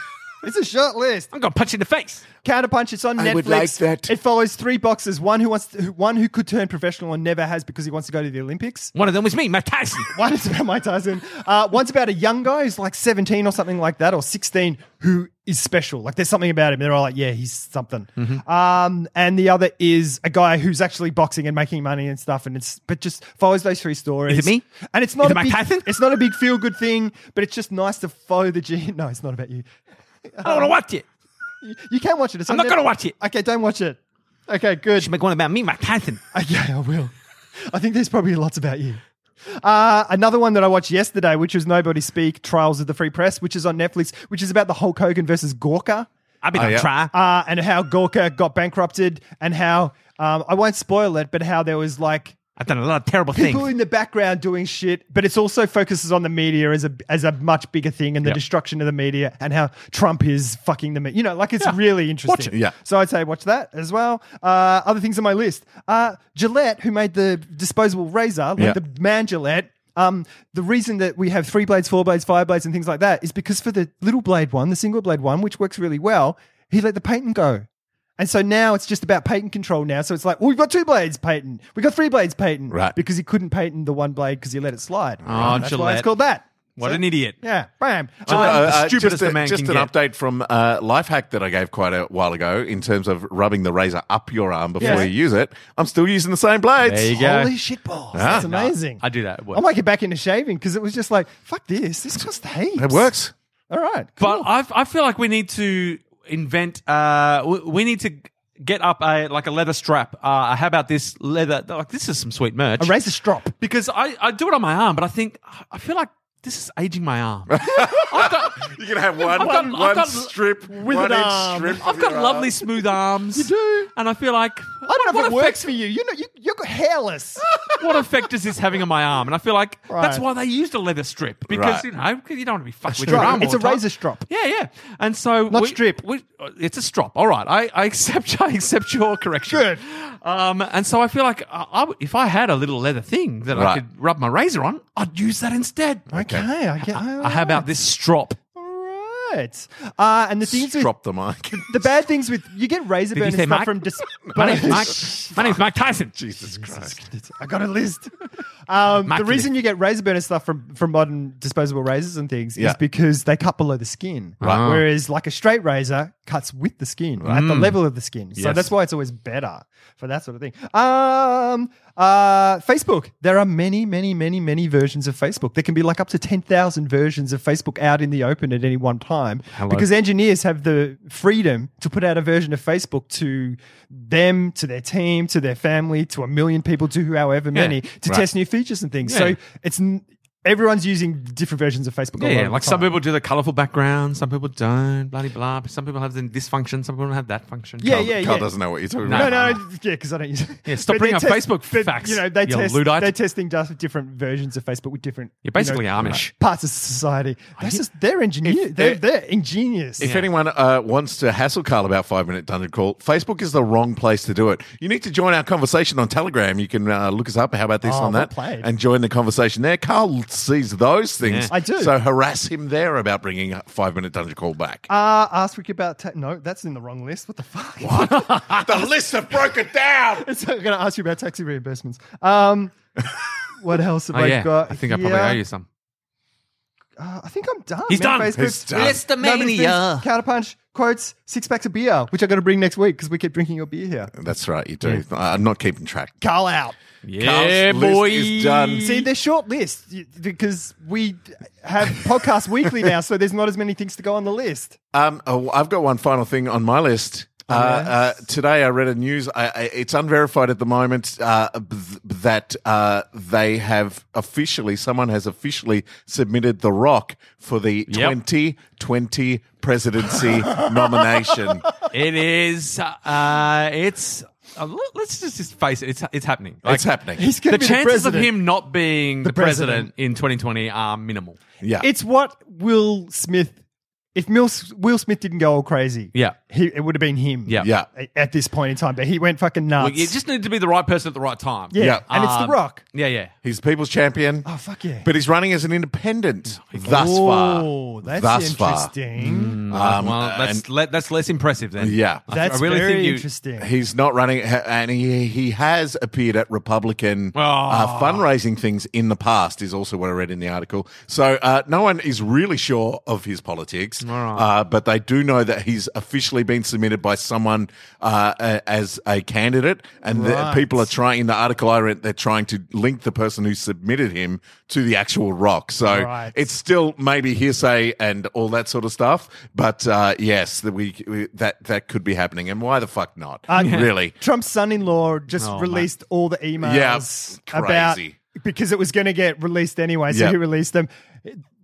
Speaker 5: It's a short list.
Speaker 4: I'm gonna punch you in the face.
Speaker 5: Counterpunch. It's on Netflix.
Speaker 1: I would like that.
Speaker 5: It follows three boxers. One who wants, to, who- one who could turn professional and never has because he wants to go to the Olympics.
Speaker 4: One of them was me, Matt Tyson.
Speaker 5: One is about Mike Tyson. Uh, one's about a young guy who's like seventeen or something like that, or sixteen, who is special. Like there's something about him. They're all like, yeah, he's something.
Speaker 4: Mm-hmm.
Speaker 5: Um, and the other is a guy who's actually boxing and making money and stuff. And it's but just follows those three stories.
Speaker 4: Is it me?
Speaker 5: And it's not
Speaker 4: Is
Speaker 5: a
Speaker 4: it Mike
Speaker 5: big,
Speaker 4: Tyson?
Speaker 5: It's not a big feel good thing, but it's just nice to follow the gene. *laughs* No, it's not about you.
Speaker 4: I don't want to watch it.
Speaker 5: You, you can watch it. It's
Speaker 4: I'm
Speaker 5: on
Speaker 4: not gonna
Speaker 5: Netflix.
Speaker 4: watch it.
Speaker 5: Okay, don't watch it. Okay, good.
Speaker 4: Make one about me, Matt Tyson.
Speaker 5: *laughs* Okay, I will. I think there's probably lots about you. Uh, another one that I watched yesterday, which was Nobody Speak Trials of the Free Press, which is on Netflix, which is about the Hulk Hogan versus Gorka
Speaker 4: I've been
Speaker 1: Oh,
Speaker 4: on
Speaker 1: yeah.
Speaker 4: try.
Speaker 5: uh, and how Gorka got bankrupted and how, um, I won't spoil it, but how there was like
Speaker 4: I've done a lot of terrible
Speaker 5: people
Speaker 4: things.
Speaker 5: in the background doing shit, but it's also focuses on the media as a as a much bigger thing and the
Speaker 4: Yep.
Speaker 5: destruction of the media and how Trump is fucking the media. You know, like it's really interesting.
Speaker 1: it, yeah.
Speaker 5: So I'd say watch that as well. Uh, other things on my list: uh, Gillette, who made the disposable razor, like
Speaker 1: Yeah.
Speaker 5: the man Gillette. Um, the reason that we have three blades, four blades, five blades, and things like that is because for the little blade one, the single blade one, which works really well, he let the patent go. And so now it's just about patent control now. So it's like, well, we've got two blades patent. We've got three blades patent.
Speaker 1: Right.
Speaker 5: Because he couldn't patent the one blade because he let it slide.
Speaker 4: Oh,
Speaker 5: That's why
Speaker 4: Gillette.
Speaker 5: it's called that.
Speaker 4: What
Speaker 5: So-
Speaker 4: an idiot.
Speaker 5: Yeah. Bam.
Speaker 4: Gillette. oh,
Speaker 5: Um,
Speaker 4: the stupidest
Speaker 1: Uh, just
Speaker 4: a man
Speaker 1: just
Speaker 4: can
Speaker 1: an
Speaker 4: get.
Speaker 1: update from uh, life hack that I gave quite a while ago in terms of rubbing the razor up your arm before
Speaker 5: Yeah.
Speaker 1: you use it. I'm still using the same blades.
Speaker 4: There you go.
Speaker 5: Holy shit balls. That's amazing.
Speaker 4: I do that. It works.
Speaker 5: I might get back into shaving because it was just like, fuck this. This costs heaps.
Speaker 1: It works.
Speaker 5: All right.
Speaker 4: But I've, I feel like we need to invent. Uh, we, we need to get up a like a leather strap. Uh, how about this leather? Like this is some sweet merch.
Speaker 5: A razor strop.
Speaker 4: because I, I do it on my arm, but I think I feel like this is aging my
Speaker 5: *laughs*
Speaker 4: arm. I've got
Speaker 1: You're gonna have one,
Speaker 4: I've got- I've
Speaker 1: one
Speaker 4: got-
Speaker 1: strip, with
Speaker 5: an
Speaker 1: one inch
Speaker 5: arm.
Speaker 1: strip. of
Speaker 4: I've got
Speaker 1: your
Speaker 4: lovely
Speaker 1: arm.
Speaker 4: smooth arms. You
Speaker 5: do.
Speaker 4: and I feel like
Speaker 5: I don't know
Speaker 4: what
Speaker 5: if
Speaker 4: effect,
Speaker 5: it works for you. You know, you, you're hairless.
Speaker 4: what effect is this having on my arm? And I feel like that's
Speaker 5: Right.
Speaker 4: why they used a leather strip because
Speaker 1: Right.
Speaker 4: you know 'cause you don't want to be fucked *laughs* with
Speaker 5: strop.
Speaker 4: your arm.
Speaker 5: It's
Speaker 4: all
Speaker 5: a
Speaker 4: the time.
Speaker 5: razor strop.
Speaker 4: Yeah, yeah. And so
Speaker 5: Not strip.
Speaker 4: We, it's a strop. All right, I, I accept. *laughs* I accept your correction.
Speaker 5: Good.
Speaker 4: Um, and so I feel like I, I would- if I had a little leather thing that I
Speaker 1: Right.
Speaker 4: could rub my razor on, I'd use that instead.
Speaker 5: okay. I get,
Speaker 4: Uh, how about this strop?
Speaker 5: All right. Uh, and the things with
Speaker 1: Drop the mic.
Speaker 5: the bad things with you get razor
Speaker 4: you
Speaker 5: burn and
Speaker 4: say
Speaker 5: stuff
Speaker 4: Mike?
Speaker 5: from dis-
Speaker 4: *laughs* My name's Mike. My name's Mike
Speaker 5: *laughs*
Speaker 4: Tyson.
Speaker 1: Jesus Christ.
Speaker 5: I got a list. *laughs* Um, the
Speaker 4: Mike
Speaker 5: reason you get razor burner stuff from, from modern disposable razors and things
Speaker 1: Yeah.
Speaker 5: is because they cut below the skin.
Speaker 4: Right.
Speaker 5: Whereas, like a straight razor cuts with the skin, at the level of the skin. So
Speaker 4: Yes.
Speaker 5: that's why it's always better for that sort of thing. Um, uh, Facebook. There are many, many, many, many versions of Facebook. There can be like up to 10,000 versions of Facebook out in the open at any one time because engineers have the freedom to put out a version of Facebook to them, to their team, to their family, to a million people, to however many to
Speaker 4: Right.
Speaker 5: test new features and things.
Speaker 4: Yeah.
Speaker 5: So it's n- everyone's using different versions of Facebook. all
Speaker 4: Yeah,
Speaker 5: over
Speaker 4: like
Speaker 5: the
Speaker 4: some
Speaker 5: time.
Speaker 4: people do the colourful background, some people don't, bloody blah. Some people have the- this function, some people don't have that function.
Speaker 5: Yeah,
Speaker 4: Colour-
Speaker 5: yeah, yeah.
Speaker 1: Carl doesn't know what you're talking
Speaker 5: No,
Speaker 1: about.
Speaker 5: no, *laughs* yeah, because I don't use. Yeah,
Speaker 4: stop bringing up Facebook facts,
Speaker 5: You know, they
Speaker 4: you
Speaker 5: test.
Speaker 4: Luddite.
Speaker 5: They're testing just different versions of Facebook with different.
Speaker 4: You're basically
Speaker 5: you know,
Speaker 4: Amish.
Speaker 5: parts of society. That's just they're ingenious. They're,
Speaker 1: if-
Speaker 5: they're ingenious.
Speaker 1: If anyone uh, wants to hassle Carl about five minute dungeon call, Facebook is the wrong place to do it. You need to join our conversation on Telegram. You can uh, look us up. How about this
Speaker 5: Oh,
Speaker 1: on
Speaker 5: well
Speaker 1: that?
Speaker 5: played.
Speaker 1: And join the conversation there. Carl sees those things.
Speaker 4: Yeah.
Speaker 5: I do.
Speaker 1: So harass him there about bringing five minute dungeon call back.
Speaker 5: Uh, ask Rick about ta- no, that's in the wrong list. What the fuck? Ah.
Speaker 1: the lists have broken down.
Speaker 5: so I'm going to ask you about taxi reimbursements.
Speaker 4: *laughs*
Speaker 5: Um, what else have
Speaker 4: Oh,
Speaker 5: I
Speaker 4: yeah.
Speaker 5: got?
Speaker 4: I think I probably
Speaker 5: here?
Speaker 4: owe you some.
Speaker 5: Uh, I think I'm done.
Speaker 4: He's
Speaker 5: man.
Speaker 4: done.
Speaker 5: Facebook.
Speaker 1: He's done.
Speaker 5: Nobody's things, Counterpunch quotes six packs of beer, which I'm going to bring next week because we keep drinking your beer here.
Speaker 1: That's right. You do. I'm not keeping track.
Speaker 5: Carl out.
Speaker 4: Yeah,
Speaker 1: list
Speaker 4: boy.
Speaker 1: is done.
Speaker 5: See, they're short lists y- because we
Speaker 4: *laughs*
Speaker 5: have podcasts weekly now, so there's not as many things to go on the list.
Speaker 1: Um, oh, I've got one final thing on my list.
Speaker 5: Oh,
Speaker 1: Uh, uh, today, I read a news. I, I, it's unverified at the moment uh, b- that uh, they have officially, someone has officially submitted The Rock for the
Speaker 4: Yep.
Speaker 1: 2020
Speaker 5: *laughs*
Speaker 1: presidency nomination.
Speaker 4: It is. Uh, it's. Uh, l- let's just, just face it. It's it's happening. Like,
Speaker 1: it's happening.
Speaker 5: He's going
Speaker 4: The
Speaker 5: to be the
Speaker 4: chances of
Speaker 5: president.
Speaker 4: him not being the, president.
Speaker 5: president.
Speaker 4: in 2020 are minimal.
Speaker 1: yeah.
Speaker 5: It's what Will Smith. If Mil- Will Smith didn't go all crazy,
Speaker 4: Yeah.
Speaker 5: he, it would have been him.
Speaker 4: Yeah.
Speaker 1: yeah.
Speaker 5: a- at this point in time, but he went fucking
Speaker 4: Well,
Speaker 5: nuts.
Speaker 4: you just need to be the right person at the right time.
Speaker 5: yeah.
Speaker 1: Yeah.
Speaker 5: and it's The
Speaker 4: Um,
Speaker 5: Rock.
Speaker 4: Yeah, yeah.
Speaker 1: He's people's champion.
Speaker 5: Oh fuck yeah!
Speaker 1: But he's running as an independent thus far.
Speaker 5: Oh, that's
Speaker 1: thus far.
Speaker 5: interesting.
Speaker 1: Um,
Speaker 4: well, that's le- that's less impressive then.
Speaker 1: Yeah.
Speaker 4: I- I
Speaker 5: That's
Speaker 4: really
Speaker 5: very
Speaker 4: think you-
Speaker 5: interesting.
Speaker 1: He's not running, ha- and he he has appeared at Republican
Speaker 5: Ah.
Speaker 1: uh, fundraising things in the past. Is also what I read in the article. So uh, no one is really sure of his politics, uh, but they do know that he's officially been submitted by someone uh, a- as a candidate, and
Speaker 5: Right.
Speaker 1: the people are trying. In the article I read, they're trying to link the person who submitted him to the actual rock. So
Speaker 5: Right.
Speaker 1: it's still maybe hearsay and all that sort of stuff. But uh, yes, that we, we that that could be happening, and why the fuck not?
Speaker 5: Uh,
Speaker 1: really,
Speaker 5: Trump's son-in-law just
Speaker 4: man.
Speaker 5: released all the emails
Speaker 1: Yeah, crazy.
Speaker 5: about because it was going to get released anyway, so
Speaker 1: Yeah.
Speaker 5: he released them.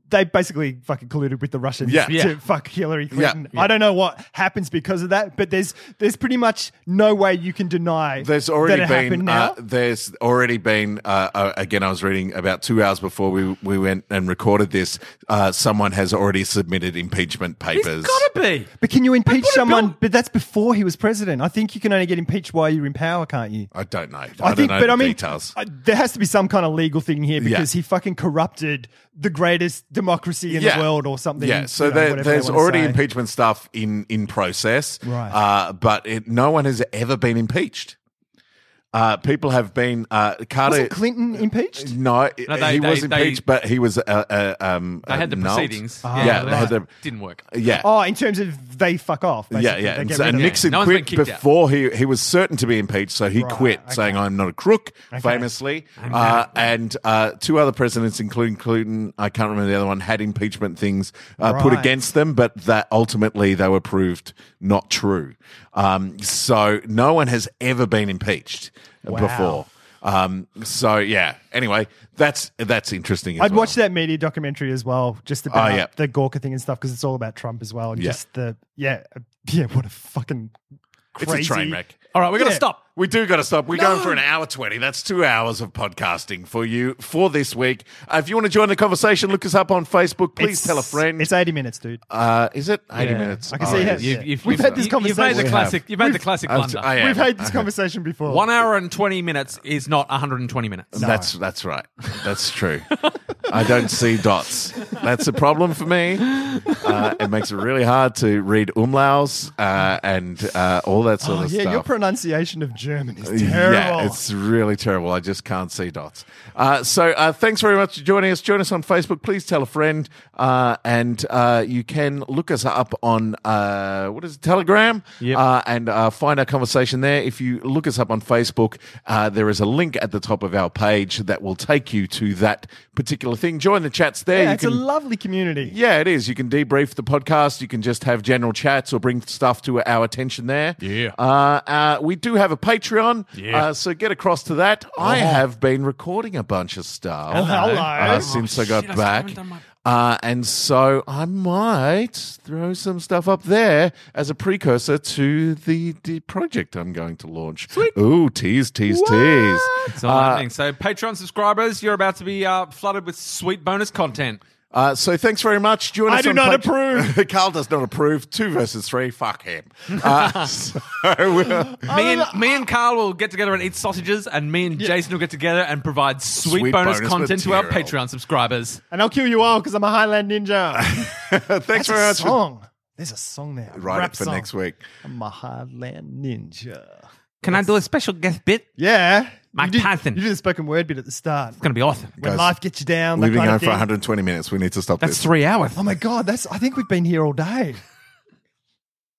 Speaker 5: they basically fucking colluded with the Russians
Speaker 1: Yeah.
Speaker 5: to
Speaker 4: Yeah.
Speaker 5: fuck Hillary
Speaker 1: Yeah.
Speaker 5: Clinton. I don't know what happens because of that, but there's there's pretty much no way you can deny
Speaker 1: There's already
Speaker 5: that it happened
Speaker 1: been
Speaker 5: now.
Speaker 1: uh, there's already been uh, uh, again. I was reading about two hours before we we went and recorded this. Uh, someone has already submitted impeachment
Speaker 4: It's
Speaker 1: papers.
Speaker 4: gotta be.
Speaker 5: but can you impeach
Speaker 4: put a
Speaker 5: someone?
Speaker 4: bill-
Speaker 5: but that's before he was president. I think you can only get impeached while you're in power, can't you?
Speaker 1: I don't know. I,
Speaker 5: I,
Speaker 1: don't
Speaker 5: think,
Speaker 1: know
Speaker 5: but
Speaker 1: the
Speaker 5: I mean,
Speaker 1: details.
Speaker 5: I- there has to be some kind of legal thing here
Speaker 1: Yeah.
Speaker 5: because he fucking corrupted the greatest democracy in the world or something.
Speaker 1: Yeah, so
Speaker 5: you know,
Speaker 1: there-
Speaker 5: whatever they
Speaker 1: there's
Speaker 5: wanna
Speaker 1: already
Speaker 5: say.
Speaker 1: impeachment stuff in in process,
Speaker 5: Right.
Speaker 1: Uh, but it, no one has ever been impeached. Uh, people have been uh, Carter.
Speaker 5: Wasn't Clinton impeached?
Speaker 1: no,
Speaker 4: No, they-
Speaker 1: he was
Speaker 4: they- they-
Speaker 1: impeached, but he was. Uh, uh, um,
Speaker 4: They had the
Speaker 1: uh, nulled.
Speaker 4: proceedings.
Speaker 5: Ah.
Speaker 1: yeah,
Speaker 4: but
Speaker 1: they had
Speaker 4: that
Speaker 1: the-
Speaker 4: didn't work.
Speaker 1: Yeah.
Speaker 5: Oh, in terms of they fuck off.
Speaker 1: Yeah,
Speaker 5: basically.
Speaker 1: yeah.
Speaker 5: They
Speaker 1: And,
Speaker 5: get
Speaker 1: so,
Speaker 5: rid
Speaker 1: and
Speaker 5: of them.
Speaker 1: Nixon
Speaker 4: No one's been
Speaker 1: quit
Speaker 4: kicked out.
Speaker 1: before he, he was certain to be impeached, so he
Speaker 5: Right,
Speaker 1: quit,
Speaker 5: okay.
Speaker 1: saying, I'm not a crook, famously. Uh, and uh, two other presidents, including Clinton, I can't remember the other one, had impeachment things uh, put
Speaker 5: Right.
Speaker 1: against them, but that ultimately they were proved not true. Um, so no one has ever been impeached before. Um, so yeah. Anyway, that's that's interesting. as
Speaker 5: I'd
Speaker 1: well. Oh,
Speaker 5: watch that media documentary as well, just about
Speaker 1: yeah.
Speaker 5: the Gawker thing and stuff, because it's all about Trump as well, and
Speaker 1: Yeah.
Speaker 5: just the yeah, *laughs* uh, yeah. What a fucking
Speaker 1: It's
Speaker 5: crazy
Speaker 1: a train wreck.
Speaker 4: All right, we're gonna
Speaker 5: Yeah.
Speaker 4: stop.
Speaker 1: We do got to stop. We're going for an hour 20. That's two hours of podcasting for you for this week. Uh, if you want to join the conversation, look us up on Facebook. Please
Speaker 5: It's-
Speaker 1: tell a friend.
Speaker 5: It's eighty minutes, dude.
Speaker 1: uh, is it 80
Speaker 4: Yeah.
Speaker 1: minutes? Oh,
Speaker 5: I can see
Speaker 1: yes.
Speaker 5: it.
Speaker 4: You've, you've,
Speaker 5: We've
Speaker 4: you've-
Speaker 5: had this
Speaker 4: You've made
Speaker 5: conversation.
Speaker 4: the
Speaker 5: We
Speaker 4: classic.
Speaker 1: have.
Speaker 4: You've made the classic
Speaker 1: I've-
Speaker 4: blunder.
Speaker 1: I am. *laughs*
Speaker 5: We've had this conversation before.
Speaker 4: One hour and twenty minutes is not 120 minutes.
Speaker 1: That's that's right. That's true. I don't see dots. That's a problem for me. Uh, it makes it really hard to read umlauts uh, and uh, all that sort
Speaker 5: Oh,
Speaker 1: of
Speaker 5: yeah,
Speaker 1: stuff.
Speaker 5: your pronunciation of German is
Speaker 1: Yeah,
Speaker 5: terrible.
Speaker 1: it's really terrible. I just can't see dots. Uh, so uh, thanks very much for joining us. Join us on Facebook. Please tell a friend. Uh, and uh, you can look us up on, uh, what is it, Telegram?
Speaker 4: Yep.
Speaker 1: Uh, and uh, find our conversation there. If you look us up on Facebook, uh, there is a link at the top of our page that will take you to that particular thing. Join the chats there.
Speaker 5: Yeah,
Speaker 1: you
Speaker 5: it's
Speaker 1: can
Speaker 5: a lovely community.
Speaker 1: yeah, it is. You can debrief the podcast. You can just have general chats or bring stuff to our attention there.
Speaker 4: Yeah.
Speaker 1: Uh, uh, we do have a Patreon.
Speaker 4: Yeah. Oh.
Speaker 1: Uh, so get across to that. I have been recording a bunch of stuff.
Speaker 5: Hello.
Speaker 1: Uh, since I got
Speaker 4: shit, I still
Speaker 1: back.
Speaker 4: haven't done my-
Speaker 1: Uh, and so I might throw some stuff up there as a precursor to the, the project I'm going to launch. Ooh, tease, tease, tease.
Speaker 4: It's all happening. So, Patreon subscribers, you're about to be uh, flooded with sweet bonus content.
Speaker 1: Uh, so thanks very much. Join
Speaker 5: I
Speaker 1: us
Speaker 5: do
Speaker 1: on
Speaker 5: not
Speaker 1: Pat- *laughs*
Speaker 5: approve.
Speaker 1: Carl does not approve. Two versus three. Fuck him.
Speaker 5: *laughs*
Speaker 1: Uh, *laughs* so we'll-
Speaker 4: Me and me and Carl will get together and eat sausages, and me and Jason will get together and provide sweet,
Speaker 1: Sweet
Speaker 4: bonus,
Speaker 1: bonus
Speaker 4: content to our
Speaker 1: material.
Speaker 4: Patreon subscribers.
Speaker 5: And I'll kill you all because I'm a Highland
Speaker 1: *laughs*
Speaker 5: Ninja.
Speaker 1: thanks
Speaker 5: That's
Speaker 1: very
Speaker 5: a
Speaker 1: much. For-
Speaker 5: song. There's a song there. a
Speaker 1: write
Speaker 5: rap
Speaker 1: it for
Speaker 5: song.
Speaker 1: next week.
Speaker 5: I'm a Highland Ninja.
Speaker 4: Can I do a special guest bit? It's
Speaker 5: Yeah.
Speaker 4: Mike
Speaker 5: you did,
Speaker 4: Tyson.
Speaker 5: You did a spoken word bit at the start.
Speaker 4: going to be awesome.
Speaker 5: When
Speaker 1: Guys,
Speaker 5: life gets you down, that
Speaker 1: We've been
Speaker 5: kind
Speaker 1: going
Speaker 5: of
Speaker 1: for
Speaker 5: thing.
Speaker 1: 120 minutes. We need to stop
Speaker 4: That's
Speaker 1: this.
Speaker 4: three hours.
Speaker 5: Oh my god, that's I think we've been here all day.